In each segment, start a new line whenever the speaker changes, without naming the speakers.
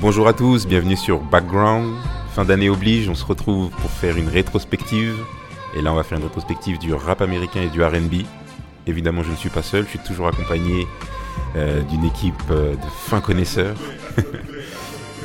Bonjour à tous, bienvenue sur Background. Fin d'année oblige, on se retrouve pour faire une rétrospective. Et là, on va faire une rétrospective du rap américain et du RB. Évidemment, je ne suis pas seul, je suis toujours accompagné euh, d'une équipe euh, de fins connaisseurs.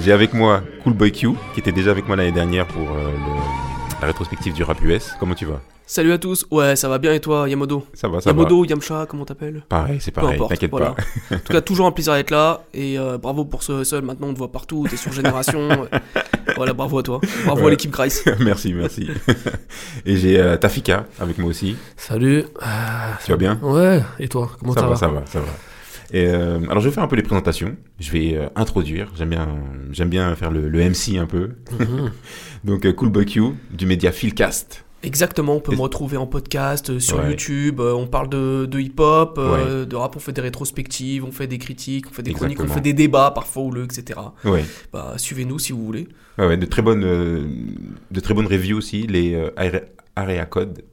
J'ai avec moi Coolboy Q, qui était déjà avec moi l'année dernière pour euh, le- la rétrospective du rap US. Comment tu vas
Salut à tous, ouais ça va bien et toi Yamodo
Ça va, ça va.
Yamodo, Yamcha, comment t'appelles
Pareil, c'est pareil, t'inquiète
voilà.
pas.
en tout cas toujours un plaisir d'être là et euh, bravo pour ce seul, maintenant on te voit partout, t'es sur Génération, ouais. voilà bravo à toi, bravo
Ouais.
à l'équipe Grice.
merci, merci. Et j'ai euh, Tafika avec moi aussi.
Salut. Ah,
Tu vas bien
Ouais, et toi Comment
ça,
ça,
va, ça va, ça va. Et euh, alors je vais faire un peu les présentations, je vais euh, introduire, j'aime bien, j'aime bien faire le, le MC un peu.
Mhm.
Donc euh, Cool Barbecue du média Philcast.
Exactement, on peut
Et-
me retrouver en podcast, euh, sur
Ouais.
YouTube, euh, on parle de, de hip-hop, euh, de rap, on fait des rétrospectives, on fait des critiques, on fait des chroniques,
Exactement.
on fait des débats parfois houleux, etc.
Ouais.
Bah suivez-nous si vous voulez.
Ouais, ouais, de très bonnes, euh, de très bonnes reviews aussi, les euh, Are- Area Code.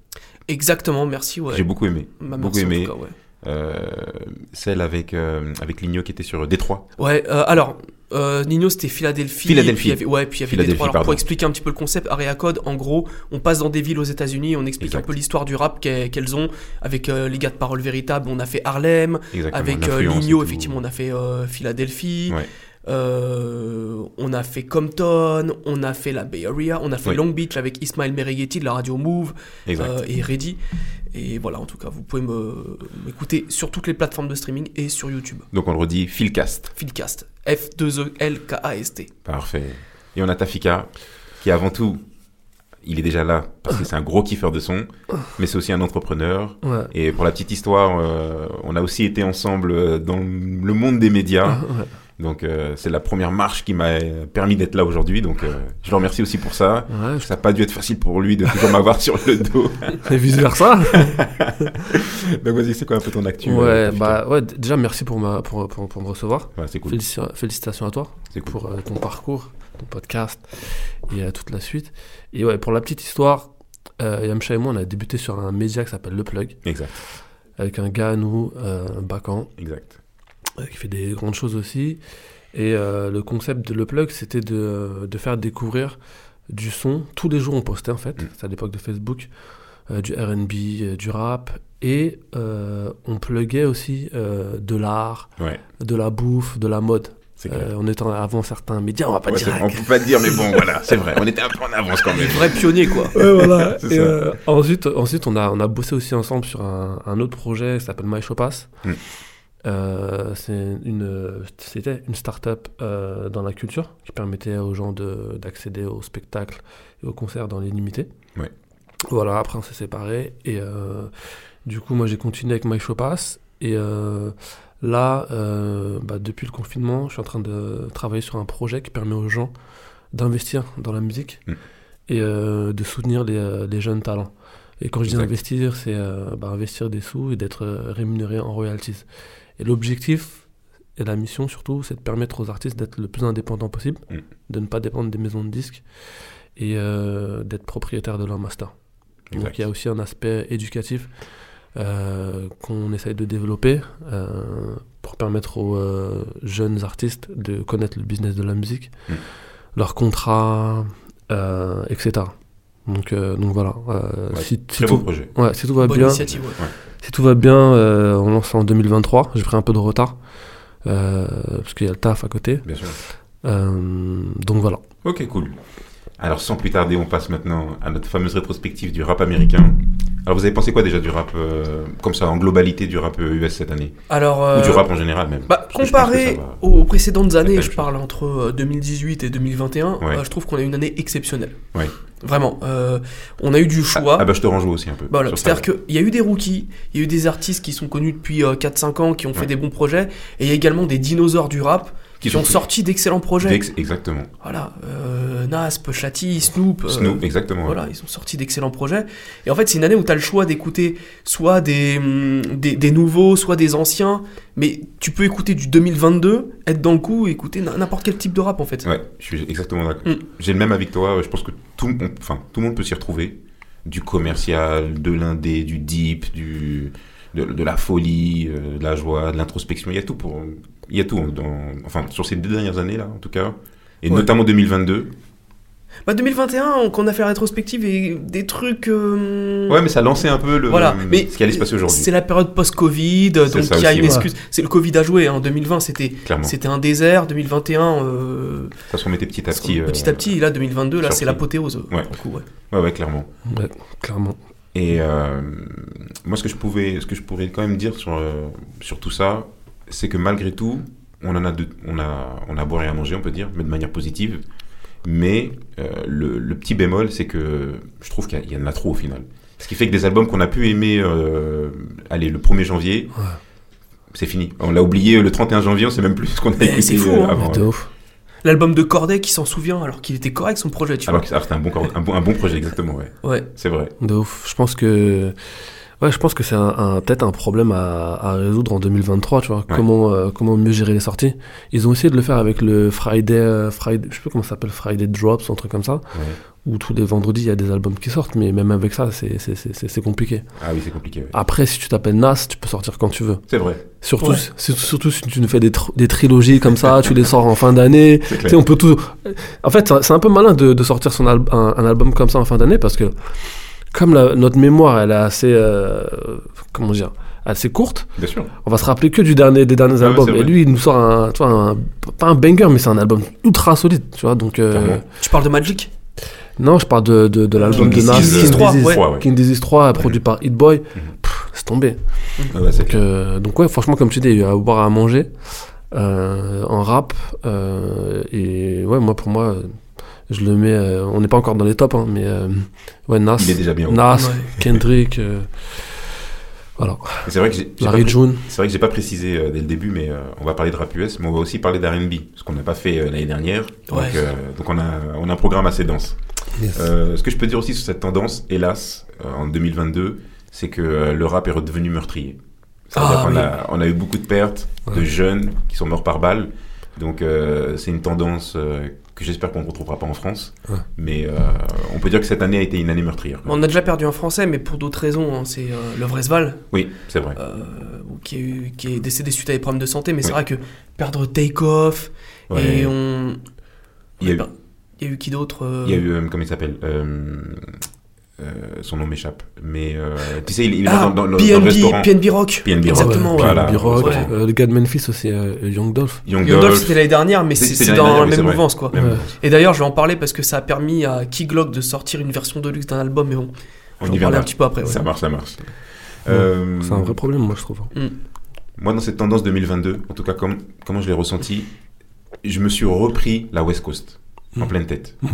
Exactement, merci, ouais.
J'ai beaucoup aimé,
Bah,
beaucoup
merci en
aimé.
tout cas, ouais.
Euh, celle avec euh, avec Ligno qui était sur Détroit.
Ouais, euh, alors, euh, Nino, c'était Philadelphie.
Philadelphie.
Puis il y avait, ouais, puis il y avait
Philadelphie,
Détroit. Alors,
pardon.
pour expliquer un petit peu le concept, Area Code, en gros, on passe dans des villes aux États-Unis, on explique
Exact.
un peu l'histoire du rap qu'est- qu'elles ont. Avec euh, les gars de Parole Véritable, on a fait Harlem.
Exactement.
Avec euh,
l'influence et
Ligno,
tout.
effectivement, on a fait euh, Philadelphie.
Ouais.
Euh, on a fait Compton, on a fait la Bay Area, on a fait
Oui.
Long Beach avec Ismail Merighetti de la radio Move
Exact.
euh, et Ready. Et voilà, en tout cas, vous pouvez me- m'écouter sur toutes les plateformes de streaming et sur YouTube.
Donc on le redit Philcast.
Philcast. E F2ELKAST.
Parfait. Et on a Tafika qui avant tout, il est déjà là parce que c'est un gros kiffeur de son, mais c'est aussi un entrepreneur.
Ouais.
Et pour la petite histoire, euh, on a aussi été ensemble euh, dans le monde des médias.
Ah, ouais.
Donc euh, c'est la première marche qui m'a euh, permis d'être là aujourd'hui. Donc euh, je le remercie aussi pour ça.
Ouais,
Ça n'a pas dû être facile pour lui de toujours m'avoir sur le dos.
et vice versa.
Donc Ben, vas-y, c'est quoi un peu ton actu euh,
ouais,
Tafika
bah ouais. d- Déjà merci pour ma pour, pour, pour me recevoir.
Ouais, c'est cool.
Félici- Félicitations à toi
C'est cool.
pour euh, ton parcours, ton podcast et euh, toute la suite. Et ouais, pour la petite histoire, euh, Yamcha et moi on a débuté sur un média qui s'appelle Le Plug
Exact,
avec un gars à nous, euh, un Bacan,
exact.
euh, qui fait des grandes choses aussi. Et euh, le concept de Le Plug, c'était de, de faire découvrir du son. Tous les jours, on postait en fait,
Mm.
c'est à l'époque de Facebook, euh, du RB, euh, du rap. Et euh, on pluguait aussi euh, de l'art,
Ouais,
de la bouffe, de la mode.
c'est
Euh,
clair.
on était en- avant certains médias, on va pas
Ouais,
dire. hein,
c'est- on peut pas dire, mais bon, voilà, c'est vrai. On était un peu en avance quand même.
Vrai pionnier, quoi.
Ouais, voilà.
C'est
Et,
ça.
euh, ensuite, ensuite on, a, on a bossé aussi ensemble sur un, un autre projet qui s'appelle My Shopass.
Mm.
Euh, c'est une, euh, c'était une start-up euh, dans la culture qui permettait aux gens de- d'accéder aux spectacles et aux concerts dans l'illimité.
Ouais.
Voilà, après on s'est séparés et euh, du coup, moi j'ai continué avec My Shopass et euh, là, euh, bah, depuis le confinement, je suis en train de travailler sur un projet qui permet aux gens d'investir dans la musique
Mm.
et euh, de soutenir les, euh, les jeunes talents. Et quand je dis
Exact.
investir, c'est euh, bah, investir des sous et d'être euh, rémunéré en royalties. Et l'objectif et la mission surtout, c'est de permettre aux artistes d'être le plus indépendants possible,
Mm.
de ne pas dépendre des maisons de disques et euh, d'être propriétaire de leur master.
Exact.
Donc il y a aussi un aspect éducatif euh, qu'on essaye de développer euh, pour permettre aux euh, jeunes artistes de connaître le business de la musique,
Mm.
leurs contrats, euh, etc. Donc, euh, donc voilà. euh,
Ouais,
si, si
Très beau
tout,
projet.
ouais, si tout va
Bonne
bien,
initiative, ouais.
si tout va bien, euh, on lance en 2023. J'ai pris un peu de retard euh, parce qu'il y a le taf à côté.
Bien sûr.
Euh, donc voilà.
Ok, cool. Alors, sans plus tarder, on passe maintenant à notre fameuse rétrospective du rap américain. Alors, vous avez pensé quoi déjà du rap, euh, comme ça, en globalité, du rap euh, US cette année
Alors,
Ou du
euh,
rap en général, même
bah,
Parce que je pense que ça
comparé
va-
aux précédentes années,
même
je
chose.
parle entre euh, 2018 et 2021,
Ouais.
euh, je trouve qu'on a eu une année exceptionnelle.
Ouais.
Vraiment, euh, on a eu du
Ah,
choix.
ah bah, je te range aussi un peu.
Bah voilà,
sur ça.
C'est-à-dire qu'il y a eu des rookies, il y a eu des artistes qui sont connus depuis euh, 4-5 ans, qui ont fait
Ouais.
des bons projets, et il y a également des dinosaures du rap qui,
sont
ont sorti d'excellents projets.
Dex- Exactement.
Voilà, euh, Nasp, Shati, Snoop, euh,
Snoop, exactement.
Voilà, ils ont sorti d'excellents projets. Et en fait, c'est une année où tu as le choix d'écouter soit des, hum, des, des nouveaux, soit des anciens. Mais tu peux écouter du 2022, être dans le coup et écouter n- n'importe quel type de rap en fait.
Ouais, je suis exactement d'accord.
Mm.
J'ai le même avec toi. Je pense que tout, le monde- enfin, tout le monde peut s'y retrouver. Du commercial, de l'indé, du deep, du, de, de la folie, euh, de la joie, de l'introspection. Il y a tout pour. il y a tout, dans- enfin, sur ces deux dernières années, là, en tout cas, et
Ouais.
notamment 2022.
Bah 2021, on- quand on a fait la rétrospective et des trucs. euh,
Ouais, mais ça lançait un peu le, ce qui allait se passer aujourd'hui,
C'est la période post-Covid, donc
ça
il y a
aussi,
une
ouais.
excuse. C'est le Covid à jouer. Hein. 2020, c'était
clairement.
c'était un désert. 2021, euh,
Ça se remettait petit à
petit,
petit. euh,
à petit. Là, 2022, là,
surtout.
c'est l'apothéose.
Ouais.
pour le coup, ouais.
Ouais, ouais, clairement.
Ouais, clairement.
Et euh, moi, ce que je pouvais, ce que je pourrais quand même dire sur euh, sur tout ça, c'est que malgré tout, on en a de, on a on a à boire et à manger, on peut dire, mais de manière positive. Mais euh, le, le petit bémol, c'est que je trouve qu'il y a- il y en a trop au final. Ce qui fait que des albums qu'on a pu aimer, euh, allez, le 1er janvier,
Ouais.
c'est fini. On l'a oublié le 31 janvier, on sait même plus ce qu'on a
Eh,
Mais
écouté
c'est fou,
euh,
hein,
avant.
Mais de ouf.
L'album de Corday qui s'en souvient alors qu'il était correct son projet, tu
Alors que ça- c'était un bon, cor- un, bon, un bon projet, exactement, ouais.
vois. Ouais.
C'est vrai.
De ouf. Je pense que. Ouais, je pense que c'est un, un- peut-être un problème à, à résoudre en 2023, tu vois. Comment, euh, comment mieux gérer les sorties. Ils ont essayé de le faire avec le Friday, euh, Friday je sais plus comment ça s'appelle, Friday Drops, un truc comme ça,
Ouais.
où tous les vendredis, il y a des albums qui sortent, mais même avec ça, c'est, c'est, c'est, c'est- c'est compliqué.
Ah oui, c'est compliqué. ouais.
Après, si tu t'appelles Nas, tu peux sortir quand tu veux.
C'est vrai.
Surtout,
Ouais.
si, surtout si tu nous fais des, tr- des trilogies comme ça, tu les sors en fin d'année,
C'est
tu
clair.
sais, on peut tout. En fait, c'est un peu malin de, de sortir son al- un, un album comme ça en fin d'année parce que, comme la- notre mémoire, elle est assez. euh, comment dire Assez courte,
Bien sûr.
on va se rappeler que du dernier, des derniers
Ah ouais,
albums.
c'est
Et
vrai.
lui, il nous sort un, tu vois, un- Pas un banger, mais c'est un album ultra solide, tu vois. Donc. euh,
Clairement.
Tu parles de Magic
non, je parle de, de, de l'album de
King
Nas.
Disease
King
3,
Disease-
ouais.
Trois, ouais. Mhm.
King Disease 3, produit par Hit Boy. Pff, C'est tombé.
Ah bah, c'est
Donc, euh, donc ouais, franchement, comme tu dis, il y a à boire, à manger, euh, en rap. euh, et ouais, moi, pour moi, euh, je le mets. euh, on n'est pas encore dans les tops, hein, mais euh, ouais, Nas,
Il est déjà bien haut.
Nas,
Ouais.
Kendrick, euh, voilà,
Et C'est vrai que j'ai j'ai pas,
Larry
pré-
June.
c'est vrai que j'ai pas précisé euh, dès le début, mais euh, on va parler de rap US, mais on va aussi parler d'R&B, ce qu'on n'a pas fait euh, l'année dernière. Donc,
Ouais.
euh, donc on a on a un programme assez dense. Euh, ce que je peux dire aussi sur cette tendance, hélas, euh, en 2022, c'est que euh, le rap est redevenu meurtrier. C'est-à-dire
Ah,
qu'on
oui.
a, on a eu beaucoup de pertes de
Ouais.
jeunes qui sont morts par balle. Donc euh, c'est une tendance euh, que j'espère qu'on ne retrouvera pas en France.
Ouais.
Mais euh, on peut dire que cette année a été une année meurtrière.
On a déjà perdu un Français, mais pour d'autres raisons. hein. C'est euh, Levresval
Oui, c'est vrai.
euh, qui, est, eu- qui est décédé suite à des problèmes de santé. Mais c'est
Oui.
vrai que perdre Takeoff
Ouais.
et on.
Il y a eu-
il y a eu qui d'autre euh,
Il y a eu, euh, comment il s'appelle euh, euh, Son nom m'échappe. Mais euh, tu sais, il, il est
Ah,
mort dans, dans- dans le restaurant.
PNB, PNB Rock.
PNB Rock.
Exactement, ouais.
Voilà.
Big Rock,
ouais.
euh, le gars de Memphis aussi, euh, Young Dolph.
Young
Young Dolph,
Dolph.
c'était l'année dernière, mais
C'est-
c'est
c'est
c'est
l'année
dans
dernière,
la
oui,
même
c'est vrai.
mouvance, quoi.
Même
Ouais.
chose.
Et d'ailleurs, je vais en parler parce que ça a permis à Key Glock de sortir une version de luxe d'un album, mais
On y
bon, on en parler
viendra.
un petit peu après. ouais.
Ça marche, ça marche.
Ouais,
Euh,
C'est un vrai problème, moi, je trouve. hein.
Moi, dans cette tendance 2022, en tout cas, comme, comment je l'ai ressenti, je me suis repris la West Coast en
Mm.
pleine tête.
Mm.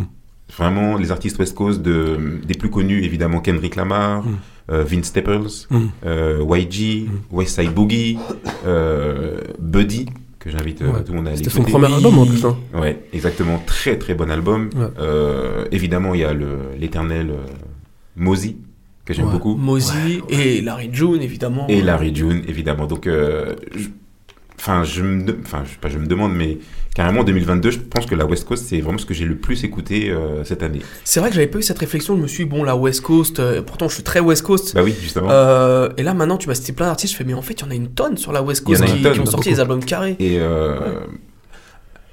Vraiment, les artistes West Coast, de, des plus connus, évidemment, Kendrick Lamar,
Mm.
euh, Vince Staples,
Hmm.
Mm.
euh, YG, West Side Boogie, euh, Buddy, que j'invite euh,
Ouais.
tout le monde à aller
C'était son
écouter.
premier album, en plus. hein.
Ouais, exactement. Très très bon album.
Ouais.
Euh, évidemment, il y a le- l'éternel euh, Mosey, que j'aime
Ouais.
beaucoup.
Mosey et Larry June, évidemment.
Et Larry June, évidemment. Donc, euh, je- enfin, je me, de- enfin, je, sais pas, je me demande, mais carrément 2022, je pense que la West Coast, c'est vraiment ce que j'ai le plus écouté euh, cette année.
C'est vrai que j'avais pas eu cette réflexion, je me suis dit, bon, la West Coast, euh, pourtant je suis très West Coast.
Bah oui, justement.
Euh, et là maintenant tu m'as cité plein d'artistes, je fais mais en fait il y en a une tonne sur la West
Il y en
Coast
a
qui,
une tonne,
qui ont
beaucoup.
sorti des albums carrés.
Et euh,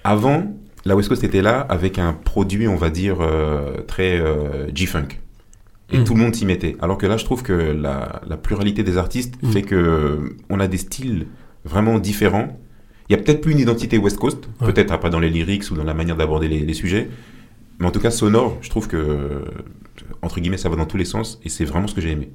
avant, la West Coast était là avec un produit, on va dire, euh, très euh, G-Funk. Et
Mm.
tout le monde s'y mettait. Alors que là, je trouve que la, la pluralité des artistes
Mm.
fait que euh, on a des styles vraiment différents. Il y a peut-être plus une identité West Coast,
Ouais.
peut-être ah, pas dans les lyrics ou dans la manière d'aborder les, les sujets, mais en tout cas sonore, je trouve que euh, entre guillemets ça va dans tous les sens et c'est vraiment ce que j'ai aimé.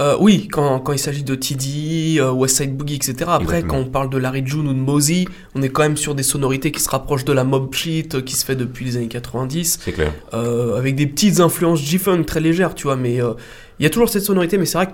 Euh, oui, quand, quand il s'agit de TD, euh, West Side Boogie, etc. Après
Exactement.
quand on parle de Larry June ou de Mosey, on est quand même sur des sonorités qui se rapprochent de la mob shit euh, qui se fait depuis les années 90,
C'est clair.
euh, avec des petites influences G-Funk très légères, tu vois, mais euh, il y a toujours cette sonorité, mais c'est vrai que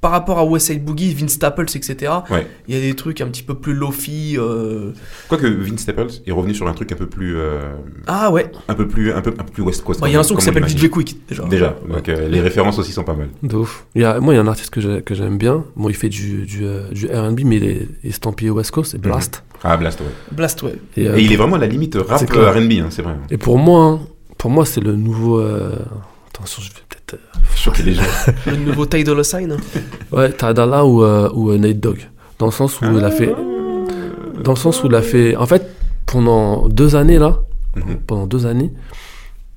par rapport à West Side Boogie, Vince Staples, etc.,
Ouais.
il y a des trucs un petit peu plus lofi. Euh...
Quoique Vince Staples est revenu sur un truc un peu plus euh,
Ah ouais, Bah,
un peu plus un peu un peu plus West Coast.
il y a
comme-
un son qui
comme on
s'appelle
imagine.
DJ Quick, déjà.
Déjà, donc euh, les références aussi sont pas mal.
De ouf. Il y a, moi, il y a un artiste que j'ai- que j'aime bien. Bon, il fait du, du, euh, du RB, mais il est il est estampillé West Coast, c'est Blast.
Ah, Blast, ouais.
Blast, ouais.
Et, euh,
Et il est vraiment à la limite rap
C'est clair.
RB, hein, c'est vrai.
Et pour moi, hein, pour moi, c'est le nouveau. euh, Attention, je vais peut-être. euh,
Choqué les gens.
Le nouveau Ty Dolla Sign. hein.
euh, Ouais, Tadala ou, euh, ou euh, Nate Dogg. Dans le sens où il a fait. Dans le sens où il a fait. En fait, pendant deux années, là,
Mhm.
pendant deux années,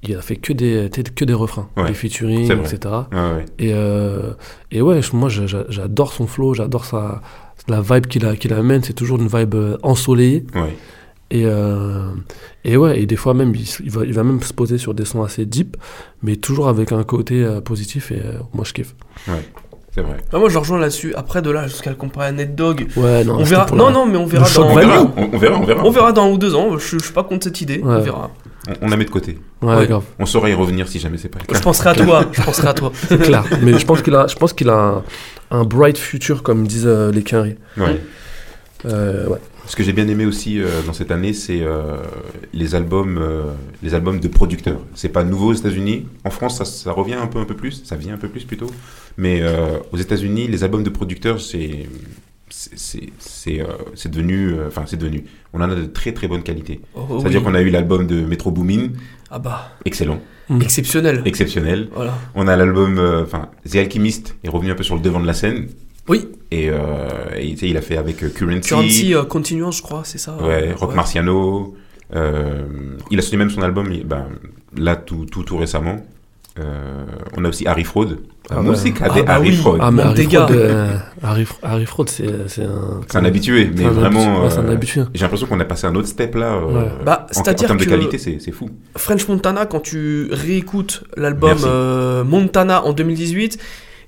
il a fait que des, t'sais, que des refrains,
Ouais.
des featuring,
C'est vrai.
etc.
Ah ouais.
Et, euh, et ouais, je- moi je- j'a- j'adore son flow, j'adore sa la vibe qu'il a- qu'il amène, c'est toujours une vibe euh, ensoleillée.
Ouais.
Et, euh, et ouais, et des fois même, il, s- il va, il va même se poser sur des sons assez deep, mais toujours avec un côté euh, positif, et euh, moi je kiffe.
C'est vrai.
Ah, moi, je le rejoins là-dessus. Après, de là, jusqu'à le comparer à Ned Dog,
Ouais, non,
on
c'était
verra.
pour
Non,
la-
non, mais on verra
choc
dans.
On
Ouais,
verra,
non.
on, on verra, on verra.
On verra dans un ou deux ans. Je, je suis pas contre cette idée. On
Ouais.
verra.
On, on la met de côté.
Ouais,
Ouais.
grave,
On saura y revenir si jamais c'est pas le
Je
cas.
penserai à toi. Je penserai à toi.
c'est clair. mais je pense qu'il a, je pense qu'il a un, un bright future, comme disent euh, les Quinry.
Ouais.
Euh, ouais.
Ce que j'ai bien aimé aussi euh, dans cette année, c'est euh, les albums, euh, les albums de producteurs. C'est pas nouveau aux États-Unis. En France, ça, ça revient un peu, un peu plus. Ça vient un peu plus plutôt. Mais euh, aux États-Unis, les albums de producteurs, c'est c'est- c'est c'est, euh, c'est devenu, euh, enfin c'est devenu. On en a de très très bonne qualité.
Oh, oui.
C'est-à-dire qu'on a eu l'album de Metro Boomin,
Ah bah,
excellent,
Mm.
exceptionnel.
exceptionnel.
Voilà.
On a l'album, euh, enfin The Alchemist est revenu un peu sur le devant de la scène.
Oui.
Et, euh, et, tu sais, il a fait avec euh,
Currency euh, Continuance, je crois, c'est ça. hein.
Ouais, Rock Marciano. euh, il a sorti même son album il- ben, là tout, tout, tout récemment. Euh, on a aussi Harry Fraud. La
Ah
musique
ouais.
avec
Ah bah
Harry
oui.
Fraud.
Ah, mais
Mon
Harry
dégât.
Fraud, euh, Harry, Fr- Harry Fraud, c'est c'est un.
c'est un habitué, mais
c'est un
vraiment.
habitué. Ouais, c'est un
euh,
habitué.
j'ai l'impression qu'on a passé un autre step là. euh,
Ouais.
en,
Bah,
en
c'est-à-dire
termes de
que-
qualité, c'est c'est fou.
French Montana, quand tu réécoutes l'album
Merci.
euh, Montana en 2018,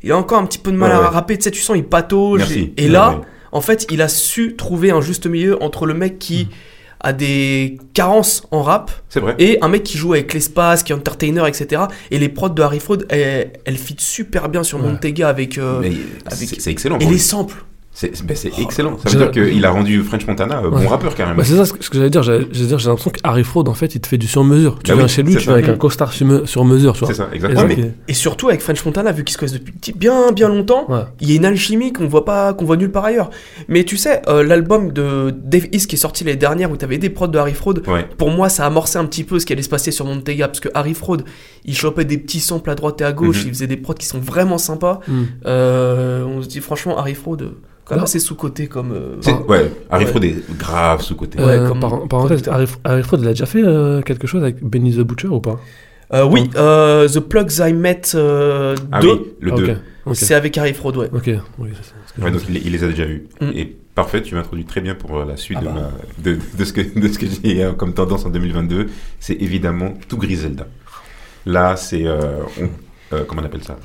il a encore un petit peu de mal
Ouais, ouais.
à rapper. Tu sais, tu sens, il patauge.
Merci.
Et
Ouais,
là,
ouais.
en fait, il a su trouver un juste milieu entre le mec qui
Mm.
a des carences en rap
c'est vrai.
et un mec qui joue avec l'espace, qui est entertainer, etc. Et les prods de Harry Fraud, elles, elles fit super bien sur
Ouais.
Montega avec. euh,
Mais
avec-
C'est c'est excellent.
et
pour
les
lui.
samples.
C'est c'est- ben, c'est
Oh.
excellent. Ça
Je-
veut dire qu'il a rendu French Montana euh,
Ouais.
bon rappeur carrément.
Bah, c'est ça ce que, ce que j'allais dire. J'allais j'allais dire, j'ai l'impression qu'Harry Fraud, en fait, il te fait du sur mesure. Tu
Bah
viens
oui,
chez lui,
c'est
tu
ça.
viens avec un costard sur me- sur mesure, tu vois.
C'est ça,
Et
exactement.
ça
Mais
qui est-
Et surtout avec French Montana, vu qu'ils se connaissent depuis petit- bien bien longtemps,
ouais.
il y a une alchimie qu'on voit pas, qu'on voit nulle part ailleurs. Mais tu sais, euh, l'album de Dave East qui est sorti l'année dernière où t'avais des prods de Harry Fraud,
Ouais.
pour moi, ça amorçait un petit peu ce qui allait se passer sur Montega, parce que Harry Fraud, il chopait des petits samples à droite et à gauche,
Mhm.
il faisait des prods qui sont vraiment sympas.
Mm.
Euh, on se dit franchement, Harry Fraud, euh, quand même
Non.
assez sous-côté comme. euh,
Ah.
C'est- ouais, Harry
Ouais.
Fraud est grave sous côté.
Ouais,
Euh,
comme-
par, parenthèse, Harry, Harry Fraud, il a déjà fait euh, quelque chose avec Benny the Butcher ou pas
Euh, oui, euh, The Plugs I Met euh, 2,
Ah oui, le
Ah,
2.
Ok.
c'est avec Harry Fraud, ouais.
Ok. Oui, c'est- c'est ce que
Ouais,
je-
donc il, il les a déjà vus.
Mm.
Et parfait, tu m'introduis très bien pour euh, la suite
Ah
de,
bah.
ma- de, de ce que, de ce que j'ai euh, comme tendance en 2022. C'est évidemment tout Griselda. Là, c'est. euh, on- euh, comment on appelle ça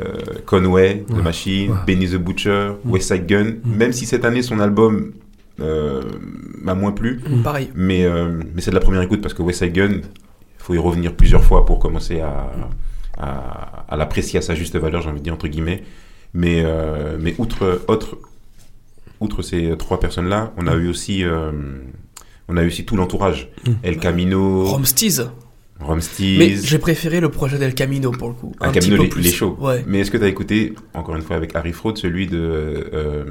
Euh, Conway, The
Ouais,
Machine,
ouais.
Benny the Butcher,
Mm.
West Side Gun.
Mm.
Même si cette année, son album euh, m'a moins plu,
Mm.
Pareil.
mais, euh, mais c'est de la première écoute parce que West Side Gun, faut y revenir plusieurs fois pour commencer à, à, à l'apprécier à sa juste valeur, j'ai envie de dire entre guillemets. Mais, euh, mais outre, autre, outre ces trois personnes-là, on a eu aussi, euh, on a eu aussi tout l'entourage.
Mm.
El Camino,
Romsteez. Mais
Romsteez,
j'ai préféré le projet d'El Camino pour le coup.
El
Un
Ah, Camino,
petit peu
les,
plus.
les shows.
Ouais.
Mais est-ce que tu as écouté, encore une fois avec Harry Fraud, celui de euh,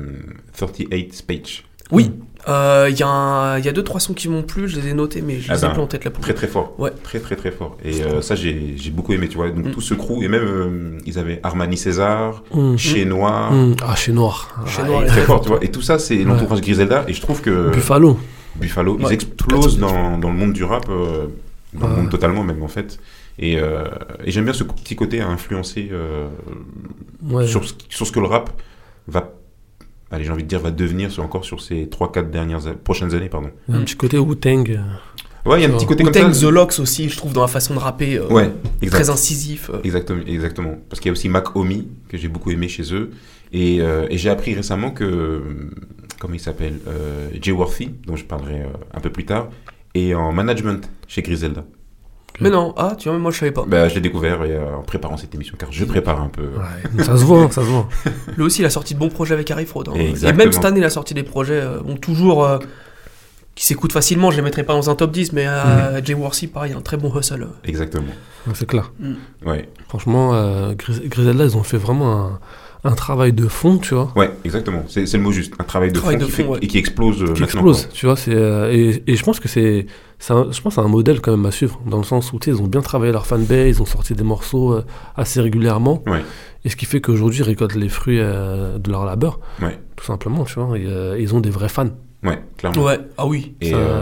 38 Speech
Oui,
Mm.
euh, il y, a un- y a deux, trois sons qui m'ont plu, je les ai notés, mais je
Ah
les ai
ben,
plus en tête là pour
Très très fort.
Ouais.
Très très très fort. Et euh, ça j'ai j'ai beaucoup aimé, tu vois. Donc
Mm.
tout ce crew, et même euh, ils avaient Armani César,
Mm.
Chez Noir,
Mm. Ah, chez Noir.
Chez
Ah,
Noir,
et-
très fort, tu vois. Et tout ça c'est l'entourage Griselda, et je trouve que
Ah, Buffalo.
Buffalo, ils
Ouais.
explosent dans, dans le monde du rap, euh, dans le
Ouais.
monde totalement même en fait. Et, euh, et j'aime bien ce petit côté à influencer euh,
Ouais.
sur, ce, sur ce que le rap va, allez j'ai envie de dire, va devenir sur- encore sur ces 3-4 dernières, a- prochaines années, pardon.
Il y a Un petit côté Wu-Tang. euh,
Ouais, il y a un
Genre.
petit côté
Wu
comme
Tang
ça.
The Locks aussi, je trouve, dans la façon de rapper, euh,
Ouais, exact. Mm.
très incisif. euh.
Exactement, exactement. Parce qu'il y a aussi Mac Omi, que j'ai beaucoup aimé chez eux. Et, euh, et j'ai appris récemment que, euh, comment il s'appelle euh, Jay Worthy, dont je parlerai euh, un peu plus tard, est en management chez Griselda.
Mais non, ah, tu vois, moi je savais pas.
Bah, je l'ai découvert et, euh, en préparant cette émission, car je prépare un peu.
ouais. Ça se voit, hein, ça se voit.
Lui aussi, il a sorti de bons projets avec Harry Fraud. hein. Et
Exactement.
même cette année, il a sorti des projets euh, bon, toujours euh, qui s'écoutent facilement. Je les mettrai pas dans un top 10, mais
Mm.
euh, Jay Worthy, pareil, un très bon hustle. euh.
Exactement.
Ouais, C'est clair.
Ouais,
Franchement, euh, Gris- Griselda, ils ont fait vraiment un, un travail de fond, tu vois.
ouais exactement. C'est c'est le mot juste. Un travail de
Travail
fond,
de
qui,
fond,
fait-
ouais.
et qui explose euh,
qui
maintenant.
explose,
quoi.
tu vois. C'est euh, et, et je pense que c'est, c'est un- je pense que c'est un modèle quand même à suivre dans le sens où tu sais, ils ont bien travaillé leur fanbase, ils ont sorti des morceaux euh, assez régulièrement,
Ouais.
et ce qui fait qu'aujourd'hui ils récoltent les fruits euh, de leur labeur,
Ouais.
tout simplement, tu vois. et, euh, ils ont des vrais fans.
Ouais, clairement.
Ouais, ah oui.
Et,
Ça-
euh,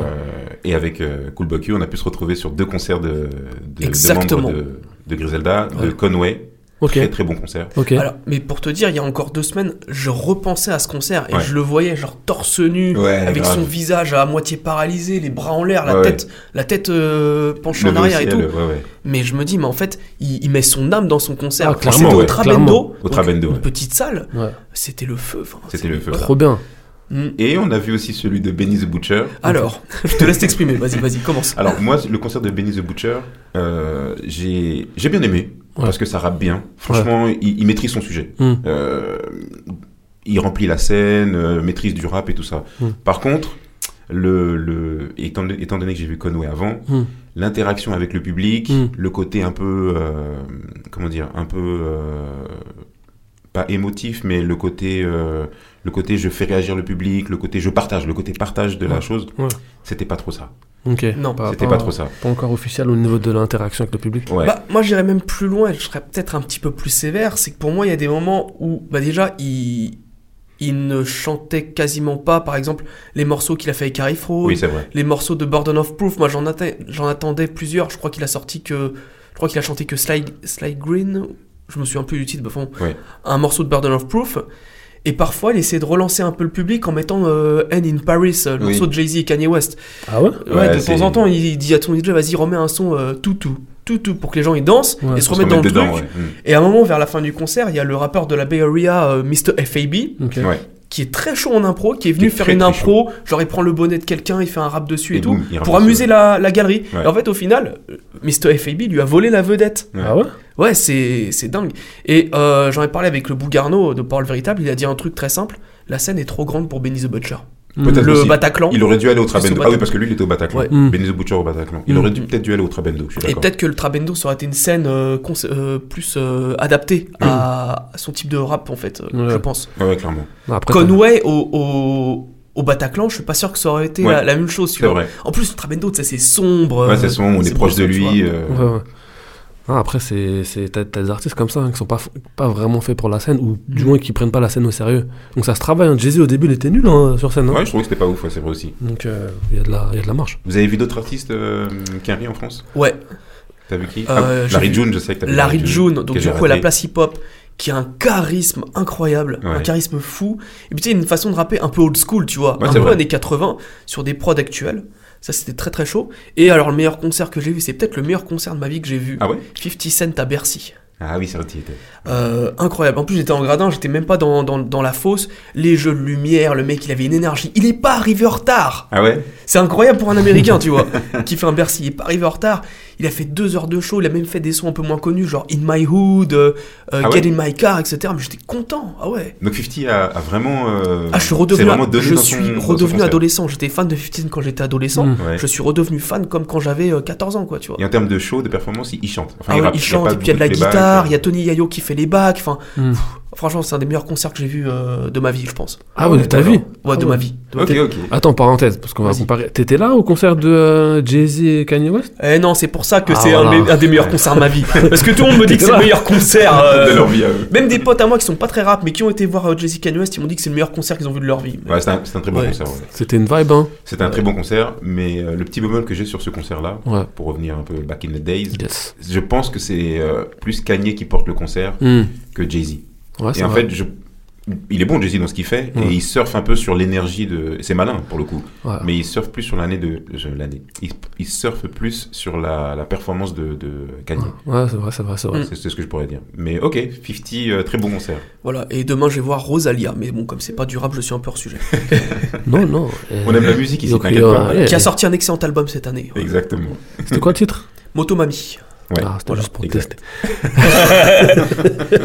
et avec euh, Cool Buck You, on a pu se retrouver sur deux concerts de, de,
Exactement.
de membres de, de Griselda, de
Ouais.
Conway.
Ok,
Très très bon concert.
ok.
Alors, mais pour te dire, il y a encore deux semaines, je repensais à ce concert et
Ouais.
je le voyais genre torse nu,
Ouais,
avec
grave.
son visage à moitié paralysé, les bras en l'air, la
Ouais,
tête, la tête euh, penchée en
Levé au
arrière et
ciel,
tout.
ouais, ouais.
Mais je me dis, mais en fait, il, il met son âme dans son concert.
Ah,
Enfin,
clairement,
c'était au
ouais,
Trabendo,
Au
donc
Trabendo, ouais.
une petite salle.
Ouais.
C'était le feu. enfin,
C'était le feu.
voilà.
Trop bien.
Mm.
Et on a vu aussi celui de Benny the Butcher.
Alors, je te laisse t'exprimer. Vas-y, vas-y, commence.
Alors moi, le concert de Benny the Butcher, euh, j'ai j'ai bien aimé
Ouais.
parce que ça rappe bien. Franchement, il, il maîtrise son sujet.
Mm.
Euh, il remplit la scène, euh, maîtrise du rap et tout ça.
Mm.
Par contre, le, le étant, don- étant donné que j'ai vu Conway avant,
Mm.
l'interaction avec le public,
Mm.
le côté un peu euh, comment dire, un peu euh, pas émotif, mais le côté euh, le côté je fais réagir le public, le côté je partage, le côté partage de la
Ouais.
chose,
Ouais.
c'était pas trop ça.
Ok.
Non.
C'était pas trop ça.
Pas encore officiel au niveau de l'interaction avec le public.
Ouais.
Bah, moi, j'irais même plus loin. Je serais peut-être un petit peu plus sévère. C'est que pour moi, il y a des moments où, bah, déjà, il, il ne chantait quasiment pas, par exemple, les morceaux qu'il a fait avec Harry Fraud,
oui, c'est vrai.
les morceaux de Burden of Proof. Moi, j'en atta- j'en attendais plusieurs. Je crois qu'il a sorti que, je crois qu'il a chanté que Slide, Slide Green. Je me souviens plus du titre, mais bon,
Ouais.
un morceau de Burden of Proof. Et parfois, il essayait de relancer un peu le public en mettant euh, N in Paris, euh, le
Oui.
morceau de Jay-Z et Kanye West.
Ah ouais
Ouais,
Ouais,
de
c'est-
temps en temps, il dit à ton DJ, vas-y, remets un son euh, tout, tout, tout, tout, pour que les gens ils dansent
Ouais,
et se
Pour
remettent
se
dans le
remettre
truc.
dedans, ouais. Mm.
Et à un moment, vers la fin du concert, il y a le rappeur de la Bay Area, euh, Mr. FAB,
Ok.
Mm. Ouais.
qui est très chaud en impro, qui est venu
Qui est
faire
très,
une
très
impro, genre il prend le bonnet de quelqu'un, il fait un rap dessus et,
Et
tout,
boum, il
pour
ramasse,
amuser
ouais.
la, la galerie.
Ouais.
Et en fait, au final, euh, Mr. FAB lui a volé la vedette.
Ouais.
Ah ouais
Ouais, c'est c'est dingue. Et euh, j'en ai parlé avec le Bougarno de Parole Véritable, il a dit un truc très simple, la scène est trop grande pour Benny the Butcher.
Peut-être
Le
aussi.
Bataclan.
Il aurait dû aller au Trabendo.
Plus au
Ah oui,
Bataclan.
parce que lui, il était au Bataclan.
Ouais.
Mm.
Benny the Butcher au Bataclan. Il
Mm.
aurait dû peut-être dû aller au Trabendo. Je suis
Et
d'accord.
peut-être que le Trabendo, ça aurait été une scène euh, cons- euh, plus euh, adaptée à à son type de rap, en fait, euh,
Ouais.
je pense.
Mm. Ouais, ouais, clairement.
Non, Hmm. après,
Conway au, au, au Bataclan, je suis pas sûr que ça aurait été
Ouais.
la, la même chose. tu
C'est
vois.
vrai.
En plus, le Trabendo, tu sais, c'est sombre.
Ouais,
euh,
c'est son, on est,
c'est
proche
pour
de
ça, tu
lui.
vois.
euh,
Ouais, ouais. Ah, après, c'est, c'est, t'as, t'as des artistes comme ça hein, qui sont pas, pas vraiment faits pour la scène, ou du
Mm.
moins qui prennent pas la scène au sérieux. Donc ça se travaille. Hein. Jay-Z, au début, il était nul hein, sur scène. hein.
Ouais, je trouvais que c'était pas ouf, ouais, c'est vrai aussi.
Donc euh, il y, a de la- il y a de la marche.
Vous avez vu d'autres artistes euh, qui arrivent en France
Ouais,
T'as vu qui
Euh,
Ah,
j'ai
Larry
vu
June, je sais que t'as vu.
Larry June, donc
que
du
j'ai
coup à la
raté.
place hip-hop, qui a un charisme incroyable, un
Ouais.
charisme fou. Et puis tu sais, une façon de rapper un peu old school, tu vois,
Ouais,
un
c'est
peu
vrai.
années 80 sur des prods actuels. Ça, c'était très très chaud. Et alors, le meilleur concert que j'ai vu, c'est peut-être le meilleur concert de ma vie que j'ai vu.
Ah ouais
50 Cent à Bercy.
Ah oui, c'est vrai qu'il était.
Euh, incroyable. En plus, j'étais en gradin, j'étais même pas dans, dans, dans la fosse. Les jeux de lumière, le mec, il avait une énergie. Il est pas arrivé en retard.
Ah ouais
C'est incroyable pour un Américain, tu vois, qui fait un Bercy. Il est pas arrivé en retard. Il a fait deux heures de show. Il a même fait des sons un peu moins connus, genre In My Hood, euh, euh,
Ah
Get
ouais
in My Car, etc. Mais j'étais content. Ah ouais.
Donc 50 a, a vraiment. euh,
Ah, je suis
s'est
redevenu,
vraiment donné
je
dans son-
suis
dans son
redevenu
concert.
adolescent. J'étais fan de 15 quand j'étais adolescent.
Mm.
Ouais.
Je suis redevenu fan comme quand j'avais euh, 14 ans, quoi, tu vois.
Et en termes de show, de performance, il il chante. Enfin,
Ah ouais,
rappe.
il
a
chante,
pas
et puis il y a de la
beaucoup de playback,
guitare,
euh.
il y a Tony Yayo qui fait les bacs. Enfin,
Mm.
pff, franchement, c'est un des meilleurs concerts que j'ai vu euh, de ma vie, je pense.
Ah ouais, de ta vie
Ouais,
Ah
de
ouais.
ma vie. De ma
Ok,
vie.
ok.
Attends, parenthèse, parce qu'on va
Vas-y.
comparer. T'étais là au concert de euh, Jay-Z et Kanye West
Eh non, c'est pour ça que
Ah,
c'est un
voilà.
de mes- un, des meilleurs
Ouais.
concerts de ma vie. Parce que tout le monde me dit que c'est le meilleur concert.
Ah,
euh,
De leur vie à eux.
Même des potes à moi qui sont pas très rap, mais qui ont été voir euh, Jessica West, ils m'ont dit que c'est le meilleur concert qu'ils ont vu de leur vie.
Ouais, c'est un, c'est un très bon
Ouais.
concert. ouais.
C'était une vibe, hein
C'était un très bon concert, mais euh, le petit bémol que j'ai sur ce concert-là,
Ouais.
pour revenir un peu back in the days,
Yes.
je pense que c'est euh, plus Kanye qui porte le concert
Mm.
que Jay-Z.
Ouais,
et
Ah, c'est
en
vrai.
fait, je... il est bon Jay-Z dans ce qu'il fait,
Ouais. Ah.
et il surfe un peu sur l'énergie de. C'est malin pour le coup,
Ouais.
mais il surfe plus sur l'année de. je- L'année. Il, il surfe plus sur la, la performance de, de Kanye.
Ouais, c'est vrai, c'est vrai, c'est vrai.
Mm.
C'est c'est ce que je pourrais dire. Mais ok, 50, euh, très bon concert.
Voilà, et demain je vais voir Rosalia, mais bon, comme c'est pas du rap, je suis un peu hors sujet.
Non, non.
Mm. On aime la musique ici,
Euh, Donc,
t'inquiète
euh,
pas.
ouais.
qui a sorti un excellent album cette année. ouais.
Exactement.
C'était quoi le titre
Motomami.
Ouais,
Ah, c'était
voilà,
juste pour
exact.
tester.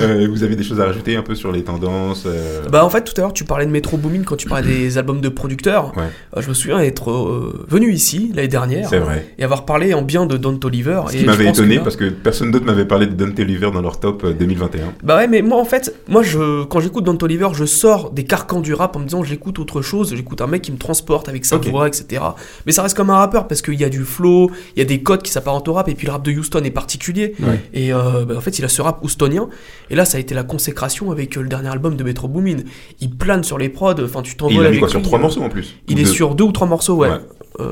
Euh, vous avez des choses à rajouter un peu sur les tendances euh,
Bah en fait tout à l'heure tu parlais de Metro Boomin quand tu parlais des albums de producteurs.
Ouais.
Euh, je me souviens être euh, venu ici l'année dernière
C'est vrai.
et avoir parlé en bien de Don Toliver.
Ce
hein. et
qui
je
m'avait
pense
étonné
que là-
parce que personne d'autre m'avait parlé de Don Toliver dans leur top euh, 2021.
Bah ouais mais moi en fait moi je quand j'écoute Don Toliver je sors des carcans du rap en me disant j'écoute autre chose j'écoute un mec qui me transporte avec sa
Ok.
voix etc. Mais ça reste comme un rappeur parce qu'il y a du flow il y a des codes qui s'apparente au rap, et puis le rap de Houston est particulier.
Ouais.
Et euh, bah, en fait, il a ce rap houstonien. Et là, ça a été la consécration avec euh, le dernier album de Metro Boomin. Il plane sur les prods, enfin, tu
Et il
t'envoies
l'a mis
avec
quoi sur
lui. euh,
trois morceaux en plus
Il
Ou
est
deux
sur deux ou trois morceaux, ouais.
Ouais.
Euh,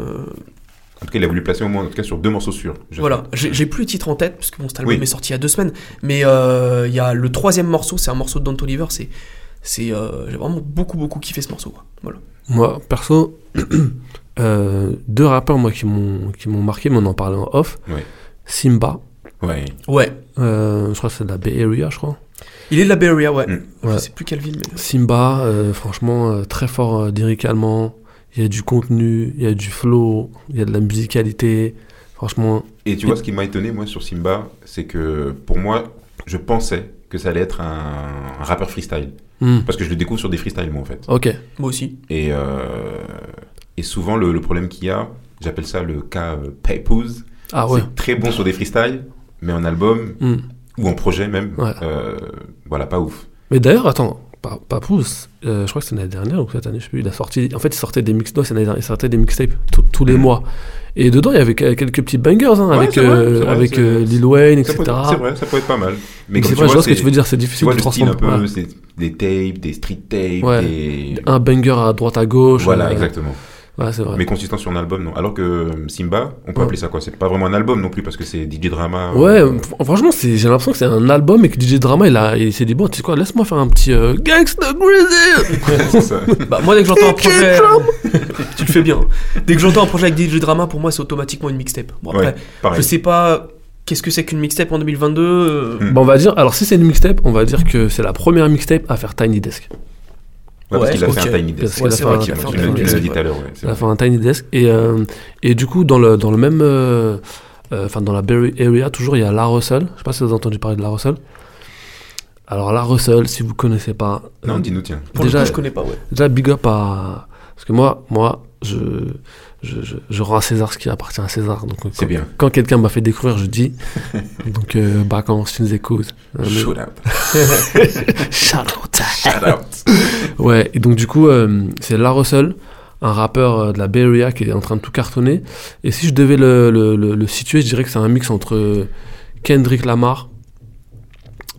En tout cas, il a voulu placer au moins, en tout cas, sur deux morceaux sûrs. Je-
voilà, j'ai j'ai plus le titre en tête, parce que bon, cet album
Oui.
est sorti il y a deux semaines. Mais euh, il y a le troisième morceau, c'est un morceau de Don Toliver. C'est. c'est, euh, J'ai vraiment beaucoup, beaucoup kiffé ce morceau. quoi. Voilà.
Moi, perso, euh, deux rappeurs moi, qui m'ont qui m'ont marqué, mais on en parlait en off.
Ouais.
Simba,
Ouais.
Ouais.
euh, je crois que c'est de la Bay Area, je crois.
Il est de la Bay Area, ouais.
Mm.
Je
Ouais.
sais plus quelle ville, mais.
Simba, euh, franchement, euh, très fort euh, lyrique allemand. Il y a du contenu, il y a du flow, il y a de la musicalité. Franchement,
Et tu vois, ce qui m'a étonné, moi, sur Simba, c'est que pour moi, je pensais que ça allait être un, un rappeur freestyle.
hmm,
Parce que je le découvre sur des freestyles, moi, en fait.
ok.
Moi aussi.
Et, euh, et souvent, le, le problème qu'il y a, j'appelle ça le cas euh, Papers.
Ah ouais.
C'est très bon sur des freestyles, mais en album,
hmm.
ou en projet même,
Ouais.
euh, voilà, pas ouf.
Mais d'ailleurs, attends, Pa- Papouz, euh, je crois que c'est l'année dernière ou cette année, je sais plus. Il a sorti, en fait, il sortait des mix, non, c'est l'année dernière, il sortait des mixtapes tout- tous les
Mhm.
mois. Et dedans, il y avait que- quelques petits bangers, hein,
Ouais,
avec,
c'est vrai,
euh,
c'est vrai,
avec
c'est-
euh, Lil Wayne,
Ça
etc.
peut être- C'est vrai, ça peut être pas mal. Mais
Mais
comme tu
c'est vrai, je
vois,
vois ce que
c'est-
tu veux dire, c'est
Tu
difficile
vois
de
le style un
transformer.
peu,
ouais.
c'est des tapes, des street tapes,
Ouais.
des...
Un banger à droite à gauche.
Voilà,
euh,
exactement.
Ouais, c'est vrai.
Mais consistant sur un album, non. Alors que euh, Simba, on peut
Ouais.
appeler ça quoi C'est pas vraiment un album non plus parce que c'est DJ Drama.
Ouais,
euh,
fr- franchement, c'est- j'ai l'impression que c'est un album et que DJ Drama, il, a- il s'est dit, bon, tu sais quoi, laisse-moi faire un petit euh, Gangsta Grizzly
c'est ça.
Bah, moi, dès que j'entends un projet. tu le fais bien. hein. Dès que j'entends un projet avec DJ Drama, pour moi, c'est automatiquement une mixtape. Bon, après,
Ouais, pareil.
je sais pas qu'est-ce que c'est qu'une mixtape en 2022. euh,
Mm.
Bon, on va dire, alors si c'est une mixtape, on va dire que c'est la première mixtape à faire Tiny Desk.
Ouais, parce
Ouais,
qu'il a fait
ok.
un Tiny
Parce
Desk.
qu'il a
Ouais,
fait
c'est vrai
un-
qu'il a
fait un
fait un- Tu
Tiny
l'as
Desk,
dit
ouais.
tout à l'heure, ouais. c'est
Elle a
vrai.
fait un tiny desk et, euh, et du coup dans le dans le même euh, euh, enfin dans la Bay Area toujours il y a La Russell. Je sais pas si vous avez entendu parler de La Russell. Alors La Russell, si vous connaissez pas, euh,
Non, dis-nous, tiens.
Pour
Déjà-
le coup, je connais pas, ouais.
déjà big up à parce que moi moi je je, je, je rends à César ce qui appartient à César. Donc
C'est
quand,
bien.
quand quelqu'un m'a fait découvrir, je dis donc euh, bah quand tu nous écoutes. euh,
Shout out.
Charlotte.
Shout out.
Ouais, et donc du coup, euh, c'est La Russell, un rappeur euh, de la Bay Area qui est en train de tout cartonner. Et si je devais le, le- le- le situer, je dirais que c'est un mix entre euh, Kendrick Lamar,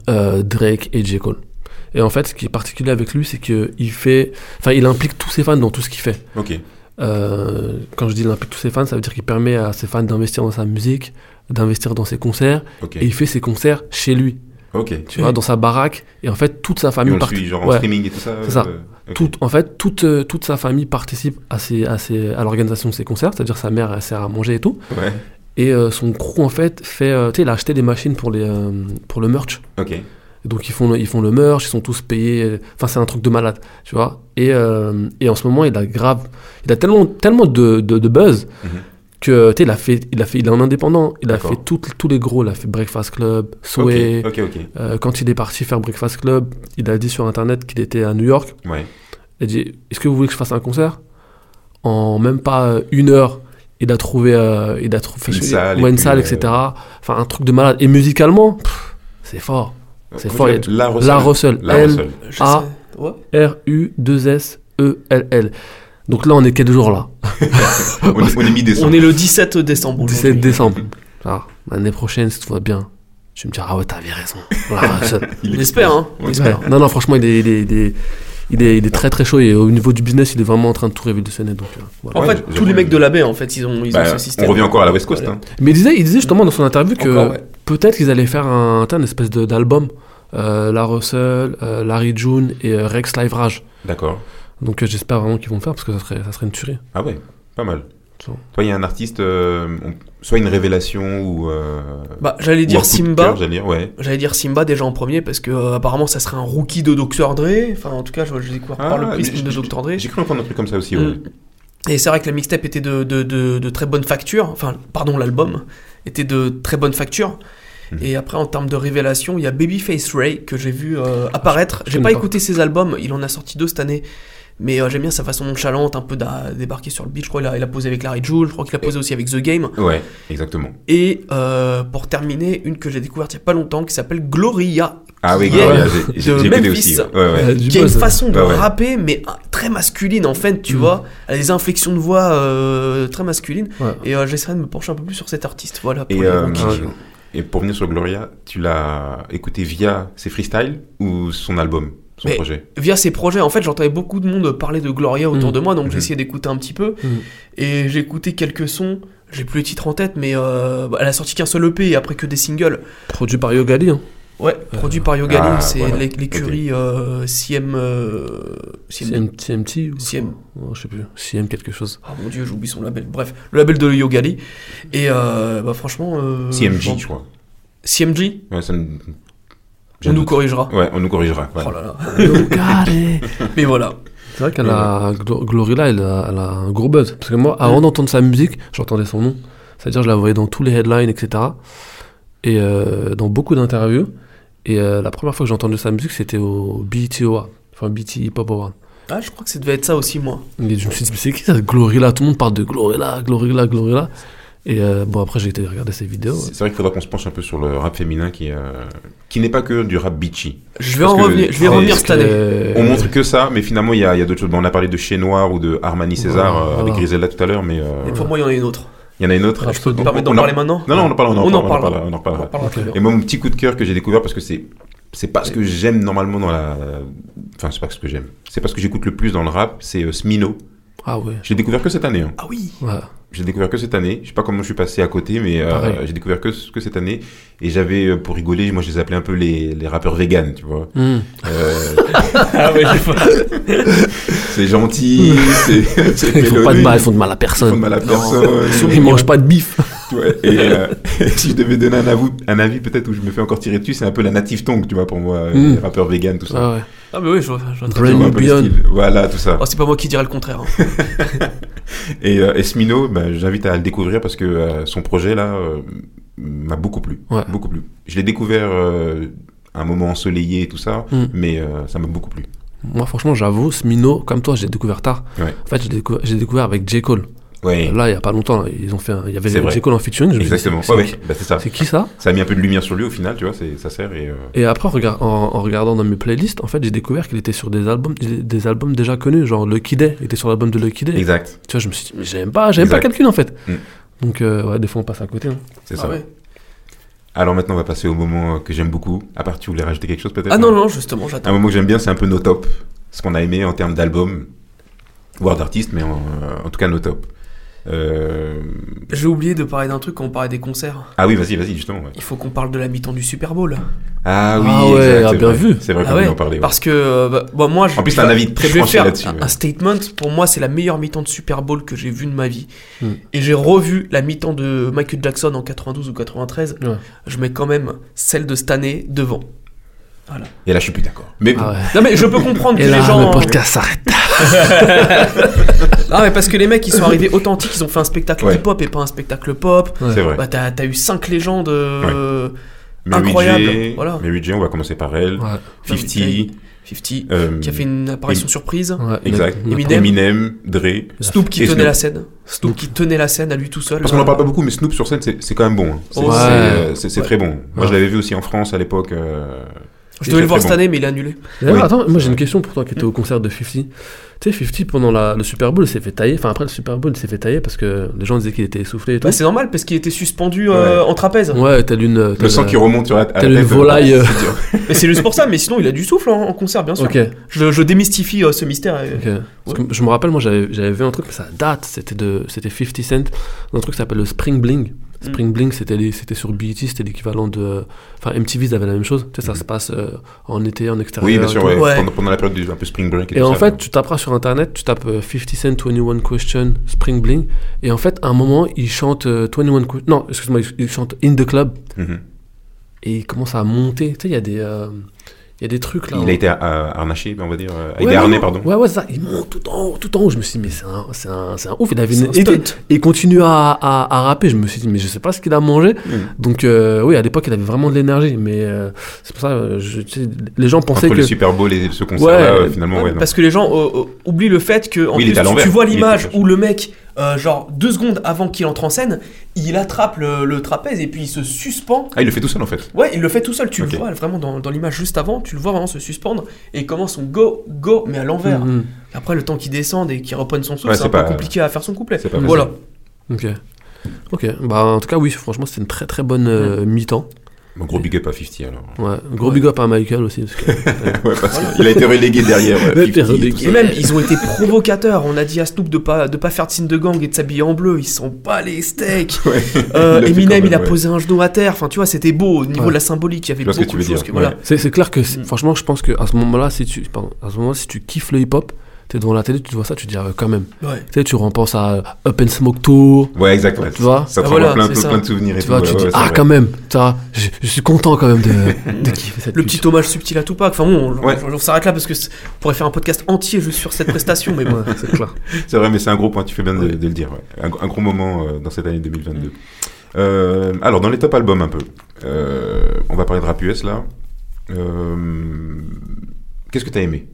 euh, Drake et J. Cole. Et en fait, ce qui est particulier avec lui, c'est qu'il fait. Enfin, il implique tous ses fans dans tout ce qu'il fait.
Ok.
Euh, quand je dis il implique tous ses fans, ça veut dire qu'il permet à ses fans d'investir dans sa musique, d'investir dans ses concerts.
Ok.
Et il fait ses concerts chez lui,
Ok. Et
tu vois, dans sa baraque. Et en fait, toute sa famille
Mm. on le
parti-
suit genre en
Ouais.
streaming et tout ça.
C'est ça.
euh, ok.
Tout, en fait, toute, euh, toute sa famille participe à, ses- à, ses- à l'organisation de ses concerts, c'est-à-dire sa mère, elle sert à manger et tout.
Ouais.
Et euh, son crew, en fait, fait, euh, tu sais, il a acheté des machines pour, les, euh, pour le merch.
Ok.
Et donc, ils font, le- ils font le merch, ils sont tous payés. euh, Enfin, c'est un truc de malade, tu vois. Et, euh, et en ce moment, il a grave. Il a tellement, tellement de, de, de buzz
Mhm.
que, tu sais, il, a fait- il, a fait- il est en indépendant. Il a
D'accord.
fait tout- tous les gros. Il a fait Breakfast Club,
Ok.
Sway.
Ok, ok.
Euh, quand il est parti faire Breakfast Club, il a dit sur Internet qu'il était à New York.
Ouais.
Il a dit Est-ce que vous voulez que je fasse un concert En même pas euh, une heure, il a trouvé euh, il a trou-
Une
fait-
salle
ouais,
et
une
puis,
salle
euh,
etc. Enfin, un truc de malade. Et musicalement, pff, c'est fort. C'est
Comment
fort,
tu l'appelles La Russell.
La Russell.
La
L-
Russell.
Je
Ah.
sais- ouais.
R-U-2-S-E-L-L. E, Donc là, on est quel jour là
On est- on est
On
mi-décembre.
est le 17 décembre. aujourd'hui.
17 décembre. Ah, L'année prochaine, si tout va bien, tu me diras Ah ouais, t'avais raison. La Russell.
On espère, hein. On
Ouais.
espère.
Ouais. Non, non, franchement, il est, il est- il est- il est- il est très très chaud et au niveau du business, il est vraiment en train de tout révolutionner. Donc, euh, voilà.
En
Ouais,
fait,
j'avoue,
tous les mecs
je-
de la baie, en fait, ils ont, ils ont
Bah,
ce
on
système.
revient encore à la West Coast.
Voilà.
hein.
Mais il disait, il disait justement dans son interview que
Encore, ouais.
peut-être qu'ils allaient faire un, un espèce de- d'album. Euh, La Russell, euh, Larry June et euh, Rex Live Rage.
D'accord.
Donc euh, j'espère vraiment qu'ils vont le faire parce que ça serait, ça serait une tuerie.
Ah ouais, pas mal.
Tu vois.
Toi, il y a un artiste, euh, on- soit une révélation ou. euh,
Bah, j'allais
ou un
dire
coup de
Simba.
cœur, J'allais dire, ouais.
J'allais dire Simba déjà en premier parce que euh, apparemment ça serait un rookie de Dr Dre. Enfin en tout cas je je l'ai découvert
Ah,
par le
mais
prisme de
j'ai-
Dr Dre.
J'ai cru entendre un truc comme ça aussi, ouais.
Mm. Et c'est vrai que la mixtape était de, de, de- de très bonne facture, enfin, pardon, l'album était de très bonne facture.
Mhm.
Et après, en termes de révélation, il y a Babyface Ray que j'ai vu euh, apparaître.
je
J'ai
connais
pas
pas.
écouté ses albums, il en a sorti deux cette année. Mais euh, j'aime bien sa façon nonchalante, un peu d'a- débarquer sur le beat. Je crois qu'il a, il a posé avec Larry Jewel, je crois qu'il a posé aussi avec The Game.
Ouais, exactement.
Et euh, pour terminer, une que j'ai découverte il y a pas longtemps qui s'appelle Gloria,
Ah oui,
Qui est
Gloria, j'ai- j'ai
de
j'ai écouté
Memphis.
aussi. ouais. Ouais, ouais.
Euh, du
qui a une
buzz.
façon de
Ouais, ouais.
rapper, mais ah, très masculine en fait, tu
Mm.
vois. Elle a des inflexions de voix euh, très masculines.
Ouais.
Et euh, j'essaierai de me pencher un peu plus sur cet artiste. Voilà.
Et,
pour les
euh,
rookies.
Ouais.
Et pour venir sur Gloria, tu l'as écouté via ses freestyles ou son album, son
Mais-
projet
Via ses projets, en fait, j'entendais beaucoup de monde parler de Gloria autour
Mm.
de moi, donc
Mhm.
j'essayais d'écouter un petit peu.
Mm.
Et j'ai écouté quelques sons. J'ai plus les titres en tête, mais euh, bah, elle a sorti qu'un seul EP et après que des singles.
Produit par Yogali. Hein.
Ouais, produit par Yoga Lim,
ah,
c'est
voilà.
l'é- l'écurie euh, CM, euh, CM.
CM, CMT ou
CM.
Ouais, je sais plus. CM quelque chose.
Oh mon dieu, j'oublie son label. Bref, le label de Yogali. Et euh, bah, franchement. euh,
CMJ,
bon.
je crois.
CMG
Ouais, ça me- j'ai
On
un
nous
doute.
corrigera.
Ouais, on nous corrigera. ouais.
Oh là là.
Yogali.
Mais voilà.
C'est vrai qu'elle a Glo- Glorilla, elle a, elle a un gros buzz. Parce que moi, avant
Mm.
d'entendre sa musique, j'entendais son nom. C'est-à-dire, je la voyais dans tous les headlines, etc. Et euh, dans beaucoup d'interviews. Et euh, la première fois que j'ai entendu sa musique, c'était au BTOA. Enfin, BT Hip Hop Award.
Ah, je crois que ça devait être ça aussi, moi.
Et je me suis dit, mais c'est qui ça, Glorilla Tout le monde parle de Glorilla, Glorilla, Glorilla. Et euh, bon, après, j'ai été regarder ses vidéos.
C'est c'est vrai qu'il faudra qu'on se penche un peu sur le rap féminin qui, euh, qui n'est pas que du rap bitchy.
Je vais
Parce
en
que-
revenir, je vais
Oh,
revenir
parce
cette année.
Euh,
On montre que ça, mais finalement, il y a, il y a d'autres choses. Bon, on a parlé de Chez Noir ou de Armani César
Voilà,
euh,
voilà.
avec Griselda tout à l'heure, mais euh,
Et pour moi, il y en a une autre.
il y en a une autre.
Ah, je peux te
Tu
On-
me permets d'en
on en-
parler maintenant
Non, non, on en parle, on en
On en
parle, on en
parle.
parlera, on en
On
parlera.
en parlera très
Ok.
bien.
Et moi, mon petit coup de cœur que j'ai découvert parce que c'est c'est pas ce que j'aime normalement dans la. Enfin, c'est pas ce que j'aime. C'est parce que j'écoute le plus dans le rap, c'est euh, Smino.
Ah ouais.
J'ai découvert que cette année. hein.
Ah oui
Ouais.
J'ai découvert que cette année. Je sais pas comment je suis passé à côté, mais euh,
Pareil.
j'ai découvert que, que cette année. Et j'avais, euh, pour rigoler, moi je les appelais un peu les, les rappeurs véganes, tu vois.
Mm.
Euh,
Ah ouais, j'ai pas-
c'est gentil, c'est. c'est
Ils font pas de
mélodique,
mal, ils font de mal
ils font
à
de
personne.
mal à
Non.
personne.
Ils mangent pas de bif.
Tu vois, Et euh, si je devais donner un, avou- un avis, peut-être où je me fais encore tirer dessus, c'est un peu la native tongue, tu vois, pour moi, euh,
Mm.
les rappeurs véganes, tout ça.
Ah ouais.
Ah, mais oui, je vois. je vois très
Tu vois, un
bien.
Brain
peu le
Beyond.
style. Voilà, tout ça.
Oh, c'est pas moi qui dirais le contraire. hein.
Et euh, Esmino, ben, j'invite à le découvrir parce que euh, son projet là euh, m'a beaucoup plu,
Ouais.
beaucoup plu. Je l'ai découvert euh, à un moment ensoleillé et tout ça,
Mm.
mais euh, ça m'a beaucoup plu.
Moi, franchement, j'avoue, Smino, comme toi, j'ai découvert tard.
Ouais.
En fait, j'ai découvert, j'ai découvert avec J. Cole.
Ouais,
Là, il n'y a pas longtemps, là, ils ont fait un- il y avait
C'est vrai.
J. Cole en featuring. je me suis dit,
exactement.
C'est
Ouais, ouais, bah, c'est ça.
c'est qui ça
Ça a mis un peu de lumière sur lui au final, tu vois, c'est- ça sert et euh,
Et après, en, regard- en- en regardant dans mes playlists, en fait, j'ai découvert qu'il était sur des albums, des, des albums déjà connus. Genre, Lucky Day il était sur l'album de Lucky Day.
exact,
Tu vois, je me suis dit, mais j'aime pas, j'aime pas
Exact.
calcul en fait.
Mm.
Donc, euh, ouais, des fois, on passe à côté. hein.
c'est
Ah,
ça.
ouais.
Alors maintenant, on va passer au moment que j'aime beaucoup. À part, tu voulais rajouter quelque chose peut-être hein.
Ah non, non, justement, j'attends.
Un moment que j'aime bien, c'est un peu nos tops, ce qu'on a aimé en termes d'albums, voire d'artistes, mais en, en tout cas nos tops. Euh,
J'ai oublié de parler d'un truc quand on parlait des concerts.
Ah oui, vas-y, vas-y, justement. ouais.
Il faut qu'on parle de la mi-temps du Super Bowl.
Ah oui,
Ah ouais,
exact,
ah,
c'est
bien
vrai.
vu.
C'est vrai qu'on
Ah ouais,
en parler. ouais.
Parce que euh, bah, bon, moi, je,
En plus,
je
t'as un
vais-
avis très
je vais
tranché
faire
là-dessus,
un-
ouais.
Un statement, pour moi, c'est la meilleure mi-temps de Super Bowl que j'ai vue de ma vie.
Hmm.
Et j'ai revu la mi-temps de Michael Jackson en 92 ou 93.
Ouais.
Je mets quand même celle de cette année devant. Voilà.
Et hein. là, je suis plus d'accord. Mais bon,
Ah ouais.
Non mais je peux comprendre que
Et là,
les gens.
le podcast s'arrête.
Ah mais parce que les mecs ils sont arrivés authentiques, ils ont fait un spectacle
Ouais.
hip-hop et pas un spectacle pop.
c'est vrai.
Bah t'as t'as eu cinq légendes. euh,
Mary
incroyable,
J,
voilà.
Mary J, on va commencer par elle.
Ouais,
50,
50
euh,
qui a fait une apparition
Em-
surprise.
ouais, il a-
exact.
il a-
Eminem.
Eminem, Dre.
Snoop qui
Et
tenait
Snoop.
la scène. Snoop
Snoop.
qui tenait la scène à lui tout seul.
Parce qu'on en parle pas beaucoup, mais Snoop sur scène, c'est c'est quand même bon. hein. C'est
Oh,
c'est,
ouais.
euh, c'est- c'est
Ouais.
très bon. Moi,
Ouais.
je l'avais vu aussi en France à l'époque. euh,
Je devais le voir
Très
cette année mais il a annulé.
D'ailleurs,
Oui. Mm.
attends, moi j'ai une question pour toi qui était au concert de 50. Tu sais, 50 pendant la- le Super Bowl, il s'est fait tailler. Enfin, après le Super Bowl, il s'est fait tailler parce que les gens disaient qu'il était essoufflé et tout.
Bah, c'est normal parce qu'il était suspendu euh, en trapèze.
ouais, t'as l'une. euh,
Le
t'as
sang
la-
qui remonte sur la, à la
T'as une
tête.
volaille. euh,
Mais c'est juste pour ça, mais sinon il a du souffle hein, en, en concert bien sûr.
Ok,
Je, je démystifie euh, ce mystère. euh.
ok. Parce que je me rappelle, moi j'avais j'avais vu un truc, mais ça date. C'était de, c'était 50 Cent. Un truc qui s'appelle le Spring Bling.
Mm.
Spring Bling, c'était les- c'était sur BET, c'était l'équivalent de. euh, Enfin, MTV, ils avaient la même chose. Tu sais, ça se passe euh, en été, en extérieur.
Mm. Oui, bien sûr,
et tout.
ouais.
Ouais.
Pendant, pendant la période du un peu spring break. Et,
Et
tout
en
ça,
fait,
ouais.
tu taperas sur internet, tu tapes euh, 50 Cent 21 Question, Spring Bling, et en fait, à un moment, il chante euh, 21 Question. Non, excuse-moi, il- il chante In the Club,
Mhm.
et il commence à monter. Tu sais, il y, a des, euh, il y a des trucs là.
il
on-
a été euh, harnaché, on va dire. euh,
Ouais,
il est
non,
harné,
non.
pardon.
Ouais, ouais, c'est ça. Il monte tout en haut, tout en haut. Je me suis dit, mais c'est un, c'est un, c'est un ouf. Il avait
C'est
une
un
idée.
stunt.
Et il continue à, à, à rapper. Je me suis dit, mais je sais pas ce qu'il a mangé.
Mhm.
Donc, euh, oui, à l'époque, il avait vraiment de l'énergie. Mais euh, c'est pour ça, euh, je, tu sais, les gens pensaient
Entre le
que.
Super Bowl et ce concert-là,
Ouais.
euh, finalement,
Ouais,
ouais. non.
parce que les gens euh, euh, oublient le fait que en
Oui, il
plus,
est à
tu- tu,
l'envers.
vois
Il est
l'image
tout à fait.
où le mec euh, genre deux secondes avant qu'il entre en scène, il attrape le, le trapèze et puis il se suspend.
Ah, il le fait tout seul en fait.
Ouais, il le fait tout seul, tu
Ok.
le vois vraiment dans, dans l'image juste avant, tu le vois vraiment se suspendre et comment son go, go, mais à l'envers.
Mhm.
Après, le temps qu'il descende et qu'il reprenne son souffle,
Ouais,
c'est
c'est
un peu
pas-
compliqué à faire son couplet.
c'est pas
voilà.
Ok. Ok. Bah, en tout cas, oui, franchement, c'était une très très bonne euh, mi-temps.
Un gros big up à 50 alors.
Ouais. Gros
Ouais.
big up à Michael aussi. Parce que,
ouais, parce qu'il a été relégué derrière.
Il a
euh, 50
été
et tout
relégué.
Et même, ils ont été provocateurs. On a dit à Snoop de pas, de pas faire de signe de gang et de s'habiller en bleu. Ils sont pas les steaks.
ça. Ouais.
Euh,
Il l'a fait quand
Eminem, il a
même, ouais.
posé un genou à terre. Enfin, tu vois, c'était beau au niveau
Ouais.
de la symbolique. Il y avait
Je vois ce que
beaucoup
tu
de
veux
choses.
dire,
que- voilà.
ouais.
c'est c'est clair que, c'est-
Mm.
franchement, je pense que à ce moment-là, si tu, pardon, à ce moment si tu kiffes le hip-hop, t'es devant la télé, tu te vois ça, tu te dis ah, quand même.
Ouais.
Tu sais, tu repenses à euh, Up and Smoke Tour.
Ouais, exact. ouais.
Tu vois
Ça te
Ah,
renvoie
voilà,
plein,
c'est
plein,
ça.
plein de souvenirs et
Tu vois,
tout.
tu
ouais,
te dis
ouais, c'est
ah
vrai.
quand même. tu vois, je, je suis content quand même de, de kiffer cette
Le
pute.
petit hommage subtil à Tupac. Enfin bon, on,
Ouais.
on- on s'arrête là parce que c'est- on pourrait faire un podcast entier juste sur cette prestation. Mais bon.
Ouais, c'est clair.
C'est vrai, mais c'est un gros point, tu fais bien de, de le dire. ouais. Un, un gros moment euh, dans cette année 2022. Euh, alors, dans les top albums, un peu. Euh, on va parler de Rap US, là. Euh, Qu'est-ce que t'as aimé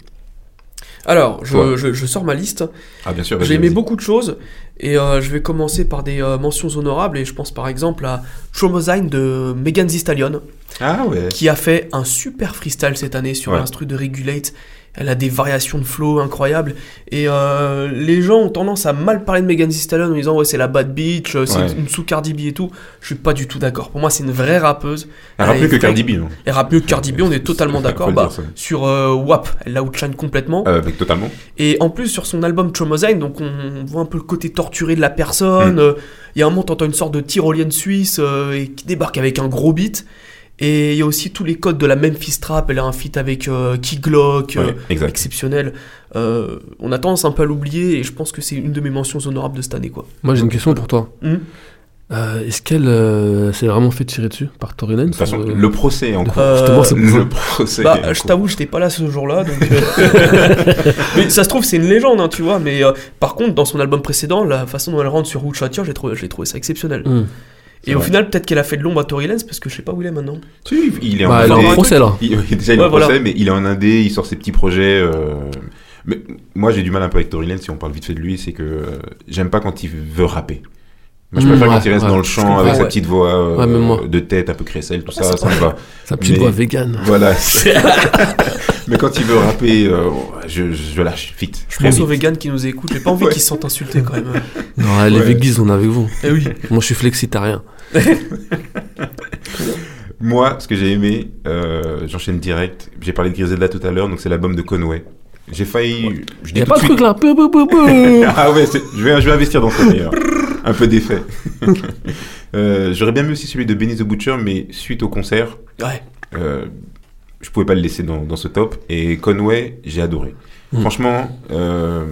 Alors, je,
Ouais.
je- je sors ma liste.
Ah, bien sûr, vas-y,
J'ai aimé
vas-y.
beaucoup de choses. Et euh, je vais commencer par des euh, mentions honorables. Et je pense par exemple à Tromosine de Megan Thee Stallion.
Ah ouais.
qui a fait un super freestyle cette année sur
Ouais.
l'instru de Regulate. Elle a des variations de flow incroyables. Et euh, les gens ont tendance à mal parler de Megan Thee Stallion en disant ouais c'est la bad bitch, euh, c'est
Ouais.
une sous Cardi B et tout. Je suis pas du tout d'accord. Pour moi c'est une vraie rappeuse.
Ah, rappelez
Elle
que
est
Cardi B, non
Elle rappe mieux que Cardi B, on est totalement
Faut le
d'accord.
dire,
Bah,
ça.
sur euh, WAP, elle la outshine complètement.
Euh, avec totalement.
Et en plus sur son album Traumozyne, donc on voit un peu le côté torturé de la personne.
Mm.
Euh, Il y a un moment t'entends une sorte de tyrolienne suisse euh, et qui débarque avec un gros beat. Et il y a aussi tous les codes de la Memphis Trap. Elle a un feat avec euh, Key Glock, euh,
Ouais, exact.
exceptionnel. Euh, on a tendance un peu à l'oublier et je pense que c'est une de mes mentions honorables de cette année. quoi.
Moi, j'ai une question pour toi.
Hmm.
Euh, Est-ce qu'elle euh, s'est vraiment fait tirer dessus par Tory Lanez
De toute façon,
ou, euh,
le procès en cours.
Euh,
Justement, c'est pour ça.
Le procès.
Bah,
est en
je
cours.
t'avoue, j'étais pas là ce jour-là. donc, euh, mais ça se trouve, c'est une légende, hein, tu vois. Mais euh, par contre, dans son album précédent, la façon dont elle rentre sur Who Shot Your, j'ai trouvé, j'ai trouvé ça exceptionnel.
Hmm.
C'est
Et au
vrai.
final, peut-être qu'elle a fait de l'ombre à Tory Lanez parce que je sais pas où il est maintenant.
Tu, il est
Bah,
en
elle est
Indé.
en procès là.
Il, oui, déjà, il est
Ouais,
en procès,
voilà.
mais il est en indé, il sort ses petits projets. euh, Mais moi, j'ai du mal un peu avec Tory Lanez, si on parle vite fait de lui, c'est que euh, j'aime pas quand il veut rapper. Moi, je
Mmh,
préfère
ouais,
quand il reste
ouais,
dans le
je
champ
comprends,
avec sa
ouais.
petite voix euh,
Ouais, même moi.
de tête, un peu crécelle, tout
Ouais,
ça,
c'est
ça me va.
Sa petite
Mais-
voix vegan.
Voilà. mais quand il veut rapper, euh, je, je lâche vite.
Je
très
pense aux
vite.
vegans qui nous écoutent, j'ai pas envie qu'ils se sentent insultés quand même.
Non, les
Ouais.
veggies, on est avec vous.
Eh oui.
Moi, je suis flexitarien.
Moi, ce que j'ai aimé, euh, j'enchaîne direct. J'ai parlé de Griselda tout à l'heure, donc c'est l'album de Conway. J'ai failli. Je dis
Y a
tout
pas
de
de
suite-
truc là. Bou, bou, bou, bou.
Ah ouais, c'est- je vais, je vais investir dans ça d'ailleurs. Un peu d'effet. Euh, J'aurais bien mis aussi celui de Benny the Butcher, mais suite au concert,
Ouais.
euh, je pouvais pas le laisser dans, dans ce top. Et Conway, j'ai adoré.
Mm.
Hmm.
Franchement, euh,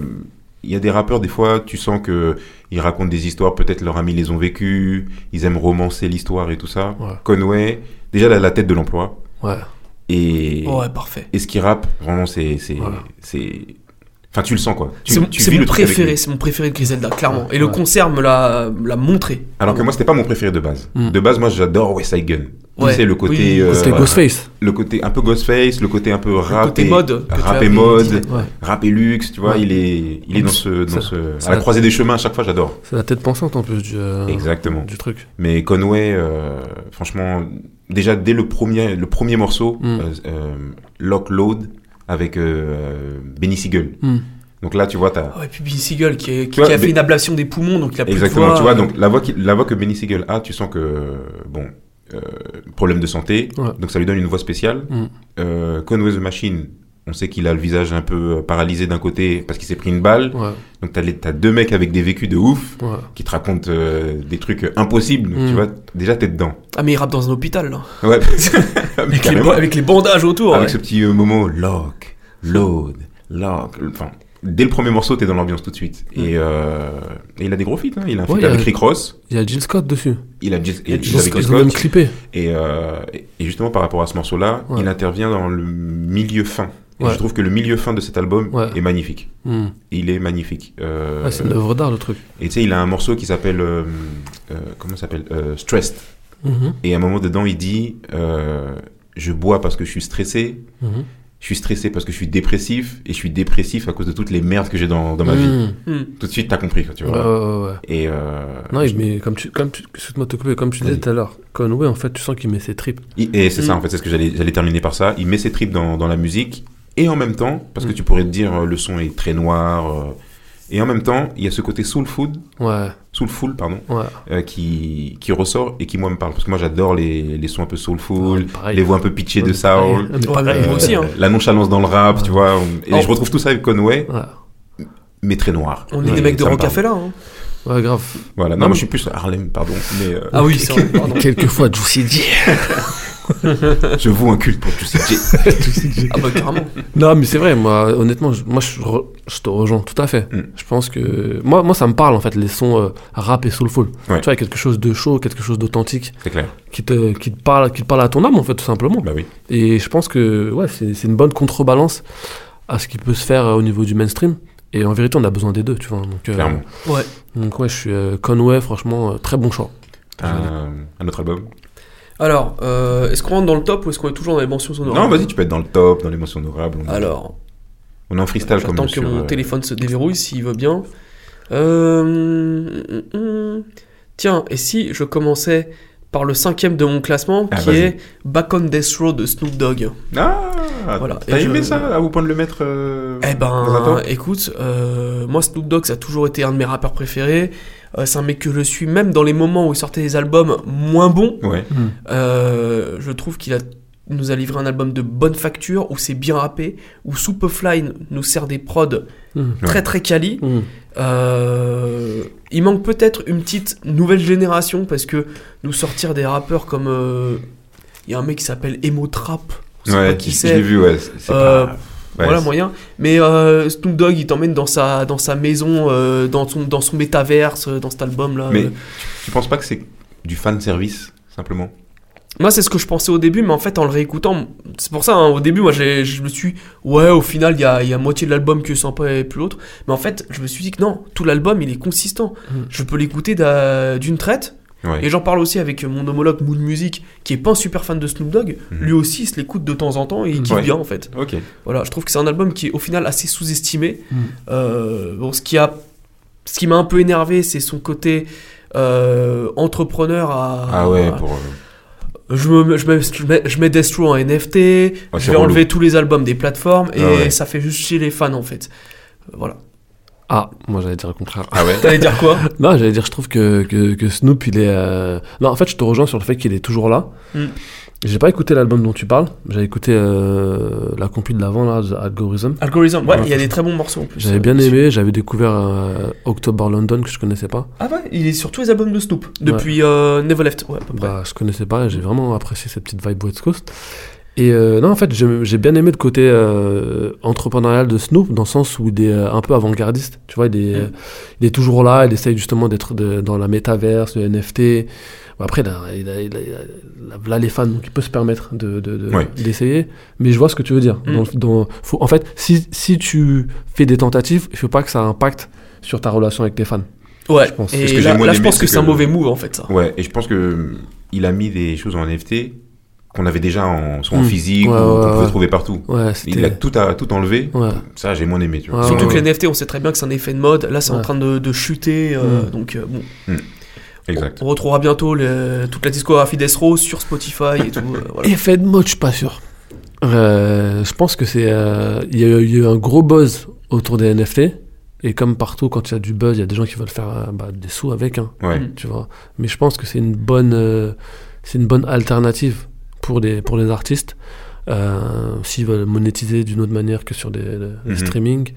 il y a des rappeurs, des fois, tu sens que ils racontent des histoires, peut-être leurs amis les ont vécues, ils aiment romancer l'histoire et tout ça.
Ouais.
Conway, déjà, la, la tête de l'emploi.
Ouais.
Et,
Ouais, parfait.
et ce qu'il rappe, vraiment, c'est. c'est-
Voilà.
c'est- Enfin, tu le sens quoi. Tu-
C'est mon,
tu
c'est
vis
mon
le truc avec lui.
préféré, c'est mon préféré de Griselda, clairement. Et le
Ouais.
concert me l'a me l'a montré.
Alors que moi, c'était pas mon préféré de base.
Mm.
De base, moi, j'adore West Side Gun.
Hmm. Ouais.
C'est le côté,
Oui.
euh,
C'était
voilà.
Ghostface.
le côté un peu Ghostface, le côté un peu rap
côté
et
mode que tu
rap
as
et mode,
dit.
Ouais.
rap et luxe. Tu vois,
Ouais.
il est, il est dans ce, dans
Ça-
ce,
ça-
à la croisée des chemins. À chaque fois, j'adore.
C'est la tête pensante en plus du, euh,
Exactement.
du truc.
Mais Conway, euh, franchement, déjà dès le premier, le premier morceau,
Mm.
Hmm.
euh, euh, Lock Load avec euh, Benny Siegel.
Hmm.
Donc là, tu vois, t'as
Ah Ouais, puis Billy Seagal qui, est- qui-
Tu vois,
qui a
mais-
fait une ablation des poumons, donc il a plus
Exactement,
de voix.
tu
euh,
vois, donc la voix, qui- la voix que Benny Siegel a, tu sens que, bon, euh, problème de santé,
Ouais.
donc ça lui donne une voix spéciale.
Mm.
Euh, Conway the Machine, on sait qu'il a le visage un peu euh, paralysé d'un côté parce qu'il s'est pris une balle,
Ouais.
donc t'as, les- t'as deux mecs avec des vécus de ouf
Ouais.
qui te racontent euh, des trucs impossibles, donc
Mm.
tu vois, déjà t'es dedans.
Ah, mais il rappe dans un hôpital, là.
Ouais,
Avec, les,
carrément.
ba- avec les bandages autour.
avec
ouais.
ce petit euh, moment lock, load, lock, enfin. Dès le premier morceau, t'es dans l'ambiance tout de suite. Et, euh, et il a des gros feats. hein. Il a un feat
Ouais, il y a-
avec Rick Ross.
Il y a Jill Scott dessus.
Il a Jess-
Il y a
et-
Jill
avec Jess
Ils ont même
Scott.
clippé.
Et, euh, et justement, par rapport à ce morceau-là,
Ouais.
il intervient dans le milieu fin. Et
Ouais.
je trouve que le milieu fin de cet album
Ouais.
est magnifique.
Hmm.
Il est magnifique. Euh,
Ouais, c'est une œuvre d'art le truc.
et tu sais, il a un morceau qui s'appelle. euh, euh, comment ça s'appelle Euh, Stressed.
Mhm.
Et à un moment dedans, il dit euh, Je bois parce que je suis stressé.
Mhm.
je suis stressé parce que je suis dépressif, et je suis dépressif à cause de toutes les merdes que j'ai dans, dans ma vie.
Hmm.
Tout de suite, t'as compris, quoi, tu vois.
Mm. Ouais, ouais, ouais.
Et euh,
Non, il- mais comme tu, comme tu, excuse-moi de te couper, comme tu disais
Vas-y.
tout à l'heure, Conway, en fait, tu sens qu'il met ses tripes.
il- et c'est ça,
Mm.
en fait, c'est ce que j'allais j'allais terminer par ça. Il met ses tripes dans, dans la musique, et en même temps, parce que
Mm.
tu pourrais te dire, euh, le son est très noir, euh, et en même temps, il y a ce côté soul food,
Ouais,
soul full, pardon,
ouais.
euh, qui, qui ressort et qui, moi, me parle. Parce que moi, j'adore les, les sons un peu soulful,
Pareil.
les voix un peu pitchées de
Ouais,
ça.
pareil. On est
Ah, Ouais,
pareil.
moi aussi, hein.
La nonchalance dans le rap, tu vois. on- Et
Oh.
je retrouve tout ça avec Conway,
Ouais.
mais très noir.
On est
Et
des mecs de
ça me
rock
parle.
café là. hein.
Ouais, grave.
Voilà, non,
Non,
moi
mais-
je suis plus Harlem, pardon, mais euh,
Ah oui, c'est vrai. pardon.
Quelquefois, Juicy J.
je vous inculte pour tout ça.
Ah bah carrément.
Non, mais c'est vrai, moi, honnêtement, je, moi, je, re- je te rejoins tout à fait.
Mm.
Je pense que. Moi, moi, ça me parle, en fait, les sons euh, rap et soulful.
Ouais.
Tu vois, quelque chose de chaud, quelque chose d'authentique,
C'est clair,
qui te, qui, te parle, qui te parle à ton âme, en fait, tout
Oh,
simplement.
bah oui.
Et je pense que ouais, c'est c'est une bonne contrebalance à ce qui peut se faire euh, au niveau du mainstream. Et en vérité, on a besoin des deux, tu vois. Donc, euh,
Clairement.
Ouais.
donc ouais, je suis euh, Conway, franchement, euh, très bon choix.
Un, Euh, un autre album
Alors, euh, est-ce qu'on rentre dans le top ou est-ce qu'on est toujours dans les mentions sonores
Non, vas-y, tu peux être dans le top, dans l'émotion honorable. On, est-
Alors,
on est en freestyle comme
J'attends que
sur,
mon
euh,
téléphone se déverrouille s'il veut bien. Euh, hum, hum. Tiens, et si je commençais par le cinquième de mon classement,
Ah,
qui
vas-y.
est Back on Death Row de Snoop Dogg.
Ah
Voilà.
T'as
Et je-
aimé ça, à vous point de le mettre euh,
Eh
dans un
ben,
top
écoute, euh, moi Snoop Dogg, ça a toujours été un de mes rappeurs préférés. Euh, c'est un mec que je suis, même dans les moments où il sortait des albums moins bons,
Ouais,
Euh, je trouve qu'il a nous a livré un album de bonne facture où c'est bien rappé, où Superfly nous sert des prods
Mmh.
très très quali.
Mmh.
Euh, il manque peut-être une petite nouvelle génération parce que nous sortir des rappeurs comme euh, il y a un mec qui s'appelle Emo Trap, on sait pas
ouais,
qui
je l'ai
c'est.
vu, ouais. c'est- c'est
Euh,
pas- ouais,
Voilà
c'est-
moyen. Mais euh, Snoop Dogg, il t'emmène dans sa dans sa maison, euh, dans son dans son métaverse, euh, dans cet album là.
Mais tu- tu penses pas que c'est du fan service, simplement
Moi, c'est ce que je pensais au début, mais en fait, en le réécoutant, c'est pour ça, hein, au début, moi, j'ai- je me suis ouais, au final, il y a, il y a moitié de l'album que je sens pas et plus l'autre. Mais en fait, je me suis dit que non, tout l'album, il est consistant.
Mm.
Je peux l'écouter d'un- d'une traite.
Ouais.
Et j'en parle aussi avec mon homologue Mood Music, qui est pas un super fan de Snoop Dogg.
Mhm.
Lui aussi, il se l'écoute de temps en temps et il
Mm.
kiffe
Ouais.
bien, en fait.
Ok.
Voilà, je trouve que c'est un album qui est au final assez sous-estimé.
Mm.
Euh, bon, ce qui a, ce qui m'a un peu énervé, c'est son côté euh, entrepreneur à.
Ah ouais, pour... euh,
Je, me, je, mets, je, mets, je mets Death Row en NFT,
Ah,
je
c'est
vais
relou.
enlever tous les albums des plateformes et
Ah ouais.
ça fait juste chier les fans en fait. Euh, Voilà.
Ah, moi j'allais dire le contraire.
Ah ouais
T'allais dire quoi
Non, Bah, j'allais dire, je trouve que, que, que Snoop, il est. euh, Non, en fait, je te rejoins sur le fait qu'il est toujours là.
Mm.
J'ai pas écouté l'album dont tu parles. J'ai écouté euh, la compil d'avant, là, The Algorithm.
Algorithm, ouais,
Ouais.
il y a des très bons morceaux en plus.
J'avais bien aimé, j'avais découvert euh, October London que je connaissais pas.
Ah ouais, il est sur tous les albums de Snoop depuis euh, Never Left, ouais, à peu près.
Bah, je connaissais pas, j'ai vraiment apprécié cette petite vibe West Coast. Et euh, non, en fait, j'ai j'ai bien aimé le côté euh, entrepreneurial de Snoop, dans le sens où il est euh, un peu avant-gardiste. Tu vois, il est,
Mm.
euh, il est toujours là, il essaye justement d'être de- dans la métaverse, le NFT. Bon, après, il a- il a- il a- il a- là, les fans, donc il peut se permettre d'essayer. De, de,
Ouais.
d'essayer. Mais je vois ce que tu veux dire.
Mm.
Dans le- dans- faut- en fait, si, si tu fais des tentatives, il faut pas que ça impacte sur ta relation avec tes fans.
ouais,
je pense.
et
Ce que j'ai
là,
moins
là, je
aimé,
pense
c'est
que c'est un
que-
mauvais move en fait ça.
Ouais, et je pense que euh, il a mis des choses en NFT qu'on avait déjà en, soit en
Hmm.
Mm.
physique
Ouais,
ou qu'on
ouais,
pouvait
ouais.
trouver partout.
Ouais,
Il a
c'était.
tout, à, tout enlevé.
Ouais.
Ça, j'ai moins aimé, tu vois.
Ah,
Surtout que
ouais, ouais.
les NFT, on sait très bien que c'est un effet de mode. Là, c'est en
Ouais.
train de, de chuter. euh,
Mm.
Donc, euh, bon,
Exact.
on retrouvera bientôt le- toute la discographie d'Esro sur Spotify et tout. euh, voilà.
Effet de mode, je suis pas sûr. Euh, je pense que c'est. euh, Il y, a eu- il y a eu un gros buzz autour des NFT. Et comme partout, quand il y a du buzz, il y a des gens qui veulent faire euh, bah, des sous avec, hein,
Ouais.
Mm.
tu vois. Mais je pense que c'est une bonne, euh, c'est une bonne alternative pour les pour les artistes euh, s'ils veulent monétiser d'une autre manière que sur des, des
Mhm.
streamings.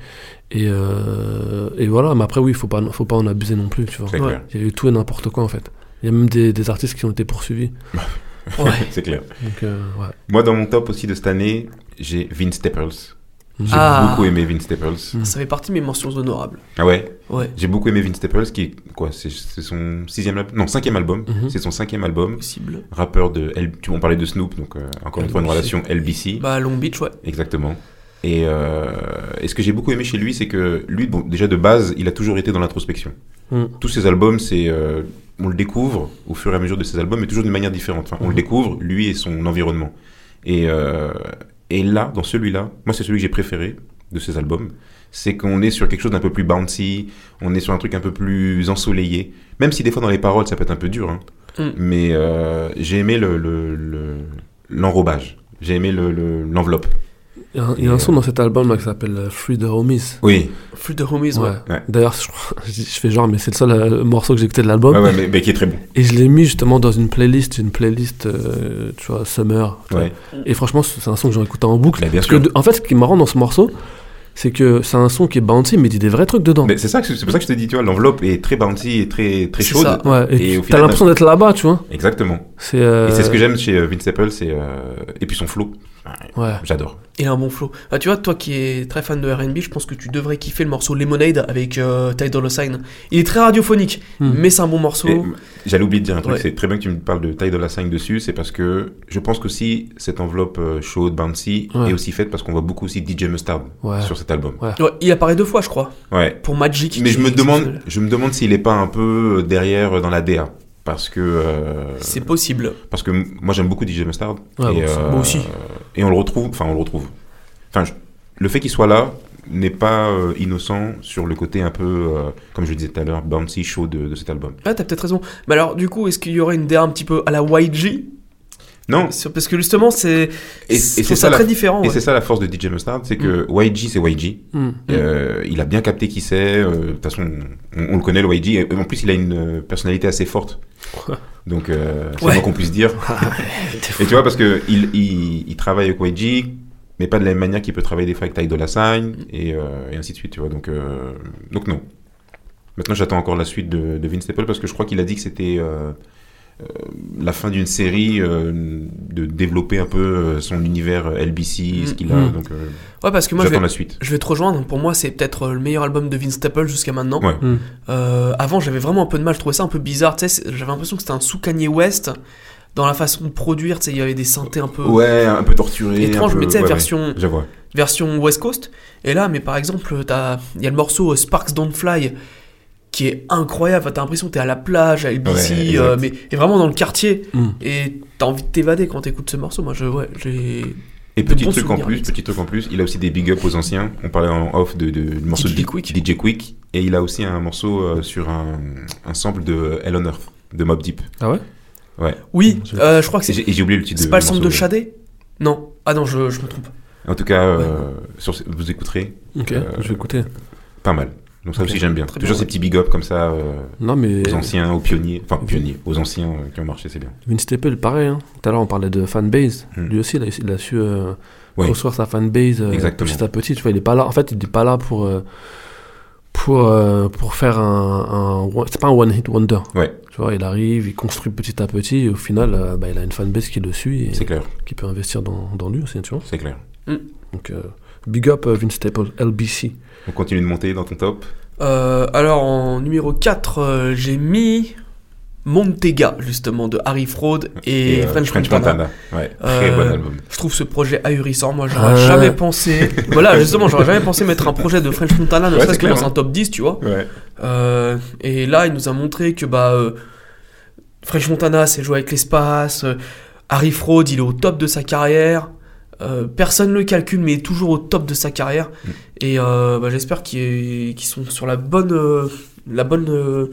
Et, euh, et voilà. Mais après, oui, faut pas faut pas en abuser non plus, tu vois.
C'est
Ouais.
clair.
Il y a eu tout et n'importe quoi en fait. Il y a même des, des artistes qui ont été poursuivis.
Ouais.
C'est clair.
Donc euh, ouais.
Moi, dans mon top aussi de cette année, j'ai Vince Staples. J'ai
Ah.
beaucoup aimé Vince Staples.
Mm.
Ça fait partie de mes mentions honorables.
Ah ouais
Ouais.
J'ai beaucoup aimé Vince Staples, qui est quoi C'est c'est son sixième album Non, cinquième album.
Mhm.
C'est son cinquième album.
Possible.
Rappeur de. L... Tu m'en parlais de Snoop, donc euh, encore une fois, une
LBC.
relation LBC.
Bah, Long Beach, ouais.
Exactement. Et, euh, et ce que j'ai beaucoup aimé chez lui, c'est que lui, bon, déjà de base, il a toujours été dans l'introspection.
Mm.
Tous ses albums, c'est euh, on le découvre au fur et à mesure de ses albums, mais toujours d'une manière différente. Enfin, on le
Mhm.
découvre, lui et son environnement. Et, euh, Et là, dans celui-là, moi c'est celui que j'ai préféré de ces albums, c'est qu'on est sur quelque chose d'un peu plus bouncy, on est sur un truc un peu plus ensoleillé, même si des fois dans les paroles ça peut être un peu dur, hein.
Mm.
mais euh, j'ai aimé le- le- le- l'enrobage, j'ai aimé le- le- l'enveloppe.
Il y a un, il y a un son dans cet album là, qui s'appelle euh, Free the Homies.
oui,
Fruit of Homies, ouais.
Ouais.
Ouais.
D'ailleurs, je, crois- je fais genre, mais c'est le seul euh, morceau que j'ai écouté de l'album.
ouais, ouais, mais, mais qui est très bon.
Et je l'ai mis justement dans une playlist, une playlist, euh, tu vois, Summer. tu vois.
Ouais.
Et franchement, c'est un son que j'ai écouté en boucle.
Bah, bien
Parce que,
sûr.
de- en fait, ce qui est marrant dans ce morceau, c'est que c'est un son qui est bouncy, mais il dit des vrais trucs dedans.
Mais c'est ça, que- c'est pour ça que je te dis, tu vois, l'enveloppe est très bouncy et très très
C'est
chaude.
ça.
Ouais,
Et
et
au
tu- t'as
final,
l'impression d'être là-bas, tu vois.
Exactement.
C'est, euh,
Et c'est ce que j'aime chez euh, Vince Apple, c'est euh, et puis son flow,
Ouais.
j'adore.
Il a un bon flow. Ah, tu vois, toi qui es très fan de RB, je pense que tu devrais kiffer le morceau Lemonade avec euh, Ty Dolla $ign. Il est très radiophonique,
Hmm.
mais c'est un bon morceau.
Et, m- J'allais oublier de dire un truc,
Ouais.
c'est très bien que tu me parles de taille de la 5 dessus, c'est parce que je pense qu'aussi cette enveloppe euh, chaude, bouncy,
Ouais. Ah.
est aussi faite parce qu'on voit beaucoup aussi DJ Mustard
Ouais.
sur cet album.
Ouais, il apparaît deux fois, je crois,
Ouais.
pour Magic.
Mais je me
qui-
demande, je me demande s'il est pas un peu derrière euh, dans la DA. Parce que, euh,
C'est possible.
parce que m- moi j'aime beaucoup DJ Mustard. euh,
Ouais, bon,
moi aussi.
Et on le retrouve, enfin on le retrouve. Enfin, je- le fait qu'il soit là n'est pas euh, innocent sur le côté un peu, euh, comme je le disais tout à l'heure, bouncy, chaud de, de cet album.
Ah, t'as peut-être raison. Mais alors, du coup, est-ce qu'il y aurait une DA un petit peu à la YG
Non,
Sur- Parce que justement, c'est.
Et- et
je trouve
c'est
ça
ça la-
très différent.
Et
ouais. Mm.
c'est ça la force de DJ Mustard, c'est que YG c'est YG.
Hmm.
Euh, il a bien capté qui c'est. euh, De toute façon, on, on le connaît le YG. Et en plus, il a une euh, personnalité assez forte. Donc, euh, c'est
Ouais.
le moins qu'on puisse dire. et tu vois, parce que il, il, il travaille avec YG, mais pas de la même manière qu'il peut travailler des fois avec Ty Dolla Sign et, euh, et ainsi de suite. Tu vois, donc, euh, donc non. Maintenant, j'attends encore la suite de, de Vince Staples parce que je crois qu'il a dit que c'était euh, euh, la fin d'une série euh, de développer un peu euh, son univers euh, LBC, ce qu'il a.
Mhm.
Donc, euh,
Ouais, parce que Mm. moi, je vais,
j'attends la suite.
je vais te rejoindre. Pour moi, c'est peut-être euh, le meilleur album de Vince Staples jusqu'à maintenant.
Ouais.
Hmm.
Euh, avant, j'avais vraiment un peu de mal. Je trouvais ça un peu bizarre. Tu sais, c'est- j'avais l'impression que c'était un sous Kanye West dans la façon de produire. Tu sais, il y avait des synthés un peu.
Ouais, un peu torturé.
Euh, Étrange,
un peu-
mais tu sais,
ouais, ouais.
version,
Je vois.
version West Coast. Et là, mais par exemple, t'as- il y a le morceau euh, Sparks Don't Fly qui est incroyable. Enfin, T'as l'impression que t'es à la plage, à
Ouais,
LBC,
exact.
euh, mais et vraiment dans le quartier.
Hmm.
Et t'as envie de t'évader quand t'écoutes ce morceau. Moi, je, ouais, j'ai.
Et
de
petit
bons
truc en
souvenirs
plus,
avec ça.
petit truc en plus, il a aussi des big up aux anciens. On parlait en off de, de, du morceau
DJ
de
Quick.
DJ Quick. Et il a aussi un morceau euh, sur un, un sample de Hell on Earth, de Mob Deep.
Ah ouais
Oui,
Je-
euh, je crois que
Et
c'est.
j'ai et j'ai oublié le titre
C'est
du
pas le son de
morceau.
Shadé Non. Ah non, je, je me trompe.
En tout cas, euh, sur, ce- vous écouterez
Ok,
Euh,
je vais écouter.
pas mal. Donc ça
Ok,
aussi j'aime bien.
très
Toujours
bien,
ces petits big up comme ça euh,
Non, mais.
aux anciens, aux pionniers. Enfin, pionniers, aux anciens euh, qui ont marché, c'est bien.
Vince Staples, pareil. hein. Tout à l'heure, on parlait de fanbase.
Hmm.
Lui aussi, il a, il a su euh,
Oui.
construire sa fanbase euh,
Exactement.
petit à petit. Tu vois, il est pas là. En fait, il n'est pas là pour euh, pour euh, pour faire un, un one- c'est pas un one hit wonder.
Ouais.
Tu vois, il arrive, il construit petit à petit. Et au final, euh, bah, il a une fanbase qui le suit
C'est
et
clair,
qui peut investir dans, dans lui aussi, hein, tu vois.
c'est clair.
Donc, euh, big up euh, Vince Staples, LBC.
On continue de monter dans ton top.
Euh, alors en numéro 4, euh, j'ai mis Montega, justement, de Harry Fraud et,
euh,
French, Montana.
Ouais, très
Euh,
bon album.
Je trouve ce projet ahurissant. Moi, j'aurais
Ouais.
jamais pensé. voilà, justement, j'aurais jamais pensé mettre un projet de French Montana, ne
Ouais,
serait-ce
c'est
que
clair,
dans
hein.
un top 10, tu vois.
Ouais.
Euh, et là, il nous a montré que bah, euh, French Montana c'est jouer avec l'espace. euh, Harry Fraud, il est au top de sa carrière. euh, personne ne le calcule, mais il est toujours au top de sa carrière.
Mm.
Et euh, bah, j'espère qu'ils qu'ils sont sur la bonne, euh, la bonne euh,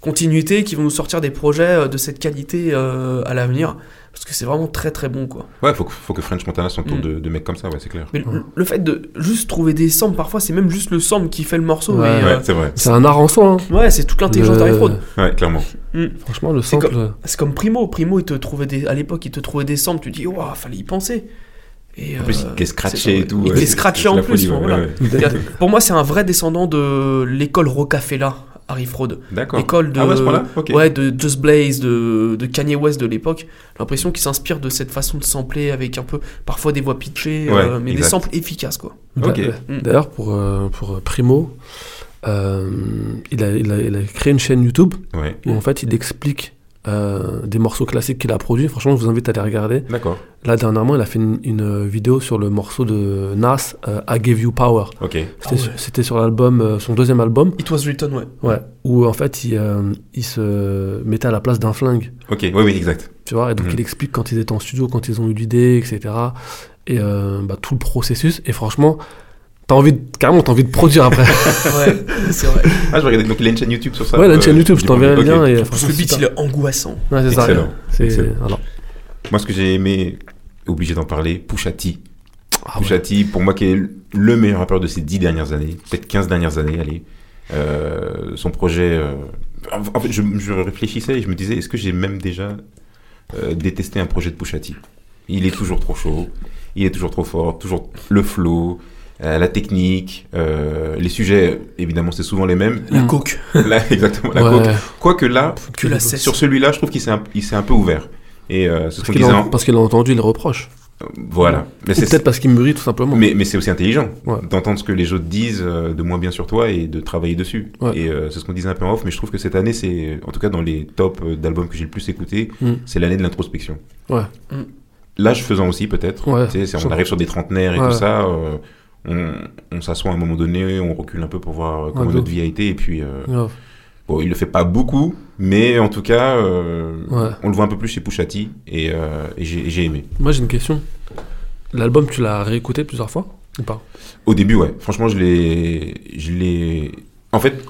continuité, qu'ils vont nous sortir des projets euh, de cette qualité euh, à l'avenir. Parce que c'est vraiment très très bon quoi.
Ouais, faut que, faut que French Montana s'entoure
Mm.
de, de mecs comme ça, ouais, c'est clair.
Mais le, le fait de juste trouver des samples, parfois c'est même juste le sample qui fait le morceau.
Ouais.
et, euh,
Ouais, c'est vrai.
C'est un art en soi. hein.
ouais, c'est toute l'intelligence
Le-
d'Harry Fraud.
Ouais, clairement.
Franchement, le
C'est
sample.
comme-
euh,
C'est comme Primo. Primo, il te trouvait des... à l'époque, il te trouvait des samples. Tu dis, waouh, fallait y penser. Et,
En plus,
euh,
il te les
c'est-
scratchait et tout.
Il te
ouais,
les
c'est-
scratchait
c'est
en
la
plus.
folie,
enfin,
ouais,
voilà.
ouais.
Pour moi, c'est un vrai descendant de l'école Rocafella, Harry Fraud.
D'accord.
L'école de.
Ah ouais, à ce point-là Ok.
Ouais, de Just Blaze, de, de Kanye West de l'époque. J'ai l'impression qu'il s'inspire de cette façon de sampler avec un peu, parfois des voix pitchées,
Ouais,
euh, mais des
exact.
samples efficaces, quoi.
d'a-
Ok.
Mm.
D'ailleurs, pour, euh, pour euh, Primo, euh, il, a, il, a, il a créé une chaîne YouTube
Ouais.
où en fait il explique euh, des morceaux classiques qu'il a produits. Franchement, je vous invite à les regarder.
D'accord.
Là, dernièrement, il a fait une, une, euh, vidéo sur le morceau de Nas, euh, I Gave You Power.
Ok.
C'était
Ah ouais.
sur- c'était sur l'album, euh, son deuxième album,
It was written, ouais.
ouais, où en fait il, euh, il se mettait à la place d'un flingue.
Ok. Oui, oui, exact.
Tu vois, et donc
Mm.
Mhm.
il explique quand ils étaient en studio, quand ils ont eu l'idée, etc. et euh, bah, tout le processus. Et franchement, t'as envie de, carrément, t'as envie de produire après.
Ouais, c'est vrai.
Ah, je regardais donc il y a une chaîne YouTube sur ça.
ouais, la
euh,
chaîne YouTube, je
du
t'enverrai le
produit.
lien.
Ok.
Et,
Parce que le beat, il est angoissant.
Ouais, c'est ça.
Excellent.
C'est-
Excellent.
voilà.
Moi, ce que j'ai aimé, obligé d'en parler, Pouchati.
Ah ouais.
Pusha T, pour moi, qui est le meilleur rappeur de ces 10 dernières années, peut-être 15 dernières années, allez. Euh, son projet. euh, En en fait, je, je réfléchissais et je me disais, est-ce que j'ai même déjà euh, détesté un projet de Pusha T Il est toujours trop chaud, il est toujours trop fort, toujours le flow, euh, la technique, euh, les sujets, évidemment, c'est souvent les mêmes.
La
Mm.
coke,
Là, exactement, la
Ouais.
coke. Quoique là,
tu la cesse.
sur celui-là, je trouve qu'il s'est un, il s'est un peu ouvert. Et euh, c'est ce
Parce
qu'on
qu'il
disait.
a,
en-
parce qu'il a entendu les reproches.
Voilà. Mais
Ou
c'est-
peut-être parce qu'il mûrit tout simplement.
mais, mais c'est aussi intelligent
Ouais.
d'entendre ce que les autres disent euh, de moins bien sur toi et de travailler dessus.
Ouais.
Et euh, c'est ce qu'on disait un peu en off, mais je trouve que cette année, c'est en tout cas dans les tops euh, d'albums que j'ai le plus écouté,
Mm.
c'est l'année de l'introspection. Hmm.
Ouais.
Mm.
L'âge faisant aussi, peut-être.
Ouais.
Tu sais, c'est-
Sure.
on arrive sur des trentenaires et
Ouais.
tout ça. euh, on on s'assoit à un moment donné, on recule un peu pour voir euh, comment
Ouais, de
notre
ouf.
vie a été. Et puis, euh,
Grave.
bon, il le fait pas beaucoup, mais en tout cas, euh,
Ouais.
on le voit un peu plus chez Pouchati et, euh, et j'ai j'ai aimé.
Moi j'ai une question. L'album, tu l'as réécouté plusieurs fois ou pas
Au début, ouais. Franchement, je l'ai. Je l'ai. En fait,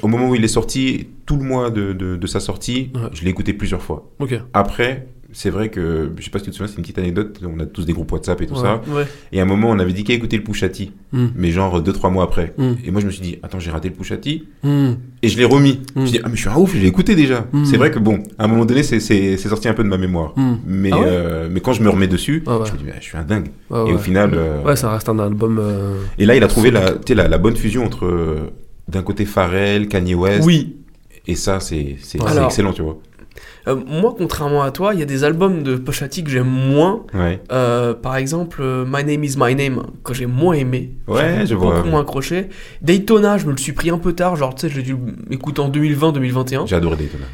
au moment où il est sorti, tout le mois de, de- de sa sortie,
Ouais.
je l'ai écouté plusieurs fois.
Ok.
Après, c'est vrai que. Je sais pas si tu te souviens, c'est une petite anecdote. On a tous des groupes WhatsApp et tout
Ouais.
ça.
Ouais.
Et à un moment, on avait dit qu'à écouter le Pouchati,
Hmm.
mais genre 2-3 mois après.
Hmm.
Et moi, je me suis dit, attends, j'ai raté le Pouchati.
Hmm.
Et je l'ai remis. Je
Mm.
me suis dit, ah, mais je suis un ouf, je l'ai écouté déjà.
Mm.
C'est vrai que bon, à un moment donné, c'est- c'est c'est sorti un peu de ma mémoire.
Hmm.
Mais,
Ah ouais
euh, mais quand je me remets dessus,
Ah ouais.
je me dis, bah, je suis un dingue.
Ouais,
Et
ouais.
au final. euh,
Ouais, ça reste un album. euh,
Et là, il a trouvé la, tu sais, la, la bonne fusion entre, euh, d'un côté, Pharrell, Kanye West.
Oui.
Et ça, c'est c'est- c'est
Alors-
excellent, tu vois.
Euh, moi, contrairement à toi, il y a des albums de Pochati que j'aime moins.
Ouais,
Euh, par exemple, euh, My Name is My Name, que j'ai moins aimé.
ouais je vois.
Beaucoup moins accroché. Daytona, je me le suis pris un peu tard. Genre, tu sais, j'ai dû l'écouter en 2020-2021.
J'ai adoré Daytona.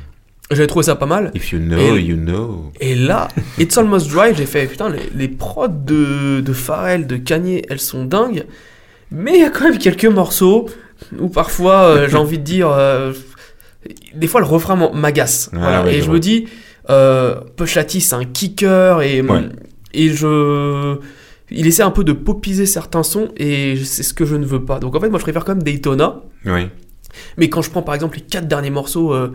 J'avais trouvé ça pas mal.
If you know,
Et-
you know.
Et là, It's Almost Dry, j'ai fait putain, les, les prods de, de Pharrell, de Kanye, elles sont dingues. Mais il y a quand même quelques morceaux où parfois euh, j'ai envie de dire. euh, des fois, le refrain m'en- m'agace.
Ah
Voilà.
ouais,
et
je
je
vois.
me dis, euh, Pusha T, c'est un kicker et,
Ouais.
et je. Il essaie un peu de popiser certains sons et c'est ce que je ne veux pas. Donc en fait, moi je préfère quand même Daytona.
Ouais.
Mais quand je prends par exemple les quatre derniers morceaux euh,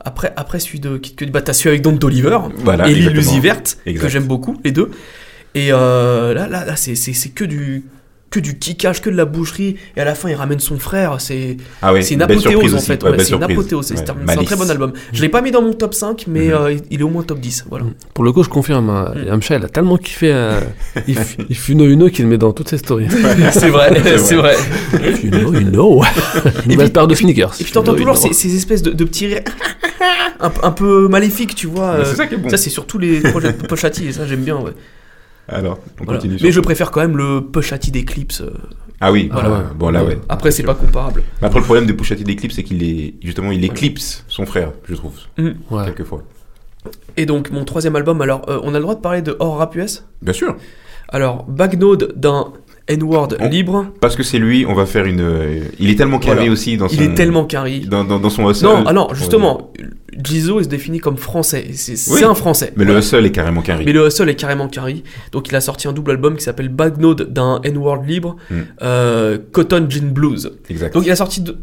après, après celui de Kid Cudi, bah t'as celui avec Don Toliver
Voilà.
et l'île
exactement.
Verte,
Exact.
que j'aime beaucoup, les deux. Et euh, là, là, là c'est, c'est, c'est que du que du kickage, que de la boucherie, et à la fin il ramène son frère, c'est,
Ah ouais,
c'est une
belle surprise
apothéose en
aussi.
fait,
Ouais,
ouais, bah,
belle
c'est une
surprise.
apothéose, c'est,
Ouais,
c'est un- c'est un
Malice. Mm.
très bon album. Je l'ai pas mis dans mon top 5, mais
Mhm.
euh, il est au moins top 10, voilà.
Pour le coup, je confirme. hein.
Hmm.
Yamcha, il a tellement kiffé. euh, il, f- il funo uno qu'il le met dans toutes ses stories.
c'est vrai, c'est
c'est
vrai.
funo uno. Une nouvelle
puis-
paire de sneakers.
Et puis t'entends
Funo
toujours
Uno.
ces, ces espèces de, de petits rires un, peu- un peu maléfiques, tu vois.
Ah, Mais
euh,
C'est ça qui est bon.
ça, c'est sur tous les projets de Pochati, et ça j'aime bien, ouais.
Alors, on
Voilà.
continue.
Mais
sur-
je préfère quand même le Pochati d'Eclipse. euh.
Ah oui,
Voilà.
voilà. Bon, là, ouais.
Après, c'est pas comparable.
Mais Après, le problème de Pouchati d'Eclipse, c'est qu'il est. Justement, il éclipse son frère, je trouve,
Ouais.
quelquefois.
Et donc, mon troisième album, alors, euh, on a le droit de parler de hors rap US
Bien sûr.
Alors, Bagnode d'un N-word
On-
libre,
Parce que c'est lui, on va faire une. euh, Il est tellement carré
Voilà.
aussi dans son.
il est tellement carré.
Dans, dans, dans son hustle.
Non, ah non,
Ouais.
justement, Jizo il se définit comme français. et C'est c'est
Oui.
un français.
Mais le
Voilà.
hustle est carrément carré.
Mais le hustle est carrément carré. Donc, il a sorti un double album qui s'appelle Bagnode d'un N-word libre,
Mm.
euh, Cotton Gin Blues.
Exact.
Donc, il a sorti de-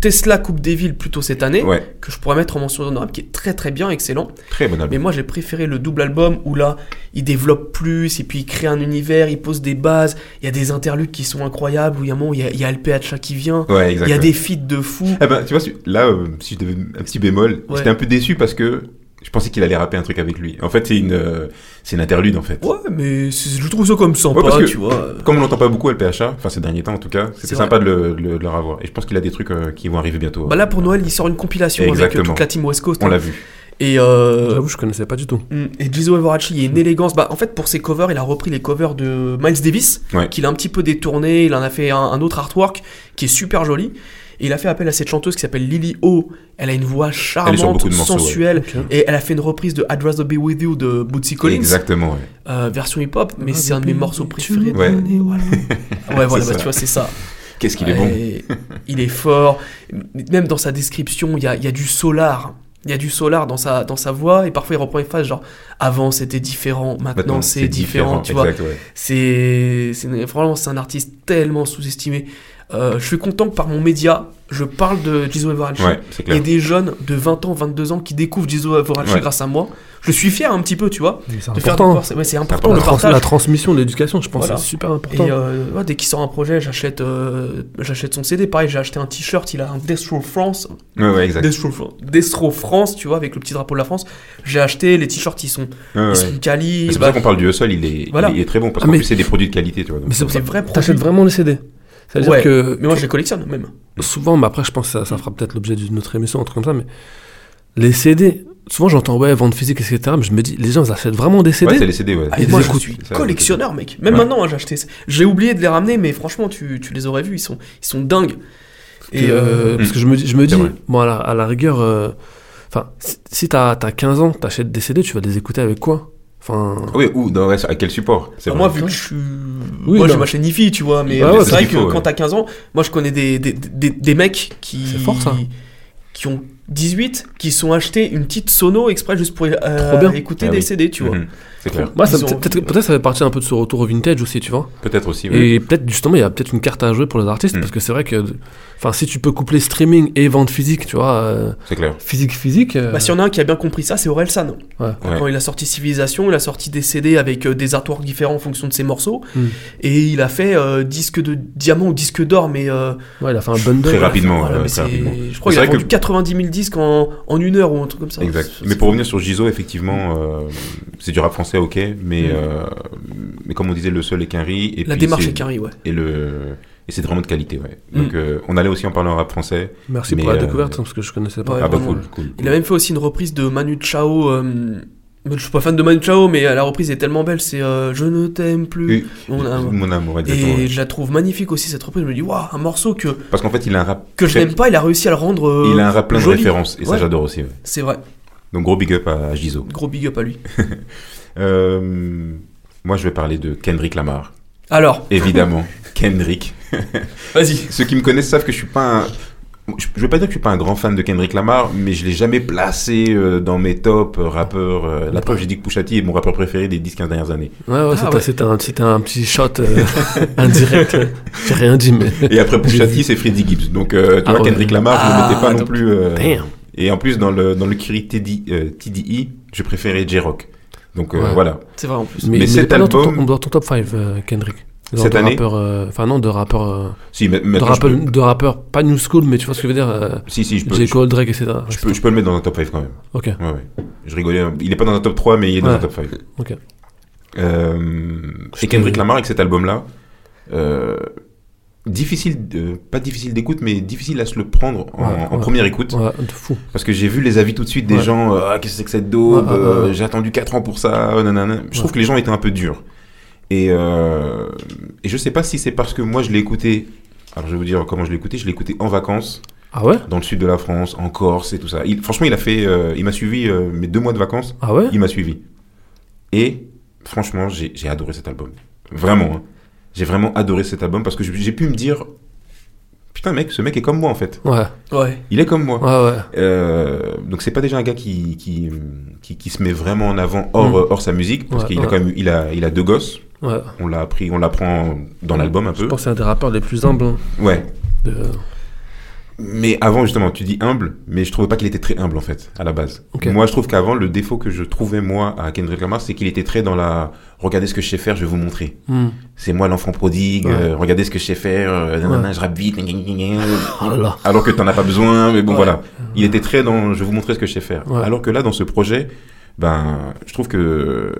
Tesla Coupe des Villes plutôt cette année,
Ouais,
que je pourrais mettre en mention honorable, qui est très très bien, excellent.
très bon album.
Mais moi j'ai préféré le double album où là il développe plus et puis il crée un univers, il pose des bases, il y a des interludes qui sont incroyables où il y a un moment où il y a, il y a LPH qui vient,
Ouais,
il y a
exactement.
des feats de fou.
Ah ben, tu vois, su- là, euh, si je devais un petit bémol,
Ouais.
j'étais un peu déçu parce que je pensais qu'il allait rapper un truc avec lui. En fait, c'est une, euh, c'est une interlude, en fait.
Ouais, mais c'est- je trouve ça comme sympa,
Ouais, parce que-
tu vois.
Comme on l'entend pas beaucoup, LPHA, enfin ces derniers temps en tout cas,
C'est
c'était sympa de le, de le revoir. Et je pense qu'il a des trucs euh, qui vont arriver bientôt.
Bah là pour Noël il sort une compilation avec euh,
Exactement.
toute la team West Coast.
on
hein.
l'a vu.
Et euh,
J'avoue, je connaissais pas du tout.
Mm, Et Gizo Alvarachi, il y a
Mm.
une élégance. Bah, en fait, pour ses covers, il a repris les covers de Miles Davis,
Ouais.
qu'il a un petit peu détourné. Il en a fait un, un autre artwork qui est super joli. Et il a fait appel à cette chanteuse qui s'appelle Lily O. Elle a une voix charmante,
beaucoup de morceaux, ouais.
sensuelle.
Ok.
Et elle a fait une reprise de I'd Rather Be With You de Bootsy Collins,
Exactement, ouais.
euh, version hip-hop. Mais
Ah,
c'est un de mes
depuis-
morceaux
depuis-
préférés.
Ouais.
Et voilà, ouais, voilà
C'est
bah,
ça.
tu vois, c'est ça.
Qu'est-ce qu'il est bon.
Ouais, Il est fort. Même dans sa description, il y a, il y a du solar. il y a du solar dans sa, dans sa voix, et parfois il reprend une phase genre avant c'était différent, maintenant,
Maintenant,
c'est différent, tu vois.
exact, ouais.
C'est c'est- vraiment c'est un artiste tellement sous-estimé. Euh, je suis content que par mon média, je parle de Jizo Evaralchi
Ouais, c'est
et
clair.
des jeunes de 20 ans, 22 ans qui découvrent Jizo Evaralchi
Ouais.
grâce à moi. Je suis fier un petit peu, tu vois,
Mais C'est
de faire des
important.
courses. Ouais, c'est
La
important
important.
le
trans-
partage.
La transmission, l'éducation, je pense,
Voilà.
c'est super important.
Et euh, ouais, dès qu'il sort un projet, j'achète euh, j'achète son CD. Pareil, j'ai acheté un t-shirt, il a un Death Row France,
Ouais, ouais, exact.
Death Row, Fran- Death Row France, tu vois, avec le petit drapeau de la France. J'ai acheté les t-shirts, ils sont,
Ouais, ouais.
ils sont
Mais
quali.
C'est pour
bah,
ça qu'on parle du Hustle, il est,
Voilà.
il est très bon parce
Ah,
qu'en
mais-
plus c'est des produits de qualité, tu vois. donc.
Mais c'est pour
Des
ça
vrais
que t'achètes
produits.
vraiment les CD. C'est-à-dire
Ouais,
que
Mais moi, je les collectionne même.
souvent, mais après, je pense que ça, ça fera peut-être l'objet d'une autre émission, un truc comme ça, mais les CD, souvent j'entends, ouais, vente physique, etc., mais je me dis, les gens, ils achètent vraiment des CD
Ouais, c'est les CD, ouais.
Ah,
Et
mais
des
moi, je
écoutes.
suis
Ça,
collectionneur, mec. Même
Ouais.
maintenant, hein, j'ai acheté. ça. J'ai oublié de les ramener, mais franchement, tu, tu les aurais vus. Ils sont, ils sont dingues.
Et
Et euh,
parce que je me dis, je me
C'est
dis
vrai.
bon, à la, à la rigueur, euh, enfin, si, si t'as t'as 15 ans, t'achètes des CD, tu vas les écouter avec quoi Enfin,
Oui, ou non, ouais, à quel support c'est
moi,
vrai.
vu que je suis.
Oui,
moi, j'ai
non.
ma chaîne IFI, tu vois. Mais
Bah ouais,
c'est
c'est
vrai
ce
que
qu'il faut,
quand
ouais.
t'as 15 ans, moi, je connais des, des, des, des mecs qui.
C'est fort, ça.
Qui ont 18, qui sont achetés une petite sono exprès juste pour euh,
Trop bien.
écouter
Ah
des
oui.
CD, tu vois.
Mhm. C'est clair.
moi, ça-
Ils ont-
peut-être peut-être ça fait partie un peu de ce retour au vintage aussi, tu vois.
Peut-être aussi, ouais.
Et peut-être justement, il y a peut-être une carte à jouer pour les artistes,
Mm.
parce que c'est vrai que, enfin, si tu peux coupler streaming et vente physique, tu vois, euh,
C'est clair.
physique physique. euh,
Bah, s'il y en a un qui a bien compris ça, c'est Aurel San.
Ouais.
Ouais.
Quand il a sorti Civilisation, il a sorti des CD avec euh, des artworks différents en fonction de ses morceaux.
Mm.
Et il a fait euh, disque de diamant ou disque d'or, mais. euh,
ouais, il a fait un bundle.
Très rapidement,
voilà,
ouais,
mais
très
c'est-
rapidement.
Je crois
C'est
qu'il a
vrai que-
vendu 90 000 disques en, en une heure ou un truc comme ça.
Exact.
C'est-
Mais pour revenir sur Gizo, effectivement, euh, c'est du rap français, ok, mais,
Mm.
euh, mais comme on disait, le seul est qu'un riz. Et
Mhm. La
puis
démarche
c'est-
est Mhm. carré, ouais.
Et, le... et c'est vraiment de qualité, ouais. Donc euh, on allait aussi en parler en rap français.
Merci pour
Mais,
la
euh,
découverte, hein, parce que je connaissais pas.
Ouais,
ah bah
vraiment,
cool,
ouais.
cool.
Il a même fait aussi une reprise de Manu Chao. euh, Je suis pas fan de Manu Chao, mais la reprise est tellement belle. C'est euh, Je ne t'aime plus.
Oui.
Mon amour.
Mon amour, exactement.
Et je la trouve magnifique aussi cette reprise. Je me dis, waouh, un morceau que,
Parce qu'en fait, il a un rap.
que je
très-
n'aime pas, il a réussi à le rendre. euh,
Il a un rap plein de
joli.
références, et ça
Ouais.
j'adore aussi. ouais.
C'est vrai.
Donc gros big up à Gizo.
Gros big up à lui.
Euh, moi, je vais parler de Kendrick Lamar.
Alors,
Évidemment, Kendrick.
vas-y.
Ceux qui me connaissent savent que je suis pas un... Je je vais pas dire que je suis pas un grand fan de Kendrick Lamar, mais je l'ai jamais placé euh, dans mes tops euh, rappeurs. euh, la preuve, j'ai dit que Pusha T est mon rappeur préféré des 10-15 dernières années.
Ouais, ouais,
Ah,
c'était
ouais.
c'était un, c'était un petit shot euh, indirect. J'ai rien dit, mais.
Et euh, après Pusha T, c'est Freddie Gibbs. Donc, euh, tu
Ah
vois,
ouais.
Kendrick Lamar, je
Ah,
le mettais pas non
donc-
plus. euh,
Damn.
et en plus, dans le, dans le Kiri TD, euh, TDI, je préférais J-Rock. Donc euh,
Ouais.
voilà.
C'est vrai en plus.
Mais, mais
cet
cet album. Dans ton,
album-
top- dans ton top 5, euh, Kendrick. Genre
Cette
de
année
rappeur, euh, Enfin, non, de rappeur. euh,
Si, mais-
de,
maintenant, je
rappeur
peux-
de rappeur, pas new school, mais tu vois ce que je veux dire euh,
Si, si, je peux,
J.
je,
Cole, Drake, etc.
je peux, je peux le mettre dans un top 5 quand même.
Ok.
Ouais, ouais. Je rigolais. hein. Il est pas dans un top 3, mais il est dans
Ouais.
un top 5.
Ok.
Euh, et
C'était-
Kendrick Lamar, avec cet album-là, euh, difficile, de- pas difficile d'écoute, mais difficile à se le prendre en,
Ouais,
en
ouais.
première écoute.
Ouais, de fou.
Parce que j'ai vu les avis tout de suite des
Ouais.
gens euh, Ah, qu'est-ce que c'est que cette daube
Ouais, ouais,
Euh,
ouais.
J'ai attendu 4 ans pour ça. euh, nanana. Je trouve
Ouais.
que les gens étaient un peu durs. Et, euh, et je sais pas si c'est parce que moi je l'ai écouté. Alors je vais vous dire comment je l'ai écouté. Je l'ai écouté en vacances
Ah ouais
dans le sud de la France, en Corse et tout ça. Il- franchement, il a fait, euh, il m'a suivi euh, mes deux mois de vacances.
Ah ouais
Il m'a suivi. Et franchement, j'ai j'ai adoré cet album. Vraiment. hein. J'ai vraiment adoré cet album parce que j'ai- j'ai pu me dire Putain, mec, ce mec est comme moi en fait.
Ouais,
Ouais.
Il est comme moi.
ouais, ouais.
Euh, donc, c'est pas déjà un gars qui, qui, qui, qui se met vraiment en avant hors,
Mm.
euh, hors sa musique parce
Ouais,
qu'il a
ouais.
quand même eu- il a, il a deux gosses.
ouais.
On l'a appris, on l'apprend dans l'album un
Je
peu.
pense que c'est un des rappeurs les plus humbles. hein,
Ouais.
de-
Mais avant, justement, tu dis humble, mais je trouvais pas qu'il était très humble, en fait, à la base.
Ok.
Moi, je trouve qu'avant, le défaut que je trouvais, moi, à Kendrick Lamar, c'est qu'il était très dans la « regardez ce que je sais faire, je vais vous montrer
Hmm. ».
C'est moi l'enfant prodigue,
Ouais.
euh, regardez ce que je sais faire, euh, nanana, je rappe vite, gna gna gna
Oh là
gna.
là.
alors que t'en as pas besoin, mais bon,
Ouais.
voilà. Il était très dans « je vais vous montrer ce que je sais faire
Ouais.
Alors que là, dans ce projet, ben, je trouve que...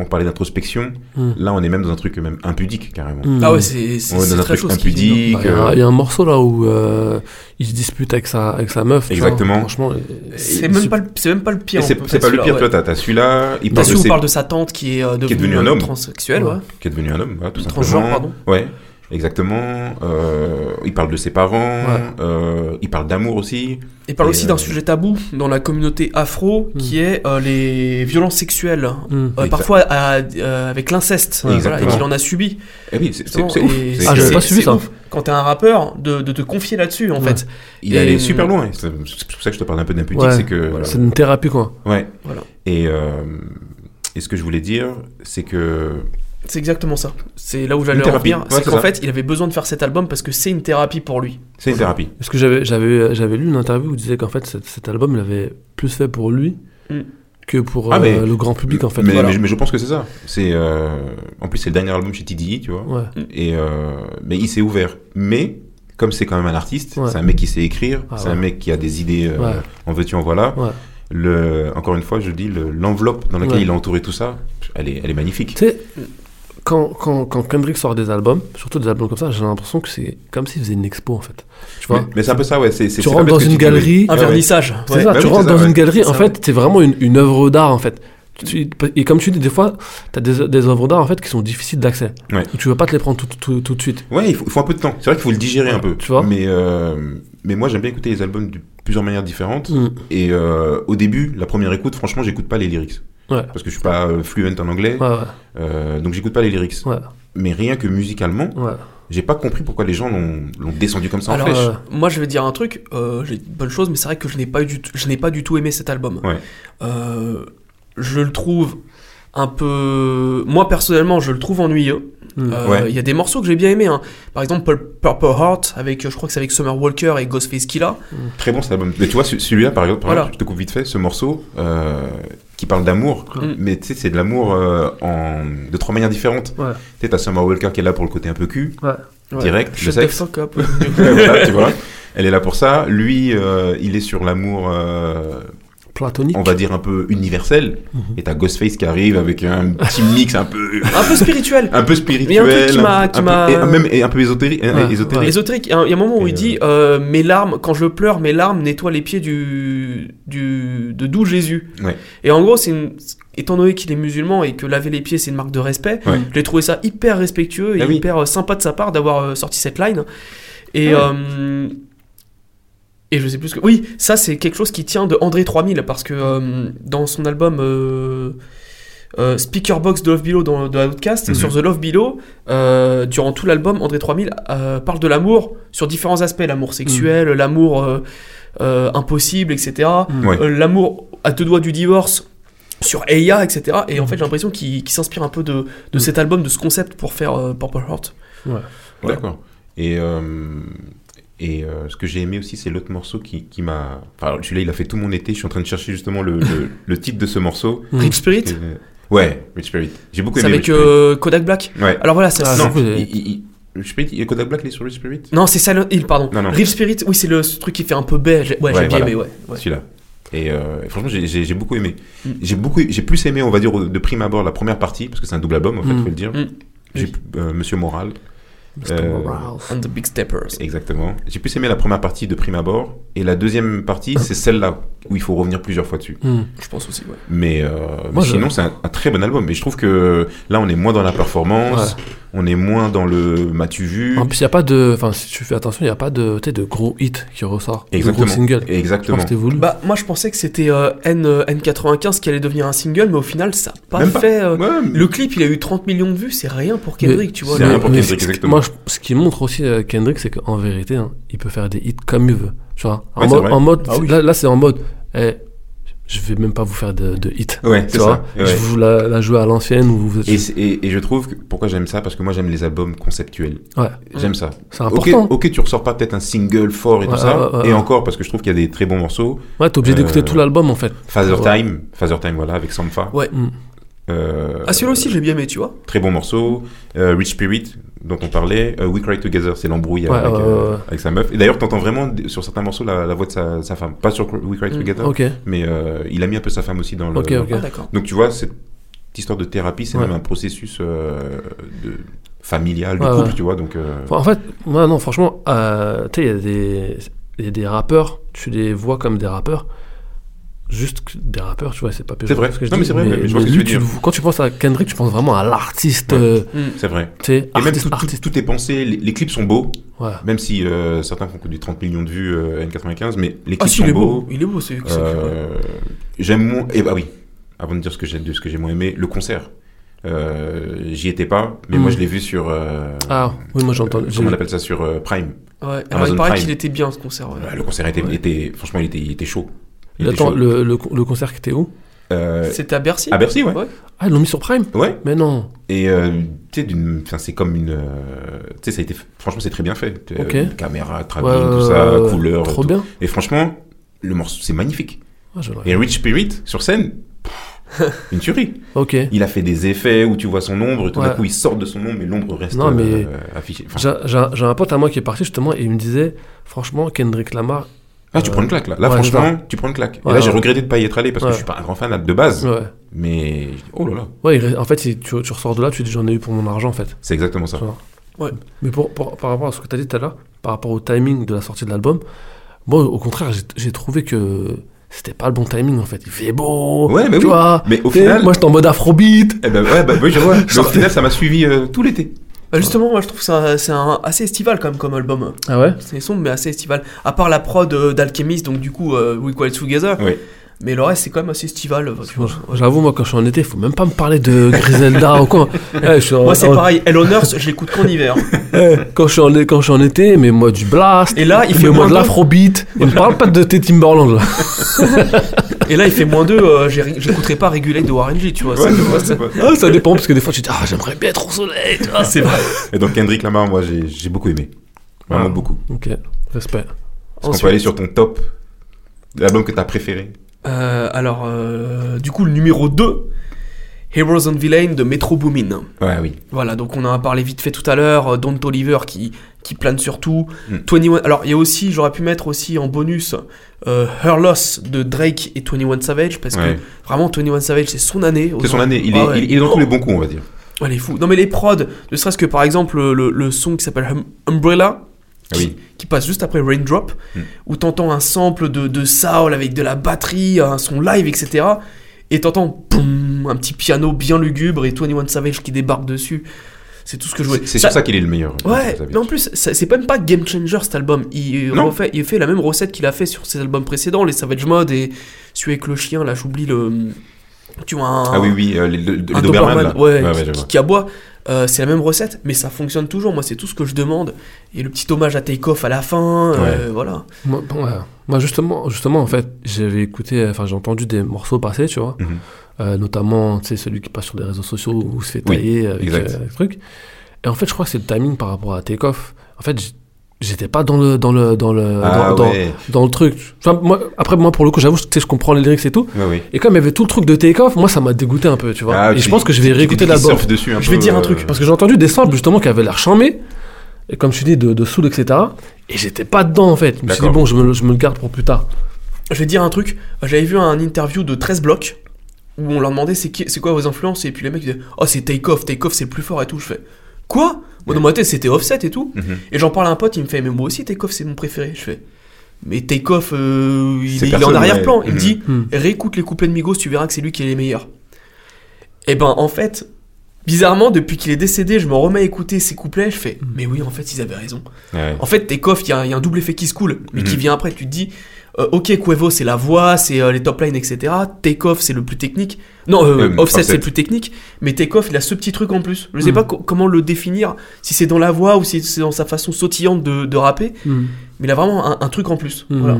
On parlait d'introspection,
Hmm.
là, on est même dans un truc même impudique, carrément.
Hmm.
Ah ouais, c'est c'est-
On est
c'est
Mm. dans un
très
truc
chose qui
impudique,
Bah, Il y, a un- il y a un morceau là où euh, il se dispute avec sa, avec sa meuf. tu vois.
Exactement.
Franchement,
C'est même, pas le- c'est même pas le pire.
Et
on
c'est
peut
c'est
faire
pas le
celui-là,
pire,
ouais.
toi, t'as- t'as celui-là, il
T'as
parle de
celui où on
ses
parle de sa tante qui est euh, devenue,
devenu un
euh,
homme.
transsexuelle, ouais.
qui est devenu un homme, voilà, tout
Transgenre,
simplement.
pardon.
Ouais. Exactement. euh, il parle de ses parents.
Ouais.
euh, il parle d'amour aussi.
Il parle
Et,
aussi
euh,
d'un sujet tabou dans la communauté afro
Mm.
qui est euh, les violences sexuelles,
Hmm.
euh,
Exact-
parfois à- euh, avec l'inceste,
Ouais,
voilà, et
exactement.
qu'il en a subi.
Eh oui, c'est c'est-
Justement,
c'est ouf.
et
C'est-
Ah, j'avais
c'est-
pas suivi
c'est
ça.
ouf quand t'es un rappeur de, de te confier là-dessus en
Ouais.
fait.
Il
Et-
allait super loin. C'est c'est pour ça que je te parle un peu d'impudique,
Ouais.
c'est que voilà.
C'est une thérapie, quoi.
Ouais.
Voilà.
Et, euh, et ce que je voulais dire, c'est que
C'est exactement ça. C'est là où
Une
j'allais en
thérapie.
venir.
Ouais,
c'est
c'est
qu'en
ça.
fait, il avait besoin de faire cet album parce que c'est une thérapie pour lui.
c'est une thérapie.
Parce que j'avais, j'avais, j'avais lu une interview où il disait qu'en fait, cet, cet album, il avait plus fait pour lui
Mm.
que pour
Ah,
euh,
mais-
le grand public, en fait.
mais,
Voilà.
mais je- mais je pense que c'est ça. C'est euh, en plus c'est le dernier album chez TDI, tu vois.
Ouais.
Et euh, mais il s'est ouvert. Mais comme c'est quand même un artiste,
Ouais.
c'est un mec qui sait écrire,
Ah,
c'est
ouais.
un mec qui a des idées. euh,
Ouais.
En veux-tu, en voilà.
Ouais.
Le, encore une fois, je dis le- l'enveloppe dans laquelle
Ouais.
il a entouré tout ça, elle est, elle est magnifique.
Tu sais, quand, quand, quand Kendrick sort des albums, surtout des albums comme ça, j'ai l'impression que c'est comme s'il faisait une expo, en fait. Tu vois
Mais, mais c'est un peu ça, ouais. c'est- c'est- c'est
Tu rentres
pas parce
dans
que
une
tu connais-
galerie,
Un
Ah, Ouais, ouais.
vernissage.
C'est
ouais.
ça,
bah
tu
oui,
rentres
c'est ça,
dans
ouais.
une galerie,
C'est
en
ça,
fait, c'est vraiment une, une œuvre d'art, en fait. Tu- Et comme tu dis, des fois, tu as des, des œuvres d'art, en fait, qui sont difficiles d'accès.
Ouais.
Donc, Tu veux pas te les prendre tout, tout, tout de suite.
Ouais, il faut, il faut un peu de temps. C'est vrai qu'il faut le digérer un peu.
Tu vois
mais, euh, mais moi, j'aime bien écouter les albums de plusieurs manières différentes.
Mm.
Et euh, au début, la première écoute, franchement, j'écoute pas les lyrics.
Ouais.
Parce que je suis pas euh, fluent en anglais,
Ouais, ouais,
euh, donc j'écoute pas les lyrics.
ouais,
Mais rien que musicalement,
ouais.
j'ai pas compris pourquoi les gens l'ont l'ont descendu comme ça
Alors,
en flèche.
euh,
Moi, je vais dire un truc. euh, j'ai dit une bonne chose, mais c'est vrai que je n'ai pas eu du, tout- je n'ai pas du tout aimé cet album.
Ouais.
Euh, je le trouve un peu. Moi personnellement, je le trouve ennuyeux.
Mm.
Euh, Il
Ouais.
y a des morceaux que j'ai bien aimés. hein. Par exemple, Pur- Purple Heart, avec, euh, je crois que c'est avec Summer Walker et Ghostface Killah.
Très bon cet album. Mais tu vois, ce- celui-là, par exemple, par
Voilà.
exemple, je te coupe vite fait, ce morceau euh, qui parle d'amour,
Mm.
mais tu sais, c'est de l'amour euh, en... de trois manières différentes.
Ouais.
Tu sais, t'as Summer Walker qui est là pour le côté un peu cul,
Ouais.
Ouais.
direct, le
Shut the
sexe.
fuck up.
Ouais, voilà, tu vois. Elle est là pour ça. Lui, euh, il est sur l'amour, euh,
Platonique.
on va dire un peu universel.
Mhm.
Et t'as Ghostface qui arrive avec un petit mix un peu,
un peu spirituel.
un peu spirituel,
Mais il y a un truc qui m'a- qui
un peu-
m'a-
et même et un peu ésotérique.
Ouais,
ésotérique.
Ésotérique, il y a un il y a un moment où
Et
il dit euh, Mes larmes, quand je pleure, mes larmes nettoient les pieds du, du, de doux Jésus.
Ouais.
Et en gros, c'est une- étant donné qu'il est musulman et que laver les pieds, c'est une marque de respect,
Ouais.
j'ai trouvé ça hyper respectueux et
Ah oui.
hyper euh, sympa de sa part d'avoir euh, sorti cette line. Et.
Ah
euh, et je sais plus ce que. Oui, ça c'est quelque chose qui tient de André 3000 parce que euh, dans son album euh, euh, Speakerbox de Love Below dans, de Outcast,
Mhm.
sur The Love Below, euh, durant tout l'album, André 3000 euh, parle de l'amour sur différents aspects l'amour sexuel, l'amour euh, euh, impossible, etc.
Mm.
Ouais.
Euh, l'amour à deux doigts du divorce sur Eya, etc. Et en fait, j'ai l'impression qu'il qu'il s'inspire un peu de, de
Mm.
cet album, de ce concept pour faire euh, Purple Heart. Voilà.
D'accord. Et, euh, et euh, ce que j'ai aimé aussi, c'est l'autre morceau qui, qui m'a. Enfin, celui-là, il a fait tout mon été. Je suis en train de chercher justement le, le, le titre de ce morceau.
Mm.
Rich Spirit,
Et, euh, ouais, Rich Spirit. J'ai beaucoup
c'est
aimé.
avec
Rich Spirit.
euh, Kodak Black.
Ouais.
Alors voilà, ça,
Ah,
c'est-
non,
vous avez-
il- il- il- Rich Spirit, il y a Kodak Black, il est sur Rich Spirit
Non, c'est Silent Hill, pardon.
Non, non.
Reef Spirit, oui, c'est le ce truc qui fait un peu beige. Ouais,
Ouais,
j'ai bien
voilà.
aimé, ouais. ouais.
Celui-là. Et euh, franchement, j'ai j'ai- j'ai beaucoup aimé.
Mm.
J'ai beaucoup, j'ai plus aimé, on va dire, au- de prime abord, la première partie, parce que c'est un double album, en fait,
Mm.
faut le dire.
Mm.
J'ai-
Oui.
euh, Monsieur Moral,
Mr.
euh,
Morales.
And the Big Steppers.
exactement. J'ai plus aimé la première partie de prime abord, et la deuxième partie, c'est celle-là où il faut revenir plusieurs fois dessus.
Mm.
Je pense aussi, ouais.
Mais, euh, mais
Moi, je-
sinon, c'est un, un très bon album. Mais je trouve que là, on est moins dans la performance, on est moins dans le m'as-tu vu
En plus, il n'y a pas de. Enfin, si tu fais attention, il n'y a pas de, tu sais, de gros hit qui ressort.
Exactement.
De gros single. Je pense
Exactement.
que c'était voulu.
Bah, moi je pensais que c'était euh, N, euh, N95 qui allait devenir un single, mais au final, ça n'a pas
Même pas.
fait. euh,
Ouais, mais-
Le clip, il a eu 30 millions de vues, c'est rien pour Kendrick,
Mais-
tu vois.
c'est
le-
rien pour
mais
Kendrick,
ce- ce-
exactement.
Moi, je- ce qui montre aussi euh, Kendrick, c'est qu'en vérité, hein, il peut faire des hits comme il veut. Tu vois, en
Ouais, c'est
mode,
vrai.
en mode-
Ah oui.
là, là, c'est en mode, eh, je vais même pas vous faire de, de hits.
Ouais,
tu
c'est
vois,
ça. Ouais.
je vous la, la joue à l'ancienne ou vous êtes.
Et, c'est- et- et je trouve que, pourquoi j'aime ça Parce que moi, j'aime les albums conceptuels.
Ouais.
J'aime ça.
C'est
Ok,
important.
ok, tu ressors pas peut-être un single fort et tout
Ouais,
ça.
ouais, ouais,
et
ouais.
encore, parce que je trouve qu'il y a des très bons morceaux.
Ouais, t'es obligé d'écouter
Euh,
tout l'album en fait.
Father
Ouais.
Time, Father Time, voilà, avec Sampha.
Ouais.
Mm.
Euh,
Ah, celui-là aussi, j'ai bien aimé, tu vois.
Très bon morceau. Euh, Rich Spirit, dont on parlait. Euh, We Cry Together, c'est l'embrouille
Ouais,
avec,
ouais,
euh,
ouais, ouais.
avec sa meuf. Et d'ailleurs, t'entends vraiment sur certains morceaux la, la voix de sa, sa femme. Pas sur We Cry Together,
Mm, Ok,
mais euh, il a mis un peu sa femme aussi dans le.
ok, ok.
Ah, d'accord.
Donc tu vois, cette histoire de thérapie, c'est
Ouais.
même un processus euh, de... familial, de
Ouais,
couple,
ouais.
tu vois. Donc, euh,
Enfin, en fait, moi, non, franchement, euh, tu sais, il y a des- il y, a des rappeurs, tu les vois comme des rappeurs, juste que des rappeurs, tu vois, c'est pas
C'est vrai.
péjoratif ce que je
Non, mais
dis,
c'est vrai, mais je vois ce que
lui,
tu veux
tu le- quand tu penses à Kendrick, tu penses vraiment à l'artiste,
Ouais.
euh,
Mm.
C'est vrai.
tu sais,
Et même
artiste,
tout, tout,
artiste.
tout est pensé, les, les clips sont beaux,
Ouais.
même si euh, certains font que du 30 millions de vues euh, N95, mais les clips
Ah si,
sont
il est
beaux.
beau. Il est beau, c'est c'est-
Euh, j'aime moins. Et bah oui. Avant de dire ce que j'ai de ce que j'ai moins aimé, le concert. Euh, J'y étais pas, mais
Mm.
moi je l'ai vu sur. euh,
Ah, oui, moi j'entends.
euh,
j'ai-
comment on appelle ça sur euh, Prime.
Ouais. Alors,
Amazon
il paraît
Prime.
qu'il était bien ce concert. ouais.
Bah, le concert était,
Ouais.
était- franchement, il était, il était chaud. Il était
Attends,
chaud.
le, le, le concert qui était où
Euh,
C'était à Bercy.
à Bercy, ouais.
Ouais.
Ah, ils l'ont mis sur Prime
Ouais.
Mais non.
Et euh, tu sais, d'une- enfin, c'est comme une. euh, tu sais, ça a été. Franchement, c'est très bien fait. Tu sais,
Ok.
euh, Caméra, travelling,
Ouais,
tout
ouais,
ça,
ouais, ouais.
couleur.
Trop
tout.
bien.
Et franchement, le morceau, c'est magnifique.
Ah, je le regarde.
Et Rich Spirit, sur scène, pff, une tuerie.
Ok.
Il a fait des effets où tu vois son ombre, et tout d'un
Ouais.
coup, il sort de son ombre, mais l'ombre reste
Non, mais-
euh, affichée. Enfin,
J'ai j'ai un j'ai un pote à moi qui est parti justement et il me disait, franchement, Kendrick Lamar.
ah, tu prends une claque là. Là,
Ouais, c'est
franchement, tu prends une claque. et
Ouais,
là, j'ai
ouais.
regretté de pas y être allé parce que
Ouais.
je suis pas un grand fan de base.
Ouais.
Mais oh là là,
Ouais, il reste- en fait, il- tu, tu ressors de là, tu dis, j'en ai eu pour mon argent en fait.
c'est exactement ça.
Genre.
Ouais.
Mais pour, pour- par rapport à ce que tu as dit tout à l'heure, par rapport au timing de la sortie de l'album, moi au contraire, j'ai- j'ai trouvé que c'était pas le bon timing en fait. Il fait beau,
Ouais, mais
tu
oui.
vois.
Mais au
t'sais,
final,
Moi j'étais en mode afrobeat.
eh ben, ouais, bah, oui, je vois. Mais au
Sortez.
final, ça m'a suivi euh, tout l'été.
Bah, justement, moi je trouve que c'est un- c'est un assez estival quand même comme album.
Ah ouais
C'est sombre mais assez estival. À part la prod euh, d'Alchemist, donc du coup euh, We Quiet Together.
Oui.
Mais le reste c'est quand même assez estival. euh, tu vois.
J'avoue, moi quand je suis en été, faut même pas me parler de Griselda ou quoi. Eh, je suis en-
Moi c'est
en-
pareil, Hell on Earth, je l'écoute qu'en hiver.
eh, quand, je suis en, quand je suis en été, mais moi du blast.
Et là, il fait
mais moi
moins
de
beau.
l'afrobeat. Il me parle pas de tes Timberland là.
Et là il fait moins 2, j'écouterai pas Regulate de Warren G, tu vois.
Ouais,
c'est-
je vois, c'est pas-
Ah, ça dépend parce que des fois tu te dis, ah j'aimerais bien être au soleil. tu vois.
C'est vrai.
Et donc Kendrick Lamar, moi, j'ai j'ai beaucoup aimé. Vraiment
Ah.
beaucoup.
Ok, respect.
Est-ce qu'on
Ensuite,
peut aller sur ton top L'album que t'as préféré
euh, alors, euh, du coup, le numéro 2, Heroes and Villain de Metro Boomin.
Ouais, oui.
Voilà, donc on en a parlé vite fait tout à l'heure, euh, Don Oliver qui, qui plane sur tout.
Mm.
21, alors il y a aussi, j'aurais pu mettre aussi en bonus euh, Her Loss de Drake et 21 Savage, parce
Ouais.
que vraiment 21 Savage c'est son année.
C'est son année. Il,
Ah
est,
ouais.
il- il est dans tous les bons coups, on va dire.
Elle est fou. Non mais les prods, ne serait-ce que par exemple le, le- le son qui s'appelle Hum- Umbrella,
Ah
qui,
oui.
qui passe juste après Raindrop,
Mm.
où t'entends un sample de, de Saul avec de la batterie, un son live, etc. Et t'entends boum, un petit piano bien lugubre et 21 Savage qui débarque dessus. C'est tout ce que je voulais.
C'est c'est
Ça-
sur ça qu'il est le meilleur.
Ouais,
Comme ça,
mais en plus, ça- c'est même pas game changer cet album. Il,
Non.
refait, il fait la même recette qu'il a fait sur ses albums précédents, les Savage Mode et celui avec le chien, là j'oublie le. Tu vois, un,
Ah oui, oui, euh, les, le- le
un
Doberman,
Doberman,
là.
ouais,
ouais,
qui-
ouais, je
qui,
vois.
qui aboie. Euh, c'est la même recette, mais ça fonctionne toujours. Moi, c'est tout ce que je demande. Et le petit hommage à Takeoff à la fin, euh, voilà.
Moi, bon, ouais. Moi, justement, justement, en fait, j'avais écouté, enfin, j'ai entendu des morceaux passer, tu vois,
Mhm.
Euh, notamment, tu sais, celui qui passe sur des réseaux sociaux où il se fait
Oui,
tailler avec,
exact.
euh, avec le truc. Et en fait, je crois que c'est le timing par rapport à Takeoff. En fait, j- j'étais pas dans le dans le dans le
Ah
Euh, dans, dans-
ouais.
dans le truc. Enfin, moi, après, moi, pour le coup, j'avoue, tu sais, je comprends les lyrics et tout.
Ouais, ouais.
Et comme il y avait tout le truc de Takeoff, moi, ça m'a dégoûté un peu, tu vois.
Ah,
et je
tu-
pense que je vais
tu- tu
réécouter
dis qu'il
l'album.
surfe dessus un
Je
peu,
vais dire un
euh,
truc,
Parce que j'ai entendu des samples justement qui avaient l'air chambés, et comme je te dis, de, de soul, etc. Et j'étais pas dedans en fait. Je me suis dit,
D'accord.
bon, je me, le- je me le garde pour plus tard.
Je vais dire un truc. J'avais vu un interview de 13 blocs où on leur demandait c'est, qui- c'est quoi vos influences et puis les mecs disaient oh c'est Takeoff, Takeoff c'est le plus fort et tout. Je fais quoi Moi dans ma tête c'était Offset et tout.
Mhm.
Et j'en parle à un pote, il me fait mais moi aussi Takeoff c'est mon préféré. Je fais mais Takeoff euh, il,
C'est
est- il est
personne,
en arrière-plan.
ouais.
Il me
Mhm.
dit
Hmm.
réécoute les couplets de Migos, tu verras que c'est lui qui est les meilleurs. Et ben en fait, bizarrement, depuis qu'il est décédé, je me remets à écouter ses couplets, je fais mais oui, en fait, ils avaient raison.
Ouais.
En fait, Takeoff, il y, a un- il y a un double effet qui se coule, mais qui
Mhm.
vient après, tu te dis euh, OK, Cuevo, c'est la voix, c'est euh, les top lines, etc. Takeoff, c'est le plus technique. Non, euh,
Euh,
Offset,
Offset.
c'est le plus technique, mais Takeoff, il a ce petit truc en plus. Je sais
Mhm.
pas co- comment le définir, si c'est dans la voix ou si c'est dans sa façon sautillante de, de rapper,
Hmm.
mais il a vraiment un, un truc en plus.
Hmm.
Voilà.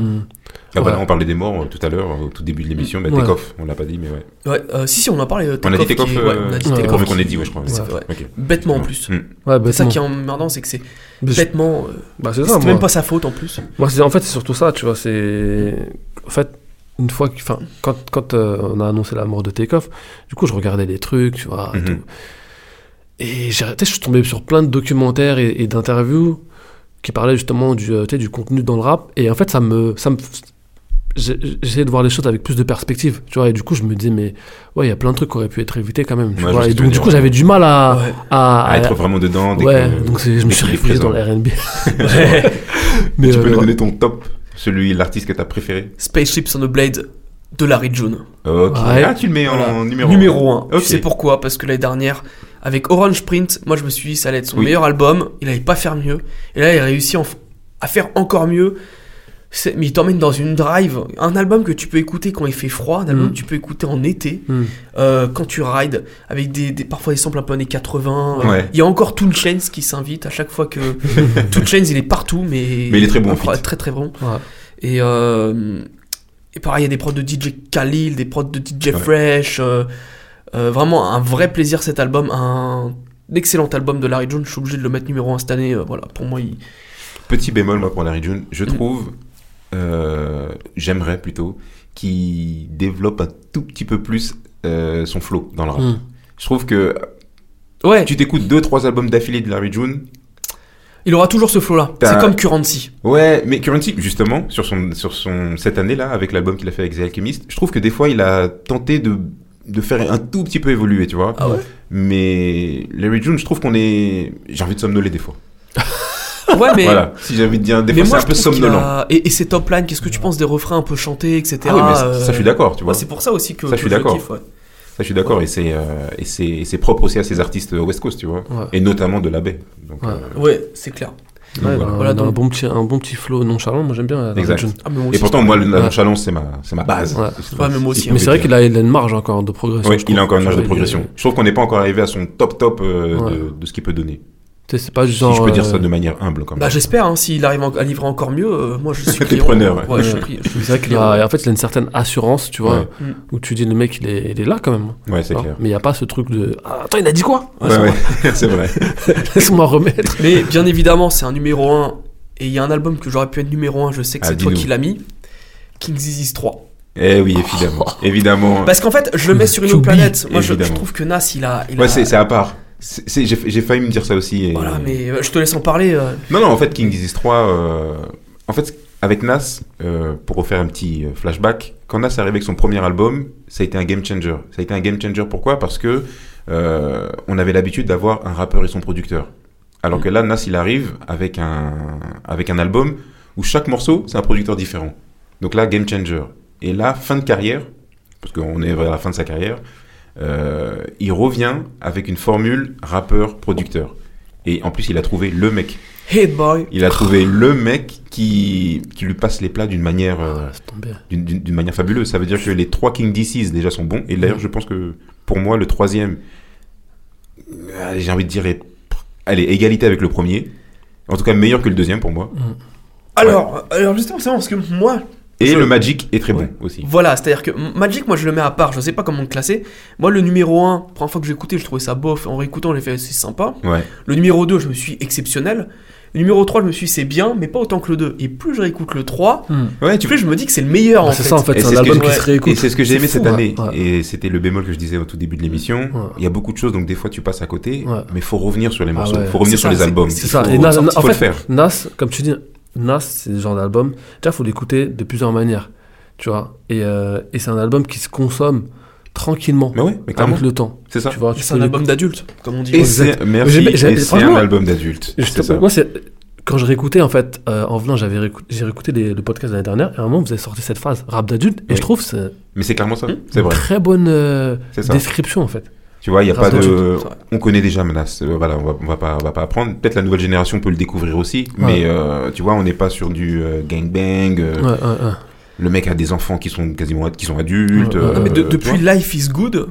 Ah, bah,
Ouais.
On parlait des morts euh, tout à l'heure, au tout début de l'émission. Bah,
Ouais.
Takeoff, on l'a pas dit, mais ouais.
Ouais, euh, si, si, on en parle. euh,
On a dit
Takeoff
Takeoff.
qui- ouais, on a dit
euh,
ouais.
c'est le
Takeoff
premier qu'on
qui-
ait dit, ouais, je crois.
C'est
Ouais.
vrai.
Ok.
Bêtement en plus.
Mm.
Ouais,
C'est ça
bêtement.
qui est emmerdant, c'est que c'est
Mais je-
bêtement. euh,
bah, c'est ça,
C'était
moi.
même pas sa faute en plus.
Moi, c'est- en fait, c'est surtout ça, tu vois. C'est en fait une fois que, enfin, quand, quand euh, on a annoncé la mort de Takeoff, du coup, je regardais les trucs, tu vois. et
Mhm.
tout. Et j'ai arrêté, je suis tombé sur plein de documentaires et, et d'interviews qui parlaient justement du, euh, tu sais, du contenu dans le rap. Et en fait, ça me, ça me, j'ai- j'essayais de voir les choses avec plus de perspective, tu vois. Et du coup, je me disais, mais ouais, il y a plein de trucs qui auraient pu être évités quand même. tu
Ouais, je
vois.
vois ce
Et
que tu veux
donc, du
dire,
coup,
ouais.
j'avais du mal
Ah.
à,
Ouais.
à,
À être vraiment dedans. dès
Ah, ouais.
que-
Donc, c'est- je
dès
me suis
qu'il est
réfugié dans
présent.
la R&B.
Ouais.
Mais,
Tu peux
euh,
nous donner ton top, celui, l'artiste que t'as préféré
Spaceships on the Blade de Larry June.
Ok.
Ouais.
Ah, tu le mets en
Voilà.
numéro
Numéro 1.
Ok.
Tu sais pourquoi Parce que l'année dernière, avec Orange Print, moi je me suis dit ça allait être son
Oui.
meilleur album. Il n'allait pas faire mieux. Et là, il réussit en- à faire encore mieux. C'est- Mais il t'emmène dans une drive. Un album que tu peux écouter quand il fait froid, un album
Mm.
Mhm.
que tu peux écouter en été,
Hmm.
euh, quand tu rides, avec des, des- parfois des samples un peu années 80. euh,
Ouais.
Il y a encore Toon Chains qui s'invite à chaque fois que. Toon Chains, il est partout, mais.
Mais il est très bon en
Incroyable,
feat.
Très très bon.
Ouais.
Et, euh, et pareil, il y a des prods de DJ Khalil, des prods de DJ
Ouais.
Fresh. euh, euh, vraiment un vrai plaisir cet album. Un excellent album de Larry Jones. Je suis obligé de le mettre numéro 1 cette année. euh, voilà, pour moi, il.
Petit bémol, moi, pour Larry June. Je trouve, euh, j'aimerais plutôt, qu'il développe un tout petit peu plus euh, son flow dans le rap.
Hmm.
Je trouve que
Ouais,
tu t'écoutes deux, trois albums d'affilée de Larry June.
il aura toujours ce flow-là.
T'as-
C'est comme Currency.
Ouais, mais Currency, justement, sur son, sur son, cette année-là, avec l'album qu'il a fait avec The Alchemist, je trouve que des fois, il a tenté de, de faire un tout petit peu évoluer, tu vois.
Ah ouais
Mais Larry June, je trouve qu'on est. J'ai envie de somnoler des fois.
Ouais, mais.
voilà. Si j'ai envie de dire, des
mais
fois,
moi,
c'est un peu
je trouve qu'il
somnolent.
a- Et, et ces top lines, qu'est-ce que tu penses des refrains un peu chantés, etc.
Ah oui, mais ça,
euh,
je suis d'accord, tu vois.
ouais, c'est pour ça aussi que,
Ça, je
que
suis d'accord.
kiffe, ouais.
Ça, je suis d'accord, et c'est euh, et c'est et c'est propre aussi à ces artistes West Coast, tu vois,
Ouais.
et notamment de la baie. Donc,
Ouais.
euh,
Ouais, bah, c'est clair.
donc
Ouais,
voilà.
un-
Voilà,
un,
donc-
bon petit, un bon petit flow nonchalant, moi j'aime bien. Larry
Exact.
Jones.
Ah, mais moi
Et
aussi,
pourtant, moi, la
Ouais.
nonchalance, c'est ma c'est ma base.
Ouais.
C'est-
Ouais, mais moi aussi. hein.
c'est-
Mais
Mais c'est vrai qu'il a, il a une marge encore de progression.
Ouais,
je
il a
trouve.
encore une marge de
Tu vois, il-
progression. Je trouve qu'on n'est pas encore arrivé à son top top euh,
Ouais.
de, de ce qu'il peut donner.
tu sais, C'est pas
Si
genre.
je peux dire ça
euh,
de manière humble, quand même.
Bah j'espère, hein, s'il arrive en- à livrer encore mieux, euh, moi je suis
T'es
client.
preneur, ouais.
je suis
Ouais.
pri- je suis
C'est vrai qu'il
client.
a, en fait, il a une certaine assurance, tu vois,
Ouais.
Mm.
où tu dis le mec, il est, il est là quand même.
Ouais, c'est
hein.
clair.
Mais il n'y a pas ce truc de. Ah, attends, il a dit quoi
Ouais, ouais, c'est vrai.
Laisse-moi remettre.
Mais bien évidemment, c'est un numéro 1 et il y a un album que j'aurais pu être numéro 1, je sais que
Ah,
c'est toi
dis-nous.
qui l'as mis. King's Disease 3.
Eh oui, évidemment. évidemment.
Parce qu'en fait, je le mets sur une autre
Choubi,
planète. Moi, je, je
évidemment.
trouve que Nas, il a. il
Ouais,
a-
c'est c'est à part. C'est- c'est- J'ai j'ai failli me dire ça aussi. et-
Voilà, mais euh, je te laisse en parler. euh.
Non, non, en fait, King Disease 3, euh, en fait, avec Nas, euh, pour refaire un petit euh, flashback, quand Nas est arrivé avec son premier album, ça a été un game changer. Ça a été un game changer pourquoi Parce que euh, on avait l'habitude d'avoir un rappeur et son producteur. Alors que là, Nas, il arrive avec un, avec un album où chaque morceau, c'est un producteur différent. Donc là, game changer. Et là, fin de carrière, parce qu'on est vers la fin de sa carrière, euh, il revient avec une formule rappeur-producteur. Et en plus, il a trouvé le mec.
Hate Boy.
Il a trouvé le mec qui, qui lui passe les plats d'une manière, euh,
Laisse tomber.
d'une- d'une d'une manière fabuleuse. Ça veut dire que les trois King DCs déjà sont bons. Et d'ailleurs, je pense que pour moi, le troisième, euh, j'ai envie de dire, est- allez, égalité avec le premier. En tout cas, meilleur que le deuxième pour moi.
Alors, euh, alors justement, c'est vrai, parce que moi,
Et
Je-
le Magic est très bon
Ouais.
aussi.
Voilà, c'est-à-dire que M- Magic, moi je le mets à part, je sais pas comment le classer. Moi, le numéro 1, première fois que j'ai écouté, je trouvais ça bof. En réécoutant, j'ai fait c'est sympa.
Ouais.
Le numéro 2, je me suis exceptionnel. Le numéro 3, je me suis dit, c'est bien, mais pas autant que le 2. Et plus je réécoute le 3,
Ouais, tu
plus je me dis que c'est le meilleur en
Ah,
fait.
C'est ça, en fait,
Et c'est
c'est un
ce que
album
j'ai-
qui se
Et
réécoute.
c'est ce que j'ai aimé
fou,
cette
ouais.
année.
Ouais.
Et c'était le bémol que je disais au tout début de l'émission.
Ouais.
Il y a beaucoup de choses, donc des fois tu passes à côté.
Ouais. Ah
Mais faut revenir sur les morceaux.
ouais.
Faut revenir
C'est
sur
ça,
les albums.
C'est ça.
Faut-
Et Nas,
faut
en
le
fait,
faire.
Nas, comme tu dis, Nas, c'est le genre d'album. Déjà, faut l'écouter de plusieurs manières, tu vois. Et, euh, et c'est un album qui se consomme tranquillement,
Mais ouais, mais clairement,
avec le temps.
c'est ça.
Tu vois, tu
C'est
peux
un
l'écouter-
album d'adulte, comme on dit.
Et
Ouais.
c'est,
Exact.
merci,
J'aimais- j'aimais-
et c'est un
franchement,
album d'adulte.
Je
C'est
te-
ça.
Moi, c'est quand je réécoutais en fait euh, en venant, j'avais réécou- j'ai réécouté les- le podcast de l'année dernière. Et à un moment, vous avez sorti cette phrase rap d'adulte, et
Oui.
je trouve que c'est
Mais c'est clairement ça.
Hmm.
C'est
une
vrai.
très bonne euh,
C'est ça.
description en fait.
Tu vois, il y a
Grave
pas de.
d'adulte, ouais.
On connaît déjà Menace. Euh, Voilà, on va, on va pas, on va pas apprendre. Peut-être la nouvelle génération peut le découvrir aussi. Mais euh, tu vois, on n'est pas sur du euh, gangbang. euh,
Ouais, ouais, ouais.
Le mec a des enfants qui sont quasiment ad- qui sont adultes.
Ouais, ouais.
euh,
Non, Ah, mais de-
tu
depuis
vois.
Life is Good,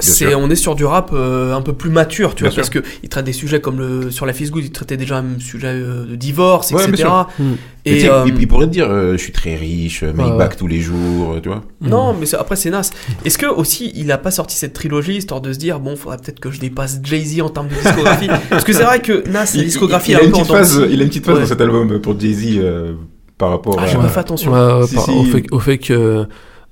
c'est,
sûr.
on est sur du rap euh, un peu plus mature, tu
Bien
vois, parce que il traite des sujets comme le, sur Life is Good, il traitait déjà un sujet euh, de divorce,
Ouais, bien
etc.
sûr.
Hmm.
Mais tu
Et,
sais,
euh,
il, il pourrait te dire, euh, je suis très riche, euh, make
ouais.
back tous les jours, euh, tu vois.
Hmm.
Non, mais c'est- après c'est Nas. Est-ce que aussi il a pas sorti cette trilogie histoire de se dire bon, faudrait peut-être que je dépasse Jay Z en termes de discographie Parce que c'est vrai que Nas, la discographie
il,
est
a
un
une
peu en
petite
dents de
phase,
scie.
il a une petite phase
Ouais.
dans cet album pour Jay Z par rapport
Ah,
à.
j'ai pas fait attention.
Ouais, ouais,
Si,
par-
si.
Au, fait, au fait que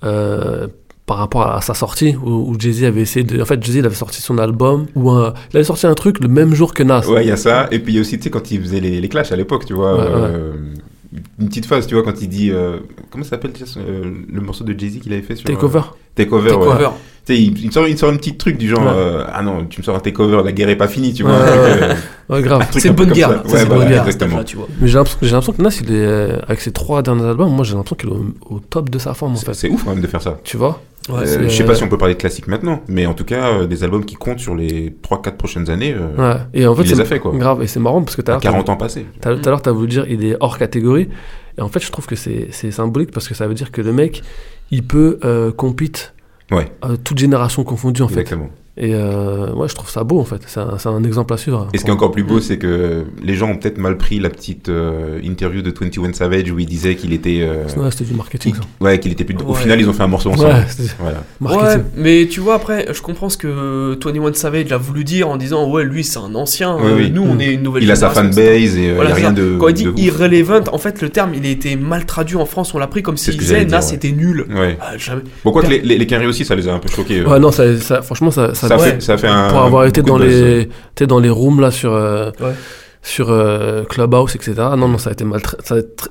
euh, par rapport à sa sortie, où, où Jay-Z avait essayé de. En fait, Jay-Z il avait sorti son album, ou un- il avait sorti un truc le même jour que Nas.
Ouais, il y a ça. Et puis il y a aussi, tu sais, quand il faisait les, les clashs à l'époque, tu vois.
Ouais,
euh, Une petite phase, tu vois, quand il dit. euh, comment ça s'appelle déjà, ce- euh, le morceau de Jay-Z qu'il avait fait sur.
Takeover.
euh, Takeover, ouais.
Takeover.
Tu sais, il, il sort, il sort un petit truc du genre
Ouais.
euh, Ah non, tu me sors un takeover, la guerre est pas finie, tu vois.
Ouais,
un truc,
ouais,
euh,
Ouais, grave.
un truc
C'est
un peu
bonne
comme
guerre.
ça.
là.
Ouais,
C'est
voilà,
bonne guerre. à cet
exactement.
âge-là, tu vois.
Mais j'ai l'impression j'ai l'impression que Nas, il est, euh, avec ses trois derniers albums, moi j'ai l'impression qu'il est au, au top de sa forme en
C'est-
fait.
C'est ouf quand même de faire ça.
Tu vois
Ouais,
Euh,
c'est-
je sais pas si on peut parler de classique maintenant, mais en tout cas, euh, des albums qui comptent sur les 3-4 prochaines années, euh,
Ouais. Et en fait,
il les
c'est
a fait quoi.
grave. Et c'est marrant parce que tout
À
à l'heure, t'as
40 ans passés.
T'as- Tout à l'heure, tu as voulu dire il est hors catégorie. Et en fait, je trouve que c'est c'est symbolique parce que ça veut dire que le mec, il peut euh, compete
Ouais.
euh, toute génération confondue, en fait.
Exactement.
Et euh, ouais, je trouve ça beau, en fait. C'est un, c'est un exemple à suivre.
Et ce qui est encore plus beau, c'est que les gens ont peut-être mal pris la petite euh, interview de 21 Savage où il disait qu'il était. euh,
Ouais, c'était du marketing, ça.
Ouais, qu'il était plus. Au
Ouais.
final, ils ont fait un morceau ensemble.
Ouais, c'était du
Voilà.
marketing.
Ouais, mais tu vois, après, je comprends ce que 21 Savage a voulu dire en disant Ouais, lui, c'est un ancien,
Oui,
euh,
oui. Hmm.
nous, on
Mm.
est une nouvelle
Il a sa
génération, etc.
fanbase et euh, il
Voilà,
y a
c'est
rien
ça.
de.
Quand il dit
de ouf.
irrelevant, en fait, le terme, il a été mal traduit en France. On l'a pris comme
C'est
s'il
ce que
disait
j'allais dire,
Nas
ouais.
était nul.
Ouais.
Ah, jamais.
Bon, quoi que les, les, les Quinri aussi, ça les a un peu choqués. euh.
Ouais, non, ça, ça- franchement, ça, ça,
ça,
ouais.
fait, ça fait un.
pour avoir été
beaucoup
dans
de buzz.
les, tu sais, dans les rooms, là, sur, euh,
Ouais.
sur euh, Clubhouse, etc. Non, non, ça a été mal, tra- ça a été tr-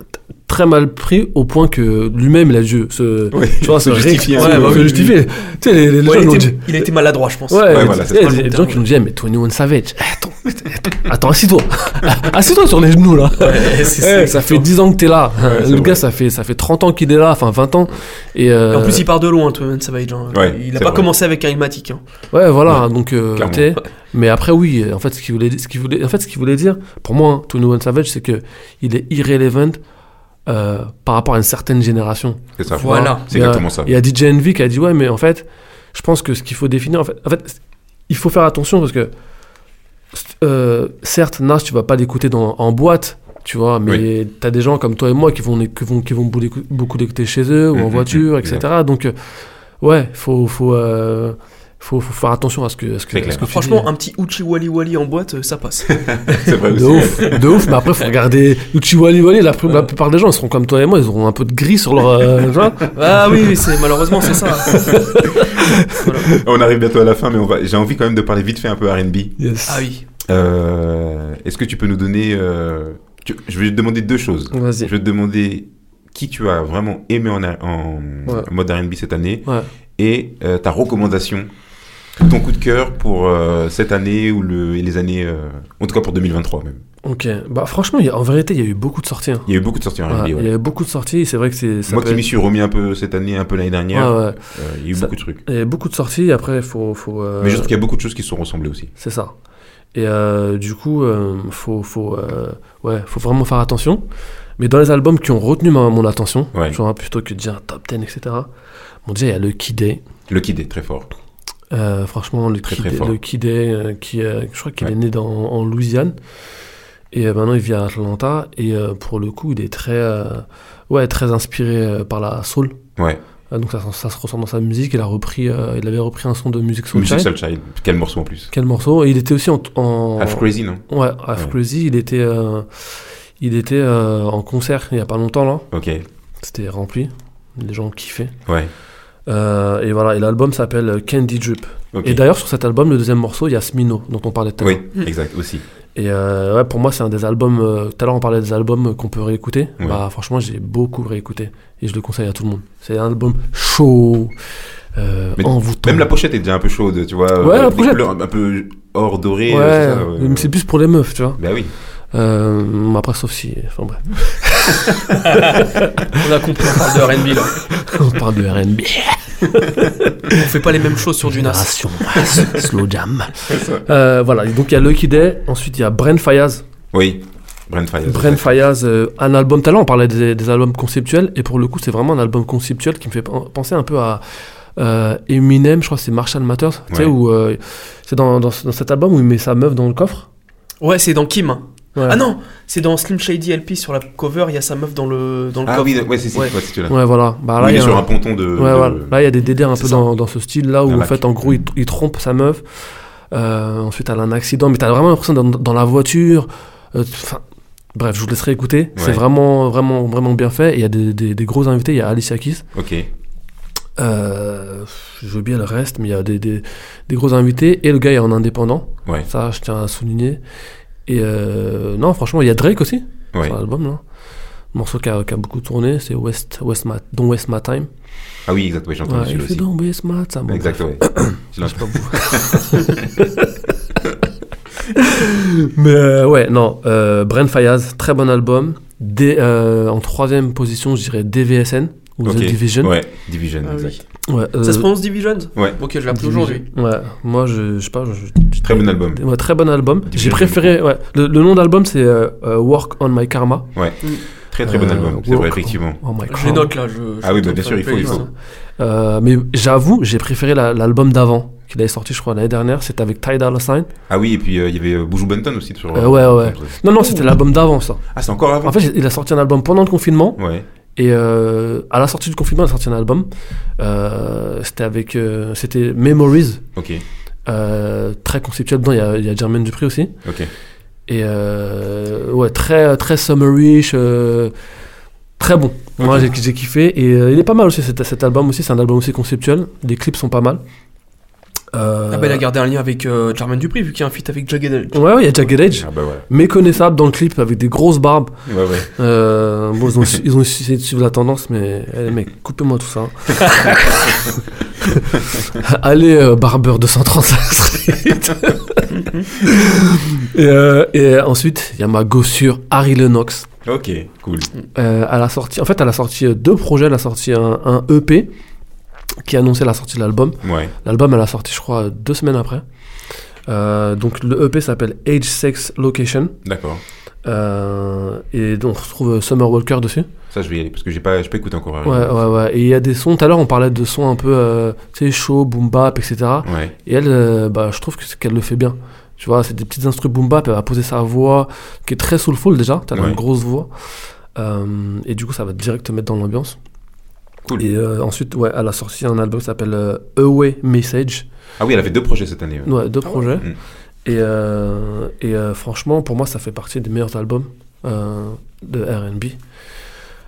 très mal pris au point que lui-même, il a dû se,
Ouais.
tu vois,
Se
se ré-
justifier un
Ouais,
peu,
bah,
oui,
se
oui.
justifier. Tu sais, les, les gens
Ouais, il,
l'ont
était,
dit.
il a été maladroit, je pense.
Ouais,
Ouais,
il
voilà, c'est
y a
ça
des
le
gens
terme.
qui nous disaient, mais 21 Savage, eh, attends, eh, attends, assis-toi, assis-toi sur les genoux là.
Ouais, c'est
Eh, ça fait
exactement.
10 ans que t'es là.
c'est
le
vrai.
gars, ça fait, ça fait 30 ans qu'il est là, enfin 20 ans. Et
Et
euh,
En plus, il part de loin, 21 Savage. hein.
Ouais,
il
c'est
n'a pas
vrai.
commencé avec Charismatic. hein.
ouais, voilà, donc euh,
Clairement.
t'sais, mais après, oui, euh, en fait, ce qu'il voulait, ce qu'il voulait, en fait, ce qu'il voulait dire, pour moi, hein, 21 Savage, c'est que il est irrelevant euh, par rapport à une certaine génération.
C'est ça.
Voilà.
C'est
Il y a-
exactement ça.
Il y a DJ Envy qui a dit ouais, mais en fait, je pense que ce qu'il faut définir, en fait, en fait, il faut faire attention parce que euh, certes, Nas, tu vas pas l'écouter dans- en boîte, tu vois, mais tu as des gens comme toi et moi qui vont l'éc- qui vont qui vont beaucoup l'écou- beaucoup l'écouter chez eux ou
Mhm,
en
mhm,
voiture, etc. Donc euh, ouais, faut faut euh, faut, faut faire attention à ce que à ce que,
C'est clair.
à ce que tu
Franchement,
dis.
un petit Uchi Wali Wali en boîte, euh, ça passe.
C'est vrai
de
aussi. ouais.
ouf, de ouf, mais après faut regarder Uchi Wali Wali, la, plu- la plupart des gens ils seront comme toi et moi, ils auront un peu de gris sur leur euh, tu vois.
ah oui, c'est malheureusement, c'est ça.
On arrive bientôt à la fin, mais on va... j'ai envie quand même de parler vite fait un peu RB.
Yes.
Ah oui.
Euh, Est-ce que tu peux nous donner. euh, tu- Je vais te demander deux choses. Je
Vas-y.
vais te demander qui tu as vraiment aimé en, en
Ouais.
mode RB cette année
Ouais.
et euh, ta recommandation, ton coup de cœur pour euh, cette année ou le, et les années. euh, en tout cas pour 2023 même.
Ok, bah franchement, il y a- en vérité, il y a eu beaucoup de sorties. hein.
Il y a eu beaucoup de sorties en
Ouais,
RB.
Il
ouais.
y a eu beaucoup de sorties, c'est vrai que c'est. ça
Moi
peut
qui
être-
m'y suis remis un peu cette année, un peu l'année dernière,
Ouais, ouais.
euh, il y a eu
Ça-
beaucoup de trucs.
Il y a eu beaucoup de sorties, après, faut. faut euh,
Mais je trouve qu'il y a beaucoup de choses qui se sont ressemblées aussi.
C'est ça. Et euh, du coup, euh, faut, faut, euh, ouais, faut vraiment faire attention. Mais dans les albums qui ont retenu ma- mon attention,
Ouais.
tu vois, plutôt que de dire top 10, etc., bon, déjà, il y a le Kidé.
Le Kid est très fort.
Euh, franchement, le
Très,
Kid
très
Day-
fort.
le Kid Day, euh, qui, euh, je crois qu'il
Ouais.
est né dans, en Louisiane. Et euh, maintenant, il vit à Atlanta. Et euh, pour le coup, il est très, euh, ouais, très inspiré euh, par la soul.
Ouais.
Ah, Donc ça, ça se ressent dans sa musique. Il a repris, euh, il avait repris un son de musique Soul
Music
Child.
Soul Child. Quel morceau en plus.
Quel morceau Et il était aussi en, en
Half Crazy, non
ouais, Half
Ouais.
Crazy. Il était, euh, il était euh, en concert il y a pas longtemps là.
Ok.
C'était rempli. Les gens kiffaient.
Ouais.
Euh, et voilà. Et l'album s'appelle Candy Drip.
Ok.
Et d'ailleurs sur cet album, le deuxième morceau, il y a Smino dont on parlait tout à l'heure.
Oui, exact, aussi.
Et euh, ouais, pour moi, c'est un des albums. euh, Tout à l'heure, on parlait des albums qu'on peut réécouter.
Ouais.
Bah, franchement, j'ai beaucoup réécouté et je le conseille à tout le monde. C'est un album chaud. Euh,
Mais
envoûtant.
Même la pochette est déjà un peu chaude, tu vois.
Ouais,
euh,
la
des
pochette.
couleurs un peu or doré.
ouais,
euh, c'est ça, ouais.
mais c'est plus pour les meufs, tu vois.
Bah oui.
Euh, après, sauf si. Enfin bref,
On a compris, on parle de RB là.
on parle de RB.
On fait pas les mêmes choses sur du Nas.
Génération Slow Jam. Euh, voilà, et donc il y a Lucky Day, ensuite il y a Bren Fayaz.
Oui. Brent Fires.
Bren
ouais.
Fayaz, euh, un album talent, on parlait des, des albums conceptuels, et pour le coup, c'est vraiment un album conceptuel qui me fait pen- penser un peu à. euh, Eminem, je crois que c'est Marshall Mathers, tu sais,
Ouais.
où euh, c'est dans, dans, ce- dans cet album où il met sa meuf dans le coffre.
Ouais, c'est dans Kim.
Ouais.
Ah non, c'est dans Slim Shady LP sur la cover, il y a sa meuf dans le dans le
Ah
coffre.
oui, ouais, c'est c'est-
Ouais.
ouais, c'est celui-là.
Ouais, voilà. Bah,
Oui,
là,
il
il
est
y a
sur
un-
un ponton de.
Ouais,
de-
voilà. Là, il y a des délires un
C'est
peu
ça.
dans, dans ce style-là où,
Un
en
lac.
fait, en gros, il, il trompe sa meuf. Euh, ensuite, elle a un accident, mais t'as vraiment l'impression dans, dans la voiture. euh, Enfin, bref, je vous laisserai écouter. C'est vraiment, vraiment, vraiment bien fait. Et Il y a des, des- des gros invités. Il y a Alicia Keys.
Ok.
Euh, J'ai oublié le reste, mais il y a des, des, des gros invités. Et le gars est en indépendant.
Ouais.
Ça, je tiens à souligner. Et euh, non, franchement, il y a Drake aussi
Ouais.
sur l'album. là. morceau qui a, qui a beaucoup tourné, c'est West, West Ma- Don't Waste My Time.
Ah oui, exact, ouais, j'ai entendu
Ouais, il
celui-là
fait
aussi.
Don't Waste My Time. Bon,
Exact,
bref.
ouais. Je l'ai
Je sais pas vous. Mais euh, ouais, non, euh, Bren Fayaz, très bon album. Dé- euh, en troisième position, je dirais DVSN ou
Ok.
The Division.
Ouais, Division,
Ah oui.
exact.
Ouais,
Ça
euh,
se prononce Division
Ouais.
Ok, je l'ai appris
Division.
aujourd'hui.
Ouais, moi je, je sais pas. je- je-
Très bon album.
Ouais, très bon album. J'ai
Division.
préféré. Ouais, le, le nom d'album c'est euh, euh, Work on My Karma.
Très très bon
Euh,
album, c'est vrai,
Walk-
effectivement.
Oh my
Je les
Karma.
note là. Je, je
Ah oui, bah,
suis en train
bien
de
sûr, il
faire
faut,
une
il
playlist,
faut.
hein.
Euh, mais j'avoue, j'ai préféré la- l'album d'avant qu'il avait sorti, je crois, l'année dernière. C'était avec Ty Dolla Sign.
Ah oui, et puis euh, il y avait euh, Boujou Benton aussi sur.
Euh, ouais, ouais. Non, non, c'était l'album d'avant ça.
Ah, c'est encore avant
En fait, il a sorti un album pendant le confinement.
Ouais.
Et euh, à la sortie du confinement, il a sorti un album. Euh, c'était avec, euh, c'était Memories,
Ok,
euh, très conceptuel. Dedans, il y a, il y a Jermaine Dupri aussi.
ok.
Et euh, ouais, très très summerish, euh, très bon. Moi, j'ai, j'ai kiffé. Et euh, il est pas mal aussi cet, cet album aussi. C'est un album aussi conceptuel. Les clips sont pas mal. Euh,
Ah bah, il a gardé un lien avec euh, Jermaine Dupri, vu qu'il y a un feat avec Jagged Edge.
Ouais, ouais, il y a Jagged Edge,
Ah bah ouais.
méconnaissable dans le clip avec des grosses barbes.
Ouais, ouais.
Euh, bon, ils ont, su- ils ont essayé de suivre la tendance, mais eh, mec, coupez-moi tout ça. Allez, euh, Barber 235 Street. et, euh, et ensuite, il y a ma gossure Harry Lennox.
Ok, cool.
Euh, elle a sorti, en fait, elle a sorti euh, deux projets. Elle a sorti un, un EP qui annonçait la sortie de l'album.
Ouais.
L'album, elle a sorti, je crois, deux semaines après. Euh, donc, le EP s'appelle Age, Sex, Location.
D'accord.
Euh, et donc, on retrouve euh, Summer Walker dessus.
Ça, je vais y aller parce que j'ai pas, j'ai pas écouté encore. Harry.
Ouais, ouais, ouais. Et il y a des sons, tout à l'heure on parlait de sons un peu, euh, tu sais, chaud, boom bap, etc.
Ouais.
Et elle, euh, bah, je trouve que c'est- qu'elle le fait bien. Tu vois, c'est des petites instruments boom bap, elle va poser sa voix, qui est très soulful déjà, t'as
Ouais.
une grosse voix. Euh, et du coup, ça va direct te mettre dans l'ambiance.
Cool.
Et euh, ensuite, ouais, elle a sorti un album qui s'appelle euh, Away Message.
Ah oui, elle avait deux projets cette année. ouais.
Ouais, deux
Ah ouais.
projets.
Mm.
Et, euh, et euh, franchement, pour moi, ça fait partie des meilleurs albums euh, de RB.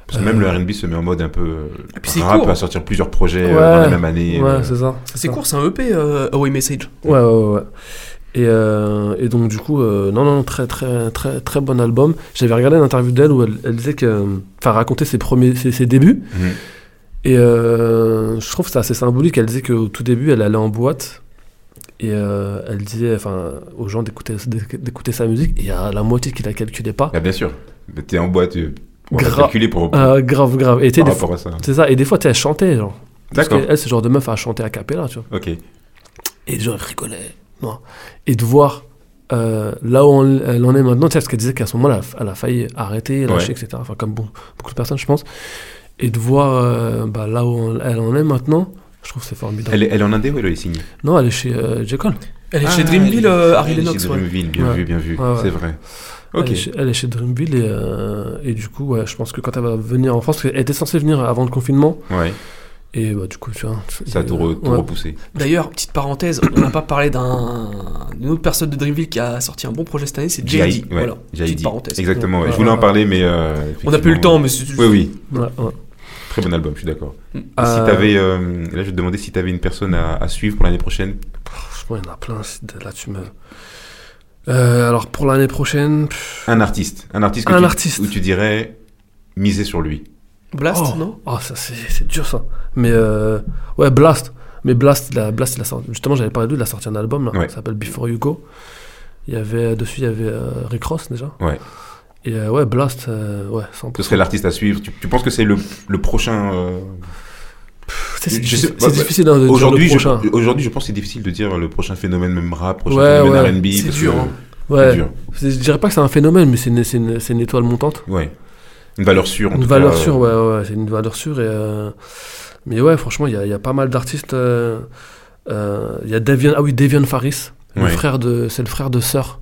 Parce que même
Euh,
le RB se met en mode un peu. euh,
Et puis c'est
rap
court. hein.
à sortir plusieurs projets euh, dans la
Ouais.
même année.
Ouais,
euh,
c'est ça.
C'est
ça.
court, c'est un EP, euh, Away Message.
Ouais, ouais, ouais. ouais. Et, euh, et donc, du coup, euh, non, non, très, très, très, très bon album. J'avais regardé une interview d'elle où elle, elle disait que. Enfin, racontait ses, premiers, ses, ses débuts.
mhm.
Et euh, je trouve que c'est assez symbolique. Elle disait qu'au tout début, elle allait en boîte. Et euh, elle disait enfin, aux gens d'écouter d'écouter sa musique. Et il y a la moitié qui la calculait pas.
Ah, bien sûr. Mais T'es en boîte. euh, On va
Gra-
calculer pour. par
Ah, grave, grave. Et tu sais, des fois-
rapport à ça.
c'est ça. Et des fois, tu sais, elle chantait. Genre. Parce
D'accord.
qu'elle, ce genre de meuf, à chanter à cappella, tu vois.
Ok.
Et les gens ils rigolaient. Non. Et de voir euh, là où on- elle en est maintenant, tu sais, parce qu'elle disait qu'à ce moment-là, elle a- elle a failli arrêter, lâcher,
Ouais.
etc. Enfin, comme bon- beaucoup de personnes, je pense. Et de voir euh, bah, là où on- elle en est maintenant, je trouve que c'est formidable.
Elle est, elle est en indé ou elle est signée
Non, elle est chez euh, J. Cole.
Elle est
Ah,
chez Dreamville,
elle est-
euh, Harry
elle est
Lennox.
chez
ouais.
Dreamville, bien
Ouais.
vu, bien vu.
Ouais, ouais.
C'est vrai. Ok.
Elle, est chez, elle est chez Dreamville et, euh, et du coup, ouais, je pense que quand elle va venir en France, parce qu'elle était censée venir avant le confinement,
Ouais.
et bah, du coup, tu vois.
Ça a tout, re- tout
ouais.
repoussé.
D'ailleurs, petite parenthèse, on n'a pas parlé d'un- d'une autre personne de Dreamville qui a sorti un bon projet cette année, c'est
J.I.D.
JID.
ouais,
Voilà, petite
J.I.D.
parenthèse.
Exactement, ouais.
Ouais.
je voulais en parler, mais. euh,
On n'a plus le
effectivement,
temps, mais c'est
Oui, oui,
Ouais, ouais.
très bon album, je suis d'accord.
Mm.
Et Si t'avais, euh, là, je vais te demander si t'avais une personne à, à suivre pour l'année prochaine.
Pff, ouais, il y en a plein, c'est- là, tu me. Euh, alors, pour l'année prochaine,
Un artiste. Un artiste, que
Un
tu,
artiste.
où tu dirais miser sur lui.
Blast,
oh.
non
Oh, ça, c'est c'est dur ça. Mais euh, ouais, Blast. Mais Blast, il a, Blast il a sorti, justement, j'avais parlé de lui, il a sorti un album là,
Ouais.
qui s'appelle Before You Go. Il y avait, dessus, il y avait euh, Rick Ross déjà.
Ouais.
Et euh, ouais, Blast, euh, ouais, 100%.
Ce serait l'artiste à suivre. Tu, tu penses que c'est le, le prochain. euh,
Pff, C'est c'est
je
difficile,
sais-
c'est
ouais,
difficile, hein, de dire
Aujourd'hui, je,
le prochain.
aujourd'hui, je pense que c'est difficile de dire le prochain phénomène, même rap, prochain
Ouais,
phénomène
ouais.
RB.
C'est
parce
dur,
que
hein.
C'est
ouais.
dur.
C'est- Je dirais pas que c'est un phénomène, mais c'est une, c'est une- c'est une étoile montante.
Ouais. Une valeur sûre. en
Une
tout
valeur
cas, euh,
sûre, ouais, ouais, ouais, c'est une valeur sûre. Et, euh, Mais ouais, franchement, il y a, il y a pas mal d'artistes. euh, euh, Il y a Devian, ah oui, Devian Faris, le
Ouais.
frère de, c'est le frère de Sir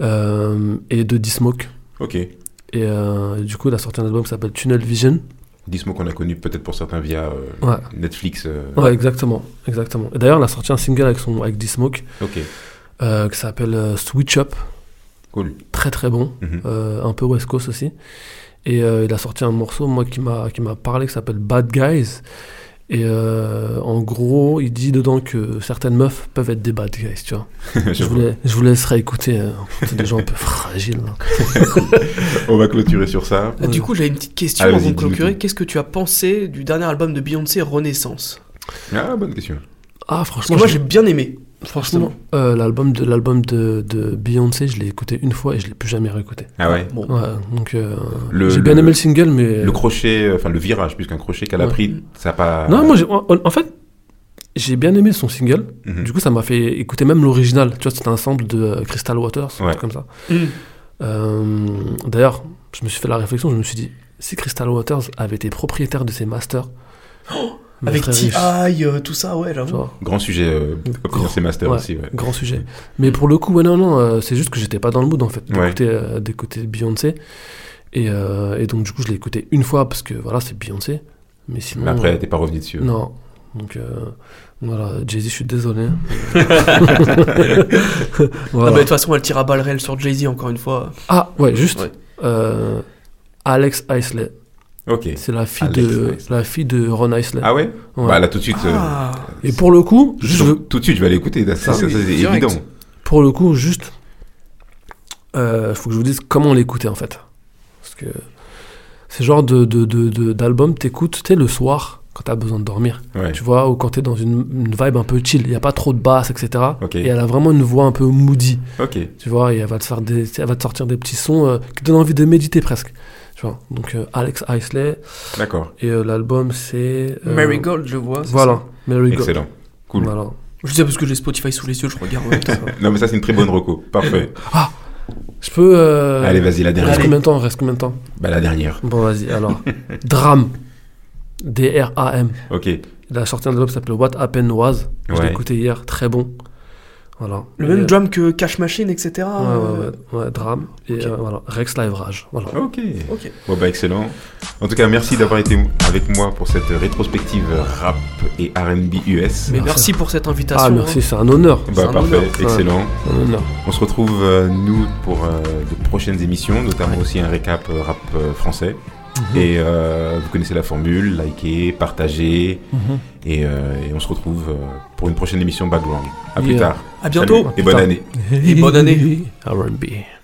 euh, et de Dismoke.
Ok.
Et euh, du coup, il a sorti un album qui s'appelle Tunnel Vision.
Dismo qu'on a connu peut-être pour certains via euh,
Ouais.
Netflix. euh,
Ouais, exactement, exactement. Et d'ailleurs, il a sorti un single avec son avec Dismoke
Ok,
euh, qui s'appelle euh, Switch Up,
cool.
très très bon,
Mhm.
euh, un peu West Coast aussi. Et euh, il a sorti un morceau moi qui m'a qui m'a parlé qui s'appelle Bad Guys. Et euh, en gros, il dit dedans que certaines meufs peuvent être des bad guys, tu vois. je, vous la- je vous laisserai écouter. euh, C'est des gens un peu fragiles. hein.
On va clôturer sur ça.
Ah, Du coup, j'avais une petite question
Ah, vas-y,
avant de
dis-nous
clôturer.
tout.
Qu'est-ce que tu as pensé du dernier album de Beyoncé, Renaissance
Ah, bonne question.
Ah,
Parce que
franchement,
moi,
je-
j'ai bien aimé.
franchement euh, l'album de, l'album de, de Beyoncé, je l'ai écouté une fois et je l'ai plus jamais réécouté.
Ah ouais
Bon.
Ouais, donc euh,
Le-
j'ai bien
le-
aimé le single, mais
Le crochet, euh, enfin le virage, plus qu'un crochet qu'elle a
Ouais.
pris, ça a pas.
non, moi, j'ai- en, en fait, j'ai bien aimé son single.
Mhm.
Du coup, ça m'a fait écouter même l'original. Tu vois, c'était un sample de euh, Crystal Waters, un
Ouais.
truc comme ça.
Hmm.
Euh, D'ailleurs, je me suis fait la réflexion. Je me suis dit, si Crystal Waters avait été propriétaire de ses masters, mais
Avec
très riche,
T.I., euh, tout ça, ouais,
tu
j'avoue.
vois,
Grand sujet, euh, obtenir ses masters
Ouais.
aussi. Ouais.
grand sujet. Mais pour le coup, ouais, non, non, euh, c'est juste que j'étais pas dans le mood en fait
Ouais.
d'écouter euh, d'écouter Beyoncé. Et, euh, et donc, du coup, je l'ai écouté une fois parce que voilà, c'est Beyoncé. Mais sinon,
Mais après, t'es pas revenu dessus.
Non. Donc euh, voilà, Jay-Z, je suis désolé. hein.
Ah, bah,
Voilà.
De toute façon, elle tire à balles réelles sur Jay-Z, encore une fois.
Ah ouais, juste.
Ouais.
euh, Alex Isley,
Ok.
c'est la fille
Alex
de
Isley.
la fille de Ron Isley.
Ah ouais,
Ouais.
Bah là tout de suite. euh,
Ah.
Et pour le coup, juste,
donc, Tout de suite, je vais aller écouter. Ça,
Ça,
ça, ça,
oui,
c'est
direct.
évident.
pour le coup, juste, euh, faut que je vous dise comment l'écouter en fait, parce que c'est le genre de de- de- de- d'album t'écoutes, t'es le soir quand t'as besoin de dormir,
Ouais.
tu vois, ou quand t'es dans une, une vibe un peu chill, il y a pas trop de basse, etc.
Ok.
Et elle a vraiment une voix un peu moody.
Ok.
Tu vois, et elle va te, faire des, elle va te sortir des petits sons euh, qui te donnent envie de méditer presque. Tu vois, donc euh, Alex Isley,
D'accord.
et euh, l'album c'est. euh,
Marigold, je vois. c'est
Voilà,
ça.
Mary Gold.
Excellent. Cool.
Voilà.
Je sais parce que j'ai Spotify sous les yeux, je regarde en même temps.
Non mais ça c'est une très bonne reco. Parfait.
Je peux. euh,
Allez vas-y la dernière.
Reste
allez.
combien de temps Reste combien de temps
Bah la dernière.
Bon, vas-y, alors. Drame. D-R-A-M.
Ok.
Il a sorti un album qui s'appelle What Happened Was. Je l'ai
Ouais.
écouté hier, très bon. Voilà.
Le
Et,
même
euh,
drum que Cash Machine, etc.
Ouais, ouais, ouais, ouais, drame. Et
Ok.
euh, voilà, Rex Live Rage. Voilà.
Ok.
Ok.
Bon bah excellent. En tout cas merci d'avoir été avec moi pour cette rétrospective rap et R&B US.
Mais
Merci.
merci pour cette invitation. hein.
Ah, merci, c'est un honneur.
c'est
Bah
un
parfait.
honneur.
Excellent.
Un honneur.
On se retrouve euh, nous pour euh, de prochaines émissions, notamment
Ouais.
aussi un récap euh, rap euh, français. Et euh, vous connaissez la formule, likez, partagez,
Mhm.
et, euh, et on se retrouve euh, pour une prochaine émission Background. À plus
Yeah.
tard.
hein. À bientôt.
Salut et bonne
Putain.
année.
Et bonne année.
R&B.